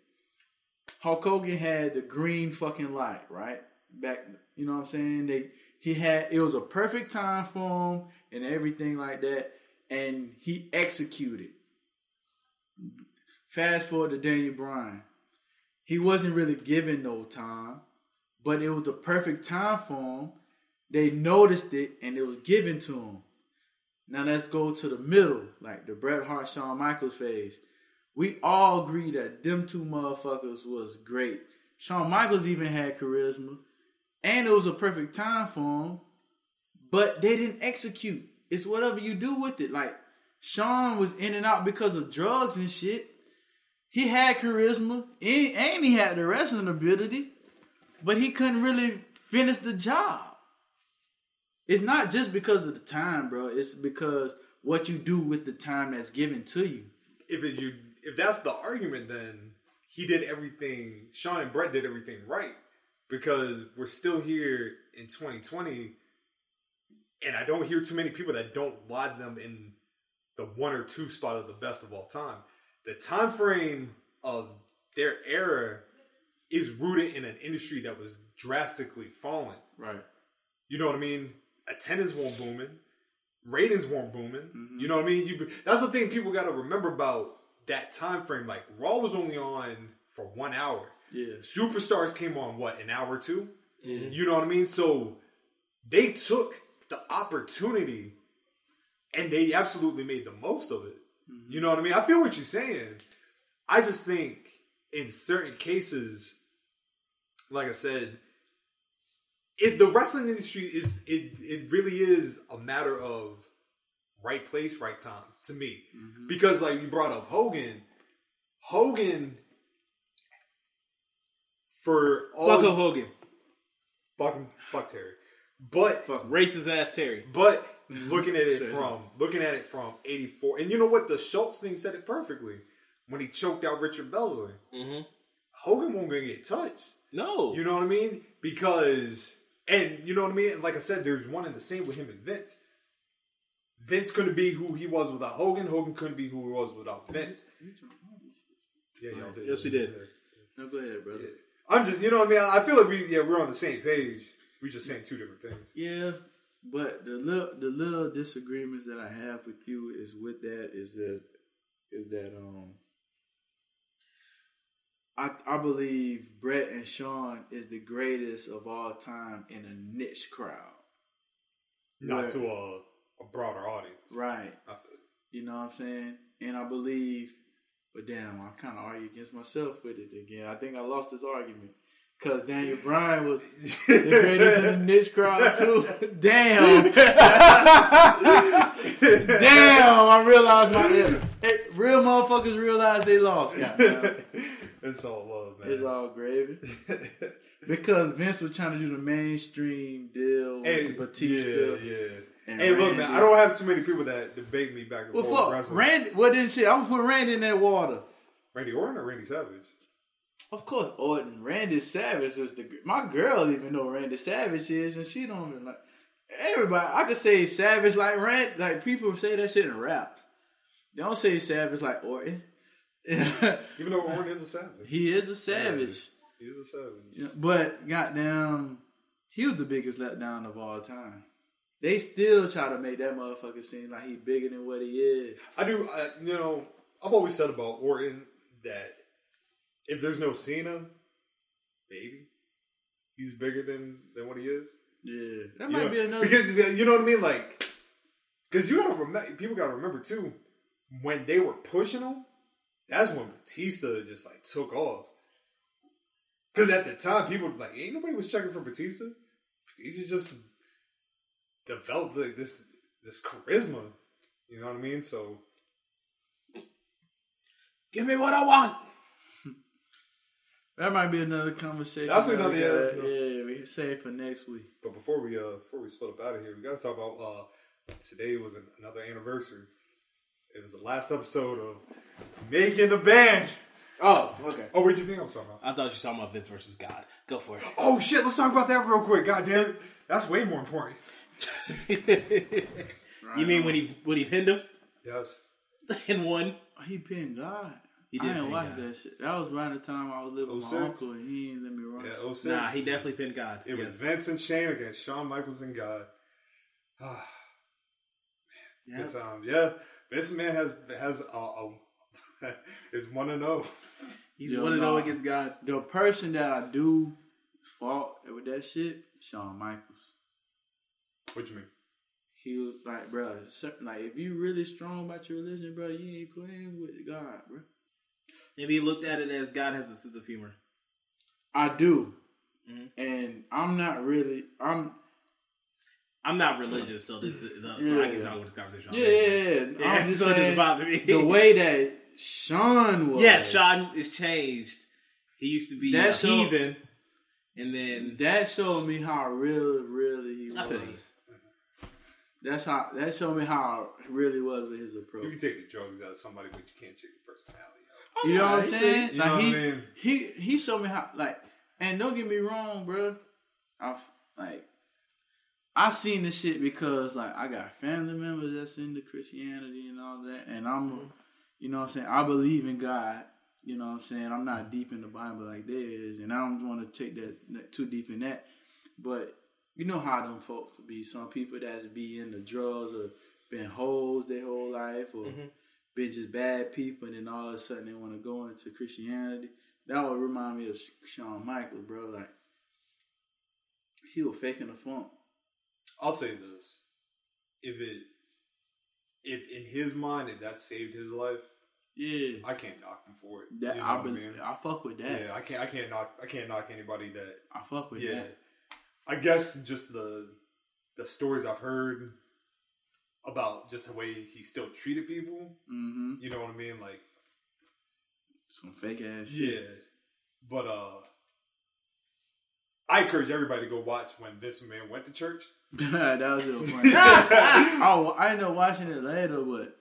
[SPEAKER 8] Hulk Hogan had the green fucking light, right? Back, you know what I'm saying? They he had it was a perfect time for him and everything like that, and he executed. Fast forward to Daniel Bryan, he wasn't really given no time, but it was the perfect time for him. They noticed it and it was given to him. Now let's go to the middle, like the Bret Hart, Shawn Michaels phase we all agree that them two motherfuckers was great. Shawn Michaels even had charisma, and it was a perfect time for him. but they didn't execute. It's whatever you do with it. Like Sean was in and out because of drugs and shit. He had charisma and, and he had the wrestling ability, but he couldn't really finish the job. It's not just because of the time, bro. It's because what you do with the time that's given to you.
[SPEAKER 7] If it, you if that's the argument, then he did everything. Sean and Brett did everything right because we're still here in 2020, and I don't hear too many people that don't wad them in the one or two spot of the best of all time. The time frame of their era is rooted in an industry that was drastically falling.
[SPEAKER 8] Right.
[SPEAKER 7] You know what I mean? Attendance weren't booming. Ratings weren't booming. You know what I mean? You, that's the thing people got to remember about that time frame. Like Raw was only on for one hour.
[SPEAKER 8] Yeah.
[SPEAKER 7] Superstars came on what an hour or two. You know what I mean? So they took the opportunity and they absolutely made the most of it. You know what I mean? I feel what you're saying. I just think in certain cases, like I said, it, the wrestling industry is it it really is a matter of right place, right time to me.
[SPEAKER 6] Mm-hmm.
[SPEAKER 7] Because like you brought up Hogan, Hogan for all
[SPEAKER 8] Oh,
[SPEAKER 6] Fuck a Hogan.
[SPEAKER 7] fuck him, fuck Terry, but
[SPEAKER 6] Fuck racist ass Terry.
[SPEAKER 7] but looking at it from looking at it from eighty four, and you know what? The Schultz thing said it perfectly when he choked out Richard Belzer.
[SPEAKER 6] Mm-hmm.
[SPEAKER 7] Hogan won't gonna get touched.
[SPEAKER 6] No.
[SPEAKER 7] You know what I mean? Because and you know what I mean? And like I said, there's one and the same with him and Vince. Vince couldn't be who he was without Hogan. Hogan couldn't be who he was without Vince. Yeah, y'all did.
[SPEAKER 6] Yes, we did.
[SPEAKER 8] No, go ahead, brother.
[SPEAKER 7] I'm just, you know what I mean? I I feel like we, yeah, we're on the same page. We just saying two different things.
[SPEAKER 8] Yeah, but the little the little disagreements that I have with you is with that is that is that um I I believe Brett and Sean is the greatest of all time in a niche crowd.
[SPEAKER 7] Not
[SPEAKER 8] Right.
[SPEAKER 7] to a, a broader audience.
[SPEAKER 8] Right.
[SPEAKER 7] I feel it.
[SPEAKER 8] You know what I'm saying? And I believe, but damn, I kind of argue against myself with it again. I think I lost this argument because Daniel Bryan was the greatest in the niche crowd too. Damn, damn, I realized my error. Hey, real motherfuckers realize they lost. goddamn.
[SPEAKER 7] It's all love, man.
[SPEAKER 8] It's all gravy because Vince was trying to do the mainstream deal
[SPEAKER 7] Hey,
[SPEAKER 8] with Batista.
[SPEAKER 7] Yeah, yeah.
[SPEAKER 8] and
[SPEAKER 7] hey, look, man,
[SPEAKER 8] Randy.
[SPEAKER 7] I don't have too many people that debate me back and
[SPEAKER 8] Well,
[SPEAKER 7] forth.
[SPEAKER 8] fuck,
[SPEAKER 7] wrestling.
[SPEAKER 8] Randy. Well, then shit, I'm gonna put Randy in that water.
[SPEAKER 7] Randy Orton or Randy Savage?
[SPEAKER 8] Of course, Orton. Randy Savage was the my girl. Even know Randy Savage is, and she don't even like everybody. I could say Savage like Rand. Like people say that shit in raps. They don't say Savage like Orton.
[SPEAKER 7] Even though Orton is a savage.
[SPEAKER 8] he is a savage,
[SPEAKER 7] He is a savage.
[SPEAKER 8] You know, but goddamn, he was the biggest letdown of all time. They still try to make that motherfucker seem like he bigger than what he is.
[SPEAKER 7] I do, I, you know, I've always said about Orton that if there's no Cena, maybe he's bigger than, than what he is.
[SPEAKER 8] Yeah, that
[SPEAKER 7] You
[SPEAKER 8] might
[SPEAKER 7] know,
[SPEAKER 8] be another.
[SPEAKER 7] Because, you know what I mean? Like, because you gotta remember, people gotta remember too, when they were pushing him, that's when Batista just like took off. Because at the time, people were like, ain't nobody was checking for Batista. Batista just developed like, this this charisma. You know what I mean? So
[SPEAKER 6] Give me what I want.
[SPEAKER 8] that might be another conversation.
[SPEAKER 7] That's
[SPEAKER 8] that we
[SPEAKER 7] another-
[SPEAKER 8] got.
[SPEAKER 7] yeah, no.
[SPEAKER 8] yeah, we can save for next week.
[SPEAKER 7] But before we uh before we split up out of here, we gotta talk about uh today was an, another anniversary. It was the last episode of Making the Band.
[SPEAKER 6] Oh, okay.
[SPEAKER 7] Oh, what do you think I was talking about?
[SPEAKER 6] I thought you were talking about Vince versus God. Go for it.
[SPEAKER 7] Oh shit, let's talk about that real quick. God damn it. That's way more important.
[SPEAKER 6] You mean when he when he pinned him
[SPEAKER 7] Yes.
[SPEAKER 6] and won?
[SPEAKER 8] He pinned God.
[SPEAKER 6] He
[SPEAKER 8] I
[SPEAKER 6] did
[SPEAKER 8] didn't
[SPEAKER 6] pin
[SPEAKER 8] watch
[SPEAKER 6] God.
[SPEAKER 8] that shit. That was around the time I was living with
[SPEAKER 7] 06?
[SPEAKER 8] my uncle, and he didn't let me watch.
[SPEAKER 7] Yeah, oh,
[SPEAKER 8] it.
[SPEAKER 7] 06.
[SPEAKER 6] Nah, he definitely pinned God.
[SPEAKER 7] It was
[SPEAKER 6] Yes.
[SPEAKER 7] Vince and Shane against Shawn Michaels and God. Ah,
[SPEAKER 6] Yeah.
[SPEAKER 7] Good time. Yeah. Vince man has has a, a is one and oh.
[SPEAKER 6] He's
[SPEAKER 8] Yo,
[SPEAKER 6] one and
[SPEAKER 8] nah.
[SPEAKER 6] zero against God.
[SPEAKER 8] The person that I do fault with that shit, Shawn Michaels.
[SPEAKER 7] What you mean?
[SPEAKER 8] He was like, bro, like if you really strong about your religion, bro, you ain't playing with God, bro.
[SPEAKER 6] Maybe he looked at it as God has a sense of humor. Mm-hmm.
[SPEAKER 8] I do, and I'm not really. I'm
[SPEAKER 6] I'm not religious, so this is, so I can
[SPEAKER 8] Yeah.
[SPEAKER 6] talk with this conversation. all
[SPEAKER 8] Yeah,
[SPEAKER 6] day.
[SPEAKER 8] yeah, yeah.
[SPEAKER 6] Yeah,
[SPEAKER 8] I'm just
[SPEAKER 6] so it doesn't
[SPEAKER 8] saying,
[SPEAKER 6] bother me.
[SPEAKER 8] the way that Sean was.
[SPEAKER 6] Yes, Sean is changed. He used to be
[SPEAKER 8] That
[SPEAKER 6] a
[SPEAKER 8] show-
[SPEAKER 6] heathen, and then
[SPEAKER 8] That showed me how real, really he
[SPEAKER 6] I
[SPEAKER 8] was.
[SPEAKER 6] feel you.
[SPEAKER 8] That's how. That showed me how it really was with his
[SPEAKER 7] You
[SPEAKER 8] approach.
[SPEAKER 7] can take the drugs out of somebody, but you can't take the personality out.
[SPEAKER 8] You know what I'm saying?
[SPEAKER 7] You
[SPEAKER 8] like
[SPEAKER 7] know what I
[SPEAKER 8] he,
[SPEAKER 7] mean?
[SPEAKER 8] he he showed me how like and don't get me wrong, bro. I f- like I seen this shit because like I got family members that's into Christianity and all that and I'm you know what I'm saying, I believe in God. You know what I'm saying? I'm not deep in the Bible like they is and I don't want to take that, that too deep in that. But you know how them folks be. Some people that's be in the drugs or been hoes their whole life or been just bad people, and then all of a sudden they want to go into Christianity. That would remind me of Shawn Michaels, bro. Like he was faking the funk.
[SPEAKER 7] I'll say this: if it, if in his mind, if that saved his life,
[SPEAKER 8] Yeah,
[SPEAKER 7] I can't knock him for it.
[SPEAKER 8] that
[SPEAKER 7] You know
[SPEAKER 8] I
[SPEAKER 7] what
[SPEAKER 8] bel
[SPEAKER 7] mean?
[SPEAKER 8] I fuck with that.
[SPEAKER 7] Yeah, I can't. I can't knock. I can't knock anybody that.
[SPEAKER 8] I fuck with
[SPEAKER 7] yeah,
[SPEAKER 8] that.
[SPEAKER 7] I guess just the the stories I've heard about just the way he still treated people.
[SPEAKER 8] Mm-hmm.
[SPEAKER 7] You know what I mean? Like,
[SPEAKER 8] Some fake ass shit.
[SPEAKER 7] yeah. But uh, I encourage everybody to go watch when Vince McMahon went to church.
[SPEAKER 8] that was real funny. oh, I ended up watching it later, but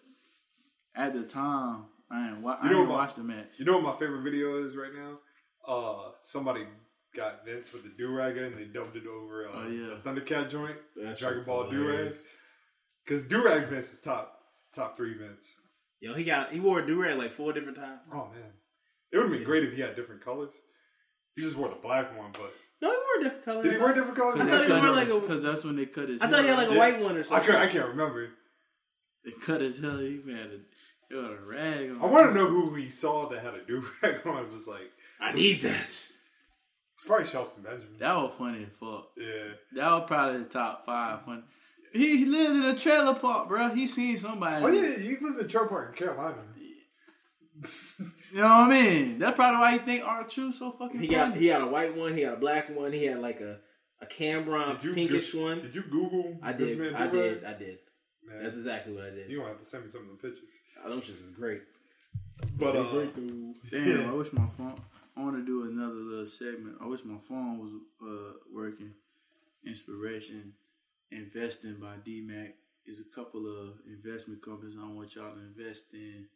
[SPEAKER 8] at the time I ain't wa- I
[SPEAKER 7] You know
[SPEAKER 8] ain't
[SPEAKER 7] what?
[SPEAKER 8] watched the match.
[SPEAKER 7] You know what my favorite video is right now? Uh, somebody got Vince with the do rag and they dubbed it over uh,
[SPEAKER 8] Oh, yeah.
[SPEAKER 7] the Thundercat joint,
[SPEAKER 10] That
[SPEAKER 7] Dragon
[SPEAKER 10] shit's
[SPEAKER 7] Ball do rag.
[SPEAKER 10] hilarious.
[SPEAKER 7] Because do rag Vince is top top three Vince.
[SPEAKER 6] yo, he got he wore a do rag like four different times.
[SPEAKER 7] Oh man, it would have been great if he had different colors. He just wore the black one, but
[SPEAKER 6] No, he wore a different color.
[SPEAKER 7] did he wear different colors?
[SPEAKER 6] Oh, I thought he wore like a.
[SPEAKER 8] Because that's when they cut his.
[SPEAKER 6] I thought he
[SPEAKER 8] hair.
[SPEAKER 6] had like a
[SPEAKER 7] Yeah.
[SPEAKER 6] white one or
[SPEAKER 7] I
[SPEAKER 6] something.
[SPEAKER 7] can't, I can't remember.
[SPEAKER 8] They cut his hell. He had a, he had a rag. On
[SPEAKER 7] I want to know who we saw that had a do rag on. I was just like,
[SPEAKER 6] I need that.
[SPEAKER 7] it's probably Shelton Benjamin.
[SPEAKER 8] That was funny as fuck.
[SPEAKER 7] yeah,
[SPEAKER 8] That was probably the top five funny. He lived in a trailer park, bro. He seen somebody.
[SPEAKER 7] Oh yeah, you lived in Troy Park in Carolina.
[SPEAKER 8] You know what I mean? That's probably why you think R Truth so fucking
[SPEAKER 6] He
[SPEAKER 8] funny.
[SPEAKER 6] got he had a white one. He had a black one. He had like a a Cameron
[SPEAKER 7] Did you
[SPEAKER 6] pinkish
[SPEAKER 7] did-
[SPEAKER 6] one.
[SPEAKER 7] Did you Google?
[SPEAKER 6] I
[SPEAKER 7] this
[SPEAKER 6] did.
[SPEAKER 7] man
[SPEAKER 6] I
[SPEAKER 7] do-rag?
[SPEAKER 6] did. I did.
[SPEAKER 7] Man,
[SPEAKER 6] That's exactly what I did.
[SPEAKER 7] you gonna have to send me some of the pictures.
[SPEAKER 6] Oh, them shits is great.
[SPEAKER 7] But
[SPEAKER 6] They
[SPEAKER 7] uh,
[SPEAKER 6] great dude.
[SPEAKER 8] Damn, I wish my phone. I want to do another little segment. I wish my phone was uh, working. Inspiration, investing by DMAC is a couple of investment companies I want y'all to invest in.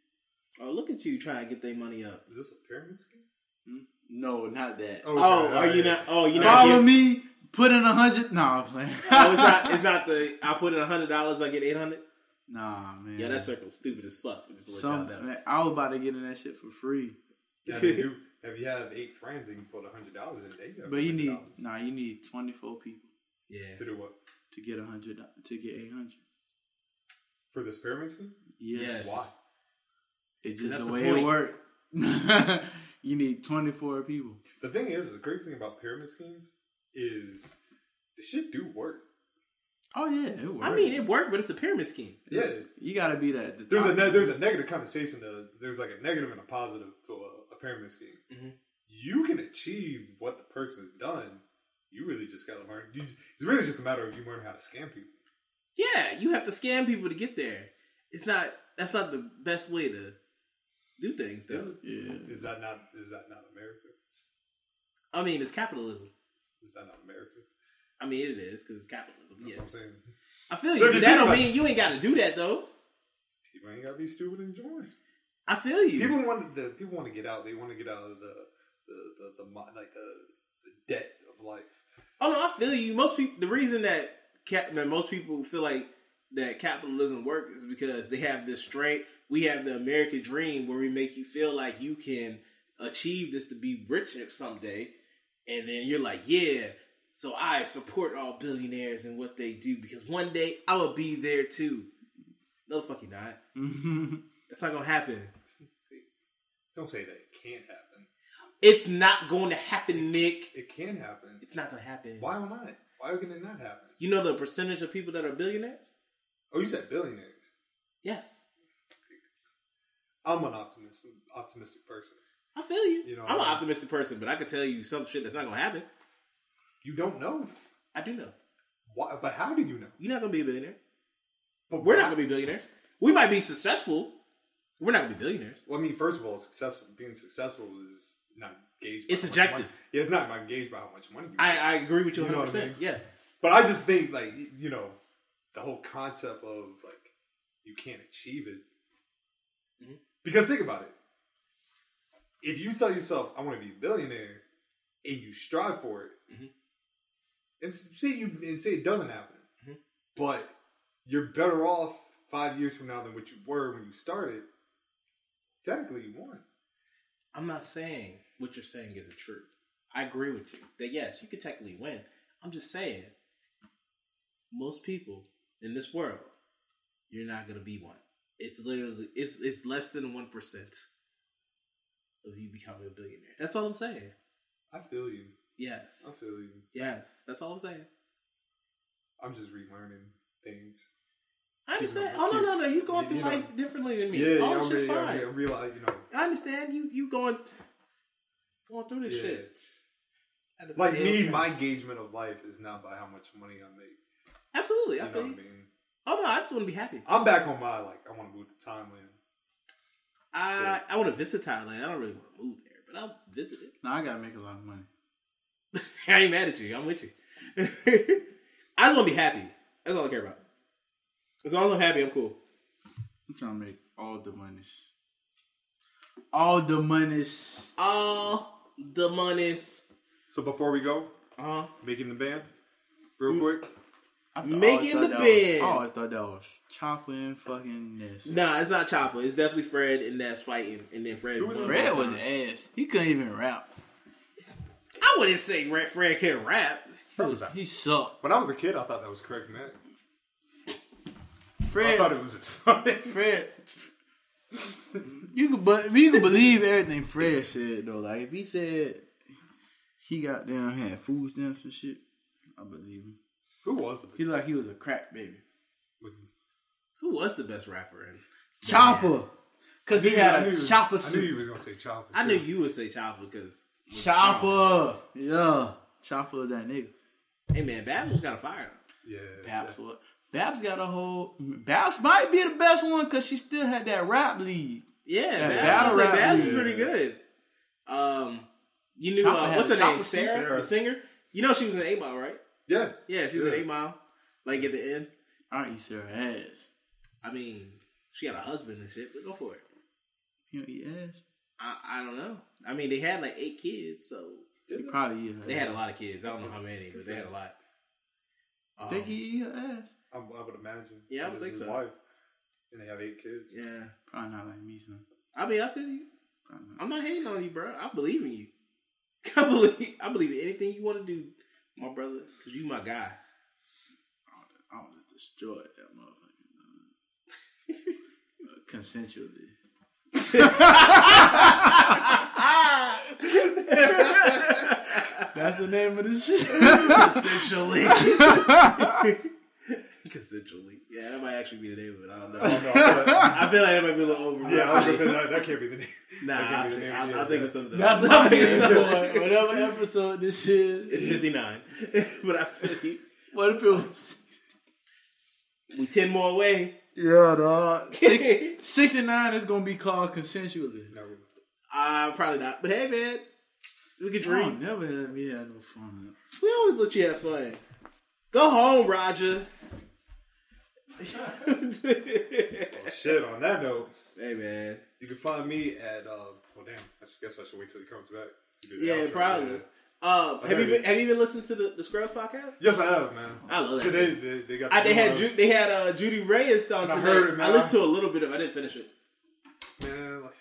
[SPEAKER 6] Oh, look at you trying to get their money up.
[SPEAKER 7] is this a pyramid scheme?
[SPEAKER 8] No, not that.
[SPEAKER 7] Okay,
[SPEAKER 6] Oh, are
[SPEAKER 7] alright.
[SPEAKER 6] you not? Oh, you not?
[SPEAKER 8] Follow
[SPEAKER 6] getting-
[SPEAKER 8] me. Put in a hundred. Nah, I'm playing.
[SPEAKER 6] Oh, it's not. It's not the. I put in hundred dollars. I get eight hundred.
[SPEAKER 8] Nah, man.
[SPEAKER 6] Yeah, that circle's stupid as fuck. Just to let
[SPEAKER 8] Some,
[SPEAKER 6] y'all know.
[SPEAKER 8] man, I was about to get in that shit for free,
[SPEAKER 7] Yeah, if you if you have eight friends and you put hundred dollars in, they got
[SPEAKER 8] but you need
[SPEAKER 7] $100
[SPEAKER 8] nah, you need twenty four people
[SPEAKER 6] Yeah.
[SPEAKER 7] to do what
[SPEAKER 8] to get a hundred to get eight hundred.
[SPEAKER 7] for this pyramid scheme?
[SPEAKER 8] Yes,
[SPEAKER 6] Yes.
[SPEAKER 7] Why?
[SPEAKER 8] it's just
[SPEAKER 6] That's
[SPEAKER 8] the
[SPEAKER 6] the
[SPEAKER 8] way it
[SPEAKER 6] point.
[SPEAKER 8] worked. you need twenty four people.
[SPEAKER 7] The thing is, the great thing about pyramid schemes is the shit do work.
[SPEAKER 8] Oh yeah, it worked.
[SPEAKER 6] I mean, it worked, but it's a pyramid scheme.
[SPEAKER 7] Yeah,
[SPEAKER 8] you gotta be that. The
[SPEAKER 7] there's a
[SPEAKER 8] top.
[SPEAKER 7] ne- there's a negative connotation. To, there's like a negative and a positive to a, a pyramid scheme.
[SPEAKER 6] Mm-hmm.
[SPEAKER 7] You can achieve what the person's done. You really just gotta learn. You, it's really just a matter of you learn how to scam people.
[SPEAKER 6] Yeah, you have to scam people to get there. It's not. That's not the best way to do things,
[SPEAKER 7] Is,
[SPEAKER 6] though.
[SPEAKER 7] it? Is that not is that not America?
[SPEAKER 6] I mean, it's capitalism.
[SPEAKER 7] Is that not America?
[SPEAKER 6] I mean, it is because it's capitalism.
[SPEAKER 7] That's
[SPEAKER 6] Yeah,
[SPEAKER 7] what I'm saying.
[SPEAKER 6] I feel you.
[SPEAKER 7] So if
[SPEAKER 6] but
[SPEAKER 7] you
[SPEAKER 6] that
[SPEAKER 7] think
[SPEAKER 6] don't
[SPEAKER 7] about
[SPEAKER 6] mean you ain't got to do that, though.
[SPEAKER 7] People ain't gotta be stupid and join.
[SPEAKER 6] I feel you.
[SPEAKER 7] People want the people want to get out. They want to get out of the the the, the, mo like the, the debt of life.
[SPEAKER 6] Oh no, I feel you. Most people, the reason that cap, that most people feel like that capitalism works is because they have this straight. We have the American dream where we make you feel like you can achieve this to be rich if someday, and then you're like, yeah. So I support all billionaires and what they do because one day I will be there too. No, the fuck you not. That's not gonna happen.
[SPEAKER 7] Don't say that it can't happen.
[SPEAKER 6] It's not going to happen, Nick.
[SPEAKER 7] It can happen.
[SPEAKER 6] It's not gonna happen.
[SPEAKER 7] Why not? Why can it not happen?
[SPEAKER 6] You know the percentage of people that are billionaires?
[SPEAKER 7] Oh, you said billionaires.
[SPEAKER 6] Yes.
[SPEAKER 7] I'm an optimist, optimistic person.
[SPEAKER 6] I feel you.
[SPEAKER 7] You know,
[SPEAKER 6] I'm an
[SPEAKER 7] I-
[SPEAKER 6] optimistic person, but I could tell you some shit that's not gonna happen.
[SPEAKER 7] You don't know.
[SPEAKER 6] I do know.
[SPEAKER 7] Why, but how do you know?
[SPEAKER 6] You're not gonna be a billionaire.
[SPEAKER 7] But
[SPEAKER 6] We're not gonna be billionaires. We might be successful. We're not gonna be billionaires.
[SPEAKER 7] Well, I mean, first of all, successful being successful is not gauged. by
[SPEAKER 6] It's
[SPEAKER 7] how much money-
[SPEAKER 6] subjective.
[SPEAKER 7] Yeah, it's not my gauged by how much money. You
[SPEAKER 6] I,
[SPEAKER 7] have.
[SPEAKER 6] I agree with you
[SPEAKER 7] You
[SPEAKER 6] 100.
[SPEAKER 7] know what I
[SPEAKER 6] percent
[SPEAKER 7] mean?
[SPEAKER 6] Yes.
[SPEAKER 7] But I just think like y- you know, the whole concept of like you can't achieve it.
[SPEAKER 6] Mm-hmm.
[SPEAKER 7] Because think about it. If you tell yourself I want to be a billionaire and you strive for it,
[SPEAKER 6] Mm-hmm.
[SPEAKER 7] and s- say you and say it doesn't happen,
[SPEAKER 6] Mm-hmm.
[SPEAKER 7] but you're better off five years from now than what you were when you started. Technically, you won.
[SPEAKER 6] I'm not saying what you're saying isn't true. I agree with you that yes, you could technically win. I'm just saying, most people in this world, you're not gonna be one. It's literally it's it's less than one percent of you becoming a billionaire. That's all I'm saying.
[SPEAKER 7] I feel you.
[SPEAKER 6] Yes,
[SPEAKER 7] I feel you.
[SPEAKER 6] yes, that's all I'm saying.
[SPEAKER 7] I'm just relearning things.
[SPEAKER 6] I understand. Oh no, no, no! You going through
[SPEAKER 7] You know-
[SPEAKER 6] life differently than me.
[SPEAKER 7] yeah,
[SPEAKER 6] all
[SPEAKER 7] yeah,
[SPEAKER 6] this
[SPEAKER 7] I'm
[SPEAKER 6] shit's
[SPEAKER 7] really, I'm
[SPEAKER 6] fine.
[SPEAKER 7] really- I realize, you know,
[SPEAKER 6] I understand you. You going going through this
[SPEAKER 7] Yeah.
[SPEAKER 6] shit. That is-
[SPEAKER 7] like
[SPEAKER 6] it
[SPEAKER 7] me,
[SPEAKER 6] is-
[SPEAKER 7] my engagement of life is not by how much money I make.
[SPEAKER 6] absolutely.
[SPEAKER 7] You
[SPEAKER 6] I
[SPEAKER 7] know what
[SPEAKER 6] feel you.
[SPEAKER 7] I mean?
[SPEAKER 6] Oh no, I just want to be happy.
[SPEAKER 7] I'm back on my like. I want to move to Thailand.
[SPEAKER 6] I I want to visit Thailand. I don't really want to move there, but I'll visit it.
[SPEAKER 8] Now I gotta make a lot of money.
[SPEAKER 6] I ain't mad at you. I'm with you. I just want to be happy. That's all I care about. As long as I'm happy, I'm cool.
[SPEAKER 8] I'm trying to make all the monies. All the monies.
[SPEAKER 6] All the monies.
[SPEAKER 7] So before we go,
[SPEAKER 6] Uh,
[SPEAKER 7] making the band
[SPEAKER 6] Mm.
[SPEAKER 7] real quick.
[SPEAKER 8] I th-
[SPEAKER 6] Make
[SPEAKER 8] always
[SPEAKER 6] it in
[SPEAKER 8] thought
[SPEAKER 6] the
[SPEAKER 8] that was-
[SPEAKER 6] bed.
[SPEAKER 8] I always thought that was chopping fucking this.
[SPEAKER 6] nah, it's not Chopper. It's definitely Fred, and that's fighting. And then Fred. won
[SPEAKER 8] Fred
[SPEAKER 6] both
[SPEAKER 8] was
[SPEAKER 6] times.
[SPEAKER 8] ass. He couldn't even rap.
[SPEAKER 6] I wouldn't say Ra- Fred can rap.
[SPEAKER 8] He sucked.
[SPEAKER 7] When I was a kid, I thought that was Craig Mack. I
[SPEAKER 8] Fred,
[SPEAKER 7] thought it was his son.
[SPEAKER 8] Fred. You can, but you can believe everything Fred said though. Like if he said he got down had food stamps and shit, I believe him.
[SPEAKER 7] Who was it?
[SPEAKER 8] He like he was a crack baby.
[SPEAKER 6] Who was the best rapper? In?
[SPEAKER 8] Chopper, cause he
[SPEAKER 7] I
[SPEAKER 8] had
[SPEAKER 7] knew
[SPEAKER 8] a
[SPEAKER 7] was-
[SPEAKER 8] chopper
[SPEAKER 7] I knew
[SPEAKER 8] suit.
[SPEAKER 7] you was gonna say Chopper.
[SPEAKER 6] I knew
[SPEAKER 7] too.
[SPEAKER 6] you would say Chopper because
[SPEAKER 8] Chopper, yeah, Chopper was that nigga.
[SPEAKER 6] hey man, Babs was kind of fired.
[SPEAKER 7] Yeah.
[SPEAKER 8] Babs was. Babs got a whole. Babs might be the best one because she still had that rap lead.
[SPEAKER 6] Yeah,
[SPEAKER 8] Yeah,
[SPEAKER 6] Babs,
[SPEAKER 8] battle
[SPEAKER 6] was, like,
[SPEAKER 8] rap
[SPEAKER 6] Babs was
[SPEAKER 8] music.
[SPEAKER 6] pretty good. Um, you knew
[SPEAKER 8] Chopper
[SPEAKER 6] uh,
[SPEAKER 8] had
[SPEAKER 6] what's
[SPEAKER 8] a
[SPEAKER 6] her name?
[SPEAKER 8] Chopper
[SPEAKER 6] Sarah,
[SPEAKER 7] Sarah.
[SPEAKER 6] the singer. You know she was in Eight Mile, right?
[SPEAKER 7] Yeah.
[SPEAKER 6] Yeah, she was in
[SPEAKER 7] Yeah.
[SPEAKER 6] Eight Mile. Like at the end,
[SPEAKER 8] I eat Sarah ass.
[SPEAKER 6] I mean, she had a husband and shit, but go for it.
[SPEAKER 8] You don't eat ass?
[SPEAKER 6] I, I don't know. I mean, they had like eight kids, so
[SPEAKER 8] He probably eat her.
[SPEAKER 6] they had a lot of kids. I don't know how many, but they had a lot. Um,
[SPEAKER 8] Think he eat her ass?
[SPEAKER 7] I, I would imagine.
[SPEAKER 6] Yeah, I would
[SPEAKER 7] This
[SPEAKER 6] think
[SPEAKER 7] is
[SPEAKER 6] so.
[SPEAKER 7] his Wife, and they have eight kids.
[SPEAKER 6] yeah,
[SPEAKER 8] Probably not like me, son.
[SPEAKER 6] I mean, I feel you.
[SPEAKER 8] Probably not.
[SPEAKER 6] I'm not hating on you, bro. I believe in you. I believe I believe in anything you want to do, my brother, because you my guy.
[SPEAKER 8] I would have destroyed that motherfucker. uh, consensually. That's the name of the shit.
[SPEAKER 6] Essentially. Essentially. Yeah, that might actually be the name of it. I don't know.
[SPEAKER 7] No, but-
[SPEAKER 6] I feel like that might be a little over.
[SPEAKER 7] yeah, I was gonna say that, that can't be the name.
[SPEAKER 6] Nah,
[SPEAKER 7] that
[SPEAKER 6] I,
[SPEAKER 7] can't be the
[SPEAKER 6] think-
[SPEAKER 7] name,
[SPEAKER 6] I,
[SPEAKER 7] yeah,
[SPEAKER 6] I think
[SPEAKER 7] yeah.
[SPEAKER 6] it's something
[SPEAKER 8] That's
[SPEAKER 6] else.
[SPEAKER 8] my
[SPEAKER 6] I think it's
[SPEAKER 8] name
[SPEAKER 6] something
[SPEAKER 8] for it.
[SPEAKER 6] else.
[SPEAKER 8] Whatever episode this is.
[SPEAKER 6] It's 59. but I feel you.
[SPEAKER 8] What if it was?
[SPEAKER 6] We 10 more away.
[SPEAKER 8] Yeah, dog. 69 is going to be called consensually.
[SPEAKER 6] Uh, probably not. But hey, man. Look at
[SPEAKER 8] I don't
[SPEAKER 6] Dream.
[SPEAKER 8] never had me had no fun.
[SPEAKER 6] We always let you have fun. Go home, Roger. hey,
[SPEAKER 7] Oh, Shit. On that note.
[SPEAKER 6] man.
[SPEAKER 7] You can find me at uh well damn, I should- guess I should wait till he comes back to do the
[SPEAKER 6] Yeah,
[SPEAKER 7] outro.
[SPEAKER 6] probably. Um, have you been have you been listening to the, the Scrubs podcast?
[SPEAKER 7] Yes I have, man.
[SPEAKER 6] I love that
[SPEAKER 7] Today they, they got
[SPEAKER 6] I, they
[SPEAKER 7] the
[SPEAKER 6] had
[SPEAKER 7] new
[SPEAKER 6] Ju- they had uh, Judy Reyes on
[SPEAKER 7] I
[SPEAKER 6] today. I,
[SPEAKER 7] heard it, man.
[SPEAKER 6] listened to a little bit of. it. I didn't finish it.
[SPEAKER 7] one, man, like,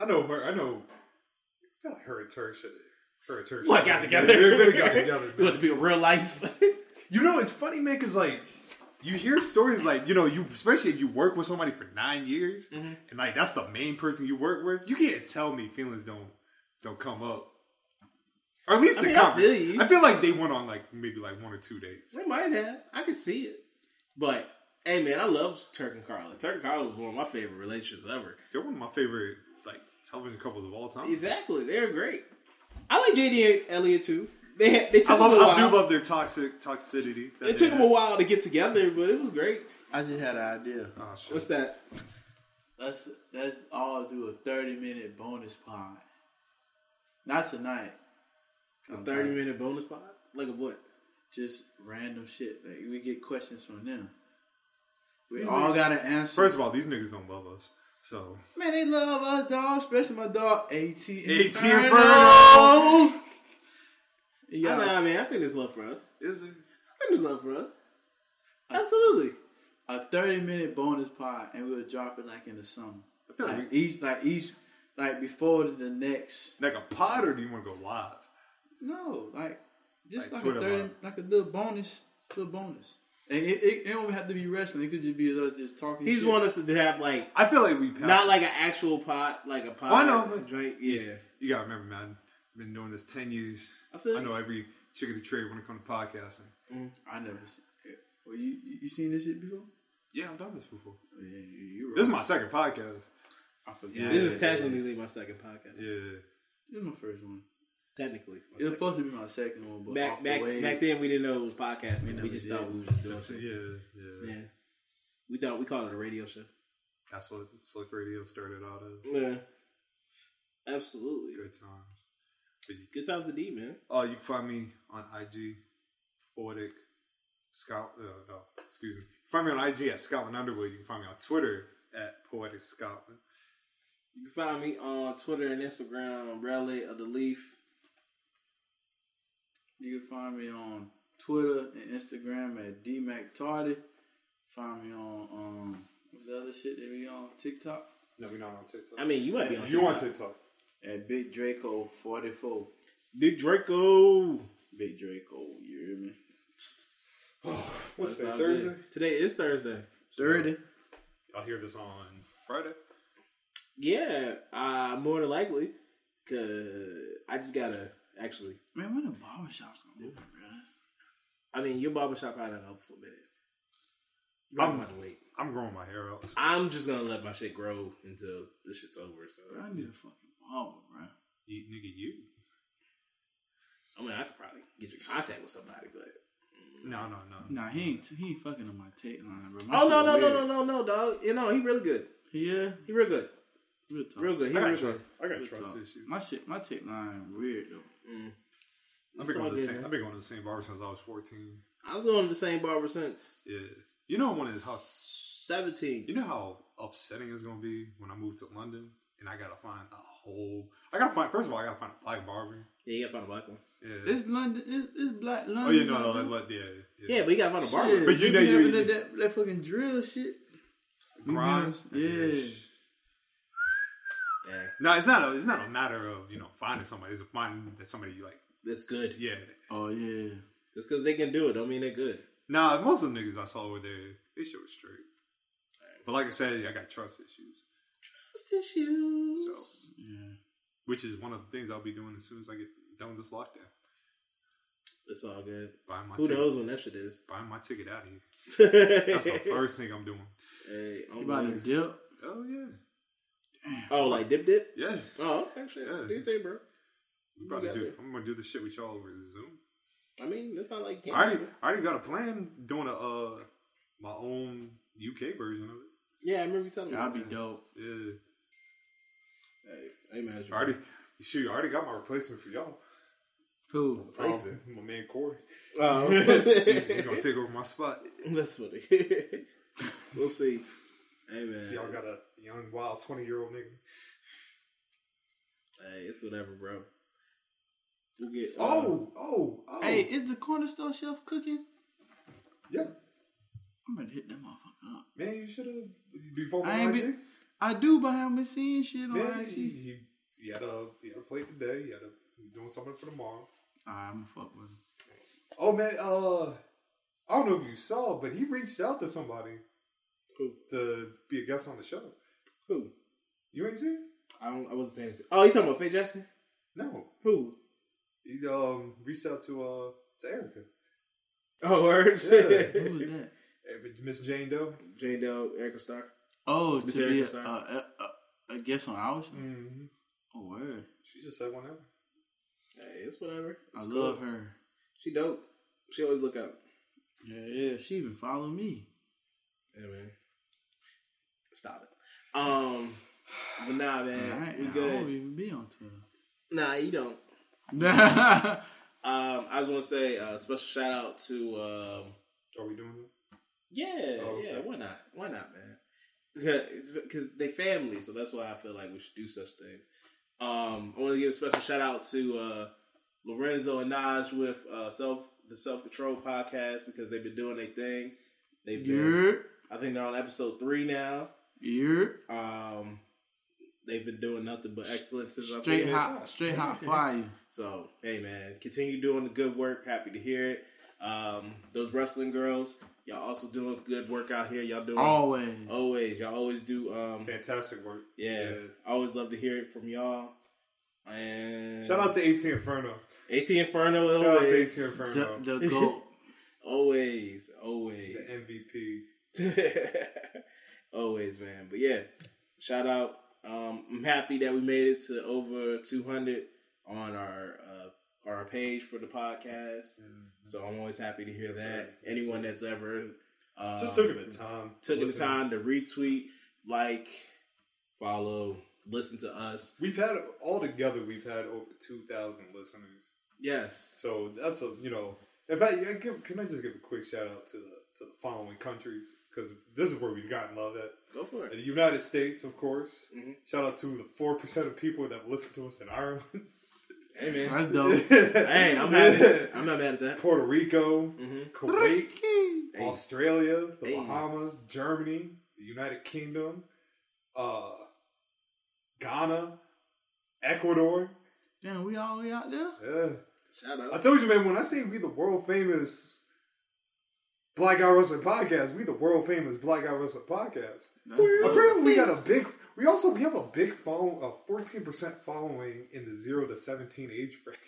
[SPEAKER 7] I know her I know I feel like her and Turk should her and Turk
[SPEAKER 6] Well, I
[SPEAKER 7] should-
[SPEAKER 6] got together.
[SPEAKER 7] They really got together.
[SPEAKER 6] We
[SPEAKER 7] man.
[SPEAKER 6] want to be in real life.
[SPEAKER 7] You know it's funny man cause like you hear stories like, you know, you especially if you work with somebody for nine years
[SPEAKER 6] Mm-hmm.
[SPEAKER 7] and like that's the main person you work with, you can't tell me feelings don't don't come up. Or at least
[SPEAKER 6] I
[SPEAKER 7] the
[SPEAKER 6] mean, I
[SPEAKER 7] conver-
[SPEAKER 6] feel you.
[SPEAKER 7] I feel like they went on like maybe like one or two dates.
[SPEAKER 6] they might have. I could see it. But hey, man, I love Turk and Carla. Turk and Carla was one of my favorite relationships ever.
[SPEAKER 7] They're one of my favorite like television couples of all time.
[SPEAKER 6] Exactly, they're great. I like JD and Elliot too. They had, they took
[SPEAKER 7] I, love,
[SPEAKER 6] them a
[SPEAKER 7] I
[SPEAKER 6] while.
[SPEAKER 7] do love their toxic toxicity.
[SPEAKER 6] it
[SPEAKER 7] that they
[SPEAKER 6] took them a
[SPEAKER 7] have.
[SPEAKER 6] while to get together, but it was great.
[SPEAKER 10] I just had an idea.
[SPEAKER 7] Oh, shit.
[SPEAKER 6] What's that?
[SPEAKER 8] Let's let's all do a thirty minute bonus pod. Not tonight.
[SPEAKER 6] A thirty minute bonus pod? Like a what?
[SPEAKER 8] Just random shit. Like we get questions from them. We all got an answer.
[SPEAKER 7] First of all, these niggas don't love us. So
[SPEAKER 8] man, they love us, dog. Especially my dog, AT
[SPEAKER 7] AT
[SPEAKER 8] Inferno.
[SPEAKER 6] Yeah.
[SPEAKER 8] Yeah,
[SPEAKER 6] I, know, I mean, I think there's love for us.
[SPEAKER 7] is it?
[SPEAKER 6] I think there's love for us. Absolutely.
[SPEAKER 8] a thirty minute bonus pod, and we'll drop it like in the summer.
[SPEAKER 7] I feel like
[SPEAKER 8] Like
[SPEAKER 7] we-
[SPEAKER 8] each, like each, like before the next.
[SPEAKER 7] like a pod, or do you want to go live?
[SPEAKER 8] No, like
[SPEAKER 7] Like
[SPEAKER 8] just like,
[SPEAKER 7] Twitter
[SPEAKER 8] a thirty,
[SPEAKER 7] live.
[SPEAKER 8] like a little bonus, little bonus. And it, it, it don't have to be wrestling. It could just be us just talking.
[SPEAKER 6] He's
[SPEAKER 8] shit.
[SPEAKER 6] want us to have like
[SPEAKER 7] I feel like we passed.
[SPEAKER 6] not like an actual pod, like a
[SPEAKER 8] Oh,
[SPEAKER 6] pod.
[SPEAKER 7] I know, but-
[SPEAKER 6] Drink. Yeah.
[SPEAKER 7] you gotta remember, man. I've been doing this ten years. I,
[SPEAKER 6] feel you.
[SPEAKER 7] know every chick of the trade when it comes to podcasting.
[SPEAKER 8] I never. se- Well, you you you seen this shit before?
[SPEAKER 7] Yeah, I've done this before.
[SPEAKER 8] Yeah, you, you
[SPEAKER 7] This is my second podcast.
[SPEAKER 8] I forget.
[SPEAKER 7] Yeah,
[SPEAKER 6] This is technically my second podcast.
[SPEAKER 7] yeah.
[SPEAKER 8] This is my first one.
[SPEAKER 6] Technically, it's my
[SPEAKER 8] It was
[SPEAKER 6] second.
[SPEAKER 8] supposed to be my second one, but
[SPEAKER 6] back
[SPEAKER 8] off
[SPEAKER 6] back
[SPEAKER 8] the way,
[SPEAKER 6] back then we didn't know it was podcasting. We,
[SPEAKER 8] never
[SPEAKER 6] just
[SPEAKER 8] did.
[SPEAKER 6] thought we were just doing
[SPEAKER 7] Just
[SPEAKER 6] something.
[SPEAKER 7] yeah, yeah,
[SPEAKER 6] Yeah. We thought we called it a radio show.
[SPEAKER 7] That's what Slick Radio started out as.
[SPEAKER 6] Yeah. Absolutely.
[SPEAKER 7] Good times.
[SPEAKER 6] Good times indeed, man.
[SPEAKER 7] Oh, you can find me on IG, Ordic, Scout. Uh, no, excuse me. You can find me on IG at Scotland Underwood. You can find me on Twitter at Poetic Scotland.
[SPEAKER 6] You can find me on Twitter and Instagram, Rally of the Leaf.
[SPEAKER 8] You can find me on Twitter and Instagram at dmactardy. Find me on um what's the other shit that we on TikTok
[SPEAKER 7] No, we're not on TikTok.
[SPEAKER 6] I mean, you might be on
[SPEAKER 7] you
[SPEAKER 6] TikTok.
[SPEAKER 7] on TikTok?
[SPEAKER 8] at Big Draco forty four.
[SPEAKER 6] Big Draco.
[SPEAKER 8] Big Draco, you hear me?
[SPEAKER 7] What's
[SPEAKER 6] That's
[SPEAKER 7] that?
[SPEAKER 6] all
[SPEAKER 7] Thursday?
[SPEAKER 6] good. Today is Thursday.
[SPEAKER 8] Thirty.
[SPEAKER 7] Y'all hear this on Friday?
[SPEAKER 6] Yeah, uh, more than likely. Cause I just gotta actually.
[SPEAKER 8] Man, when the barbershops gonna open, bro?
[SPEAKER 6] I mean, your barbershop I don't know for a minute. You might
[SPEAKER 7] I'm-
[SPEAKER 6] want to wait.
[SPEAKER 7] I'm growing my hair out.
[SPEAKER 6] I'm just gonna let my shit grow until this shit's over. So
[SPEAKER 8] I need a fucking barber, bro.
[SPEAKER 7] You, nigga, you?
[SPEAKER 6] I mean, I could probably get you in contact with somebody, but
[SPEAKER 7] No, no, no.
[SPEAKER 8] Nah, he ain't he ain't fucking on my tape line, bro. My
[SPEAKER 6] oh no
[SPEAKER 8] shit
[SPEAKER 6] no no
[SPEAKER 8] weird.
[SPEAKER 6] no no no dog. You know he really good.
[SPEAKER 8] Yeah,
[SPEAKER 6] He real good.
[SPEAKER 8] real talk.
[SPEAKER 6] Real good. He
[SPEAKER 7] I
[SPEAKER 6] real
[SPEAKER 7] got
[SPEAKER 6] good.
[SPEAKER 7] trust. I got
[SPEAKER 8] Real
[SPEAKER 7] trust
[SPEAKER 8] talk.
[SPEAKER 7] issues.
[SPEAKER 8] My shit, my tape line weird though.
[SPEAKER 7] I've been
[SPEAKER 6] all
[SPEAKER 7] going to the
[SPEAKER 6] good,
[SPEAKER 7] same.
[SPEAKER 6] man.
[SPEAKER 7] I've been going to the same bar since I was 14.
[SPEAKER 6] I was going to the same barber since
[SPEAKER 7] Yeah. You know when it's how
[SPEAKER 6] seventeen.
[SPEAKER 7] You know how upsetting it's gonna be when I move to London and I gotta find a whole. I gotta find first of all, I gotta find a black barber.
[SPEAKER 6] Yeah, you gotta find a black one.
[SPEAKER 7] Yeah.
[SPEAKER 8] It's London. It's, it's black London.
[SPEAKER 7] oh yeah, no, no,
[SPEAKER 8] bro.
[SPEAKER 7] that, that, yeah,
[SPEAKER 6] Yeah, but you gotta find a barber.
[SPEAKER 8] Shit,
[SPEAKER 7] But you
[SPEAKER 8] they
[SPEAKER 7] know
[SPEAKER 8] be
[SPEAKER 7] you-
[SPEAKER 8] having that, that, that fucking drill shit.
[SPEAKER 7] grind.
[SPEAKER 8] Yeah.
[SPEAKER 6] Yeah,
[SPEAKER 7] No, it's not. A, it's not a matter of you know finding somebody. It's finding that somebody you like.
[SPEAKER 6] that's good.
[SPEAKER 7] Yeah.
[SPEAKER 8] Oh yeah.
[SPEAKER 6] Just because they can do it, don't mean they're good.
[SPEAKER 7] Nah, most of the niggas I saw over there, they shit was straight. But like I said, I got trust issues.
[SPEAKER 6] Trust issues.
[SPEAKER 7] So, which is one of the things I'll be doing as soon as I get done with this lockdown.
[SPEAKER 6] It's all good.
[SPEAKER 7] Buying my
[SPEAKER 6] Who
[SPEAKER 7] ticket,
[SPEAKER 6] knows when that shit is?
[SPEAKER 7] Buying my ticket out of here. That's the
[SPEAKER 6] hey,
[SPEAKER 7] first thing I'm doing.
[SPEAKER 6] I'm
[SPEAKER 8] You about to
[SPEAKER 6] gonna-
[SPEAKER 8] dip?
[SPEAKER 7] Oh yeah,
[SPEAKER 6] oh, like dip dip.
[SPEAKER 7] yeah.
[SPEAKER 6] Oh, okay, shit.
[SPEAKER 7] Yeah.
[SPEAKER 6] Do your thing, bro.
[SPEAKER 7] I'm about to
[SPEAKER 6] got
[SPEAKER 7] do.
[SPEAKER 6] it.
[SPEAKER 7] I'm gonna do this shit with y'all over Zoom.
[SPEAKER 6] I mean, that's not like you can't
[SPEAKER 7] I already,
[SPEAKER 6] do it.
[SPEAKER 7] I already got a plan doing a uh my own UK version of it.
[SPEAKER 6] Yeah, I remember you telling me.
[SPEAKER 8] That'd be dope.
[SPEAKER 7] Yeah,
[SPEAKER 6] Hey, hey, man,
[SPEAKER 7] I already. Shoot, I already got my replacement for y'all.
[SPEAKER 8] Cool.
[SPEAKER 7] Um, my man Corey. He's
[SPEAKER 6] Oh,
[SPEAKER 7] gonna take over my spot.
[SPEAKER 6] that's funny. we'll see. Hey man,
[SPEAKER 7] See, y'all got a young, wild, twenty year old nigga.
[SPEAKER 6] hey, it's whatever, bro. We'll get. uh,
[SPEAKER 7] Oh, oh, oh.
[SPEAKER 8] Hey, is the corner store chef cooking?
[SPEAKER 7] yeah,
[SPEAKER 8] I'm gonna hit that motherfucker up.
[SPEAKER 7] man, you should have before
[SPEAKER 8] I
[SPEAKER 7] my
[SPEAKER 8] ain't
[SPEAKER 7] IG.
[SPEAKER 8] been. I do behind the scenes shit on
[SPEAKER 7] Man, he,
[SPEAKER 8] IG.
[SPEAKER 7] he, he had a he had a plate today. He had a he's doing something for tomorrow.
[SPEAKER 8] Alright, I'm gonna fuck with him.
[SPEAKER 7] Oh man, uh, I don't know if you saw, but he reached out to somebody
[SPEAKER 6] Who?
[SPEAKER 7] to be a guest on the show.
[SPEAKER 6] Who?
[SPEAKER 7] You ain't seen?
[SPEAKER 6] I don't. I wasn't paying attention. Oh, you talking about Faye Jackson?
[SPEAKER 7] No,
[SPEAKER 6] Who?
[SPEAKER 7] he um reached out to uh to Erica,
[SPEAKER 6] Oh, word.
[SPEAKER 7] Yeah.
[SPEAKER 8] Who was that?
[SPEAKER 7] Eh, Miss Jane Doe.
[SPEAKER 6] J Doe, Erica Starr.
[SPEAKER 8] Oh,
[SPEAKER 6] Miss
[SPEAKER 8] to be
[SPEAKER 6] Erica
[SPEAKER 8] a,
[SPEAKER 6] Starr.
[SPEAKER 8] a, a, a guest on our show.
[SPEAKER 7] Mm-hmm.
[SPEAKER 8] Oh, word.
[SPEAKER 7] She just said whenever.
[SPEAKER 6] Hey, it's whatever.
[SPEAKER 8] I
[SPEAKER 6] It's
[SPEAKER 8] love
[SPEAKER 6] cool.
[SPEAKER 8] her.
[SPEAKER 6] She dope. She always look out.
[SPEAKER 8] Yeah, yeah. She even followed me.
[SPEAKER 6] Yeah, man. Stop it. Um, but nah, man,
[SPEAKER 8] Alright,
[SPEAKER 6] we
[SPEAKER 8] and I don't
[SPEAKER 6] good.
[SPEAKER 8] even be on Twitter.
[SPEAKER 6] Nah, you don't. Um, I just want to say uh, special shout out to um,
[SPEAKER 7] Are we doing it?
[SPEAKER 6] yeah,
[SPEAKER 7] Oh, okay.
[SPEAKER 6] yeah. Why not? Why not, man? Because they family, so that's why I feel like we should do such things. Um, I want to give a special shout out to uh, Lorenzo and Naj with uh, self the Self Control podcast because they've been doing their thing. They've been,
[SPEAKER 8] yeah,
[SPEAKER 6] I think they're on episode three now.
[SPEAKER 8] yeah.
[SPEAKER 6] Um, they've been doing nothing but excellence since I
[SPEAKER 8] Straight
[SPEAKER 6] think-
[SPEAKER 8] hot, straight hot fire.
[SPEAKER 6] So hey, man, continue doing the good work. Happy to hear it. Um, those wrestling girls, y'all also doing good work out here. Y'all doing
[SPEAKER 8] Always.
[SPEAKER 6] always. Y'all always do. Um,
[SPEAKER 7] Fantastic work.
[SPEAKER 6] yeah, I always love to hear it from y'all. And
[SPEAKER 7] Shout out to AT Inferno.
[SPEAKER 6] AT Inferno
[SPEAKER 7] Shout out to AT
[SPEAKER 6] always,
[SPEAKER 7] Inferno.
[SPEAKER 8] The, the goat.
[SPEAKER 6] always,
[SPEAKER 7] The
[SPEAKER 6] always,
[SPEAKER 7] MVP.
[SPEAKER 6] always, man. But yeah, shout out. Um, I'm happy that we made it to over 200 on our uh, our page for the podcast.
[SPEAKER 7] Mm-hmm.
[SPEAKER 6] So I'm always happy to hear that. Anyone that's ever uh,
[SPEAKER 7] Just took it the time.
[SPEAKER 6] took the
[SPEAKER 7] Listen,
[SPEAKER 6] time to retweet, like, follow, listen to us.
[SPEAKER 7] We've had all together. We've had over two thousand listeners.
[SPEAKER 6] Yes.
[SPEAKER 7] So that's a you know. In fact, yeah, give, can I just give a quick shout out to the to the following countries because this is where we've gotten love at.
[SPEAKER 6] Go for
[SPEAKER 7] The
[SPEAKER 6] it.
[SPEAKER 7] United States, of course.
[SPEAKER 6] Mm-hmm.
[SPEAKER 7] Shout out to the four percent of people that listen to us in Ireland,
[SPEAKER 6] Hey man.
[SPEAKER 8] That's dope.
[SPEAKER 6] Hey, I'm happy. I'm not mad at that.
[SPEAKER 7] Puerto Rico, Kuwait,
[SPEAKER 6] Hey.
[SPEAKER 7] Australia, the
[SPEAKER 6] Hey.
[SPEAKER 7] Bahamas, Germany, the United Kingdom, uh, Ghana, Ecuador.
[SPEAKER 8] Damn, we all we out there.
[SPEAKER 7] Yeah.
[SPEAKER 6] Shout
[SPEAKER 7] I
[SPEAKER 6] out.
[SPEAKER 7] told you, man. When I say we the world famous Black Guy Wrestling Podcast, we the world famous Black Guy Wrestling Podcast. Apparently, we got a big. We also we have a big follow, a fourteen percent following in the zero to seventeen age bracket,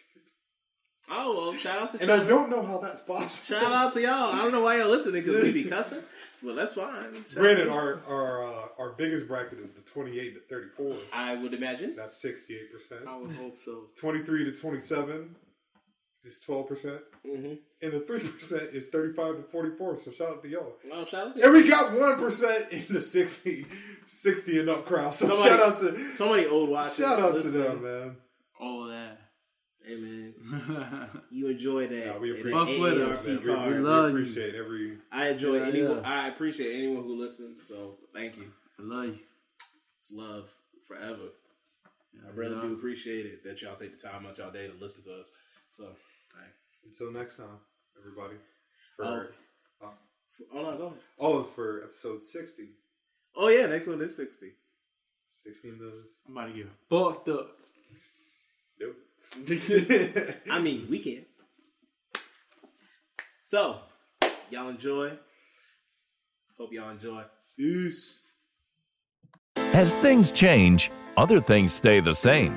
[SPEAKER 6] Oh, well, shout out to
[SPEAKER 7] and I
[SPEAKER 6] China.
[SPEAKER 7] don't know how that's possible.
[SPEAKER 6] Shout out to y'all. I don't know why y'all listening because we be cussing. Well, that's fine. Shout
[SPEAKER 7] Granted,
[SPEAKER 6] out.
[SPEAKER 7] our our uh, our biggest bracket is the twenty eight to thirty four.
[SPEAKER 6] I would imagine.
[SPEAKER 7] That's sixty eight percent.
[SPEAKER 8] I would hope so.
[SPEAKER 7] Twenty three to twenty seven is twelve percent,
[SPEAKER 6] Mm-hmm.
[SPEAKER 7] and the three percent is thirty five to forty four. So shout out to y'all.
[SPEAKER 6] Oh, shout out to
[SPEAKER 7] And we got one percent in the 60, 60 and up crowd. So
[SPEAKER 6] Somebody-
[SPEAKER 7] shout out to
[SPEAKER 6] so many old watchers.
[SPEAKER 7] shout out to
[SPEAKER 6] listening.
[SPEAKER 7] them, man.
[SPEAKER 8] All that.
[SPEAKER 6] Hey man, you enjoy that.
[SPEAKER 7] Nah, we
[SPEAKER 6] that
[SPEAKER 7] appreciate
[SPEAKER 8] Fuck with us,
[SPEAKER 6] AARP
[SPEAKER 7] man. We-
[SPEAKER 6] card.
[SPEAKER 7] We, we
[SPEAKER 8] Love you.
[SPEAKER 7] appreciate every
[SPEAKER 6] I enjoy
[SPEAKER 8] Yeah,
[SPEAKER 6] anyone.
[SPEAKER 8] yeah.
[SPEAKER 6] I appreciate anyone who listens. So thank you.
[SPEAKER 8] I love you.
[SPEAKER 6] It's love forever. I really
[SPEAKER 8] yeah.
[SPEAKER 6] do appreciate it that y'all take the time out y'all day to listen to us. So, all right.
[SPEAKER 7] until next time, everybody. For
[SPEAKER 6] oh no, go ahead.
[SPEAKER 7] oh, for episode 60.
[SPEAKER 6] Oh yeah, next one is sixty.
[SPEAKER 7] 60 in those.
[SPEAKER 8] I'm about to get fucked up.
[SPEAKER 7] Nope.
[SPEAKER 6] I mean, we can. So, y'all enjoy. Hope y'all enjoy. Peace.
[SPEAKER 1] As things change, other things stay the same,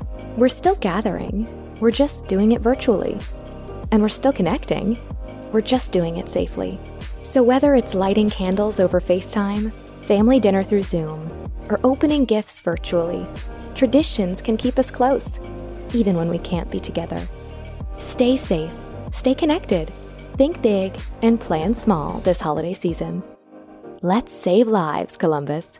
[SPEAKER 12] We're still gathering, we're just doing it virtually. And we're still connecting, we're just doing it safely. So, whether it's lighting candles over FaceTime, family dinner through Zoom, or opening gifts virtually, traditions can keep us close, even when we can't be together. Stay safe, stay connected, think big, and plan small this holiday season. Let's save lives, Columbus.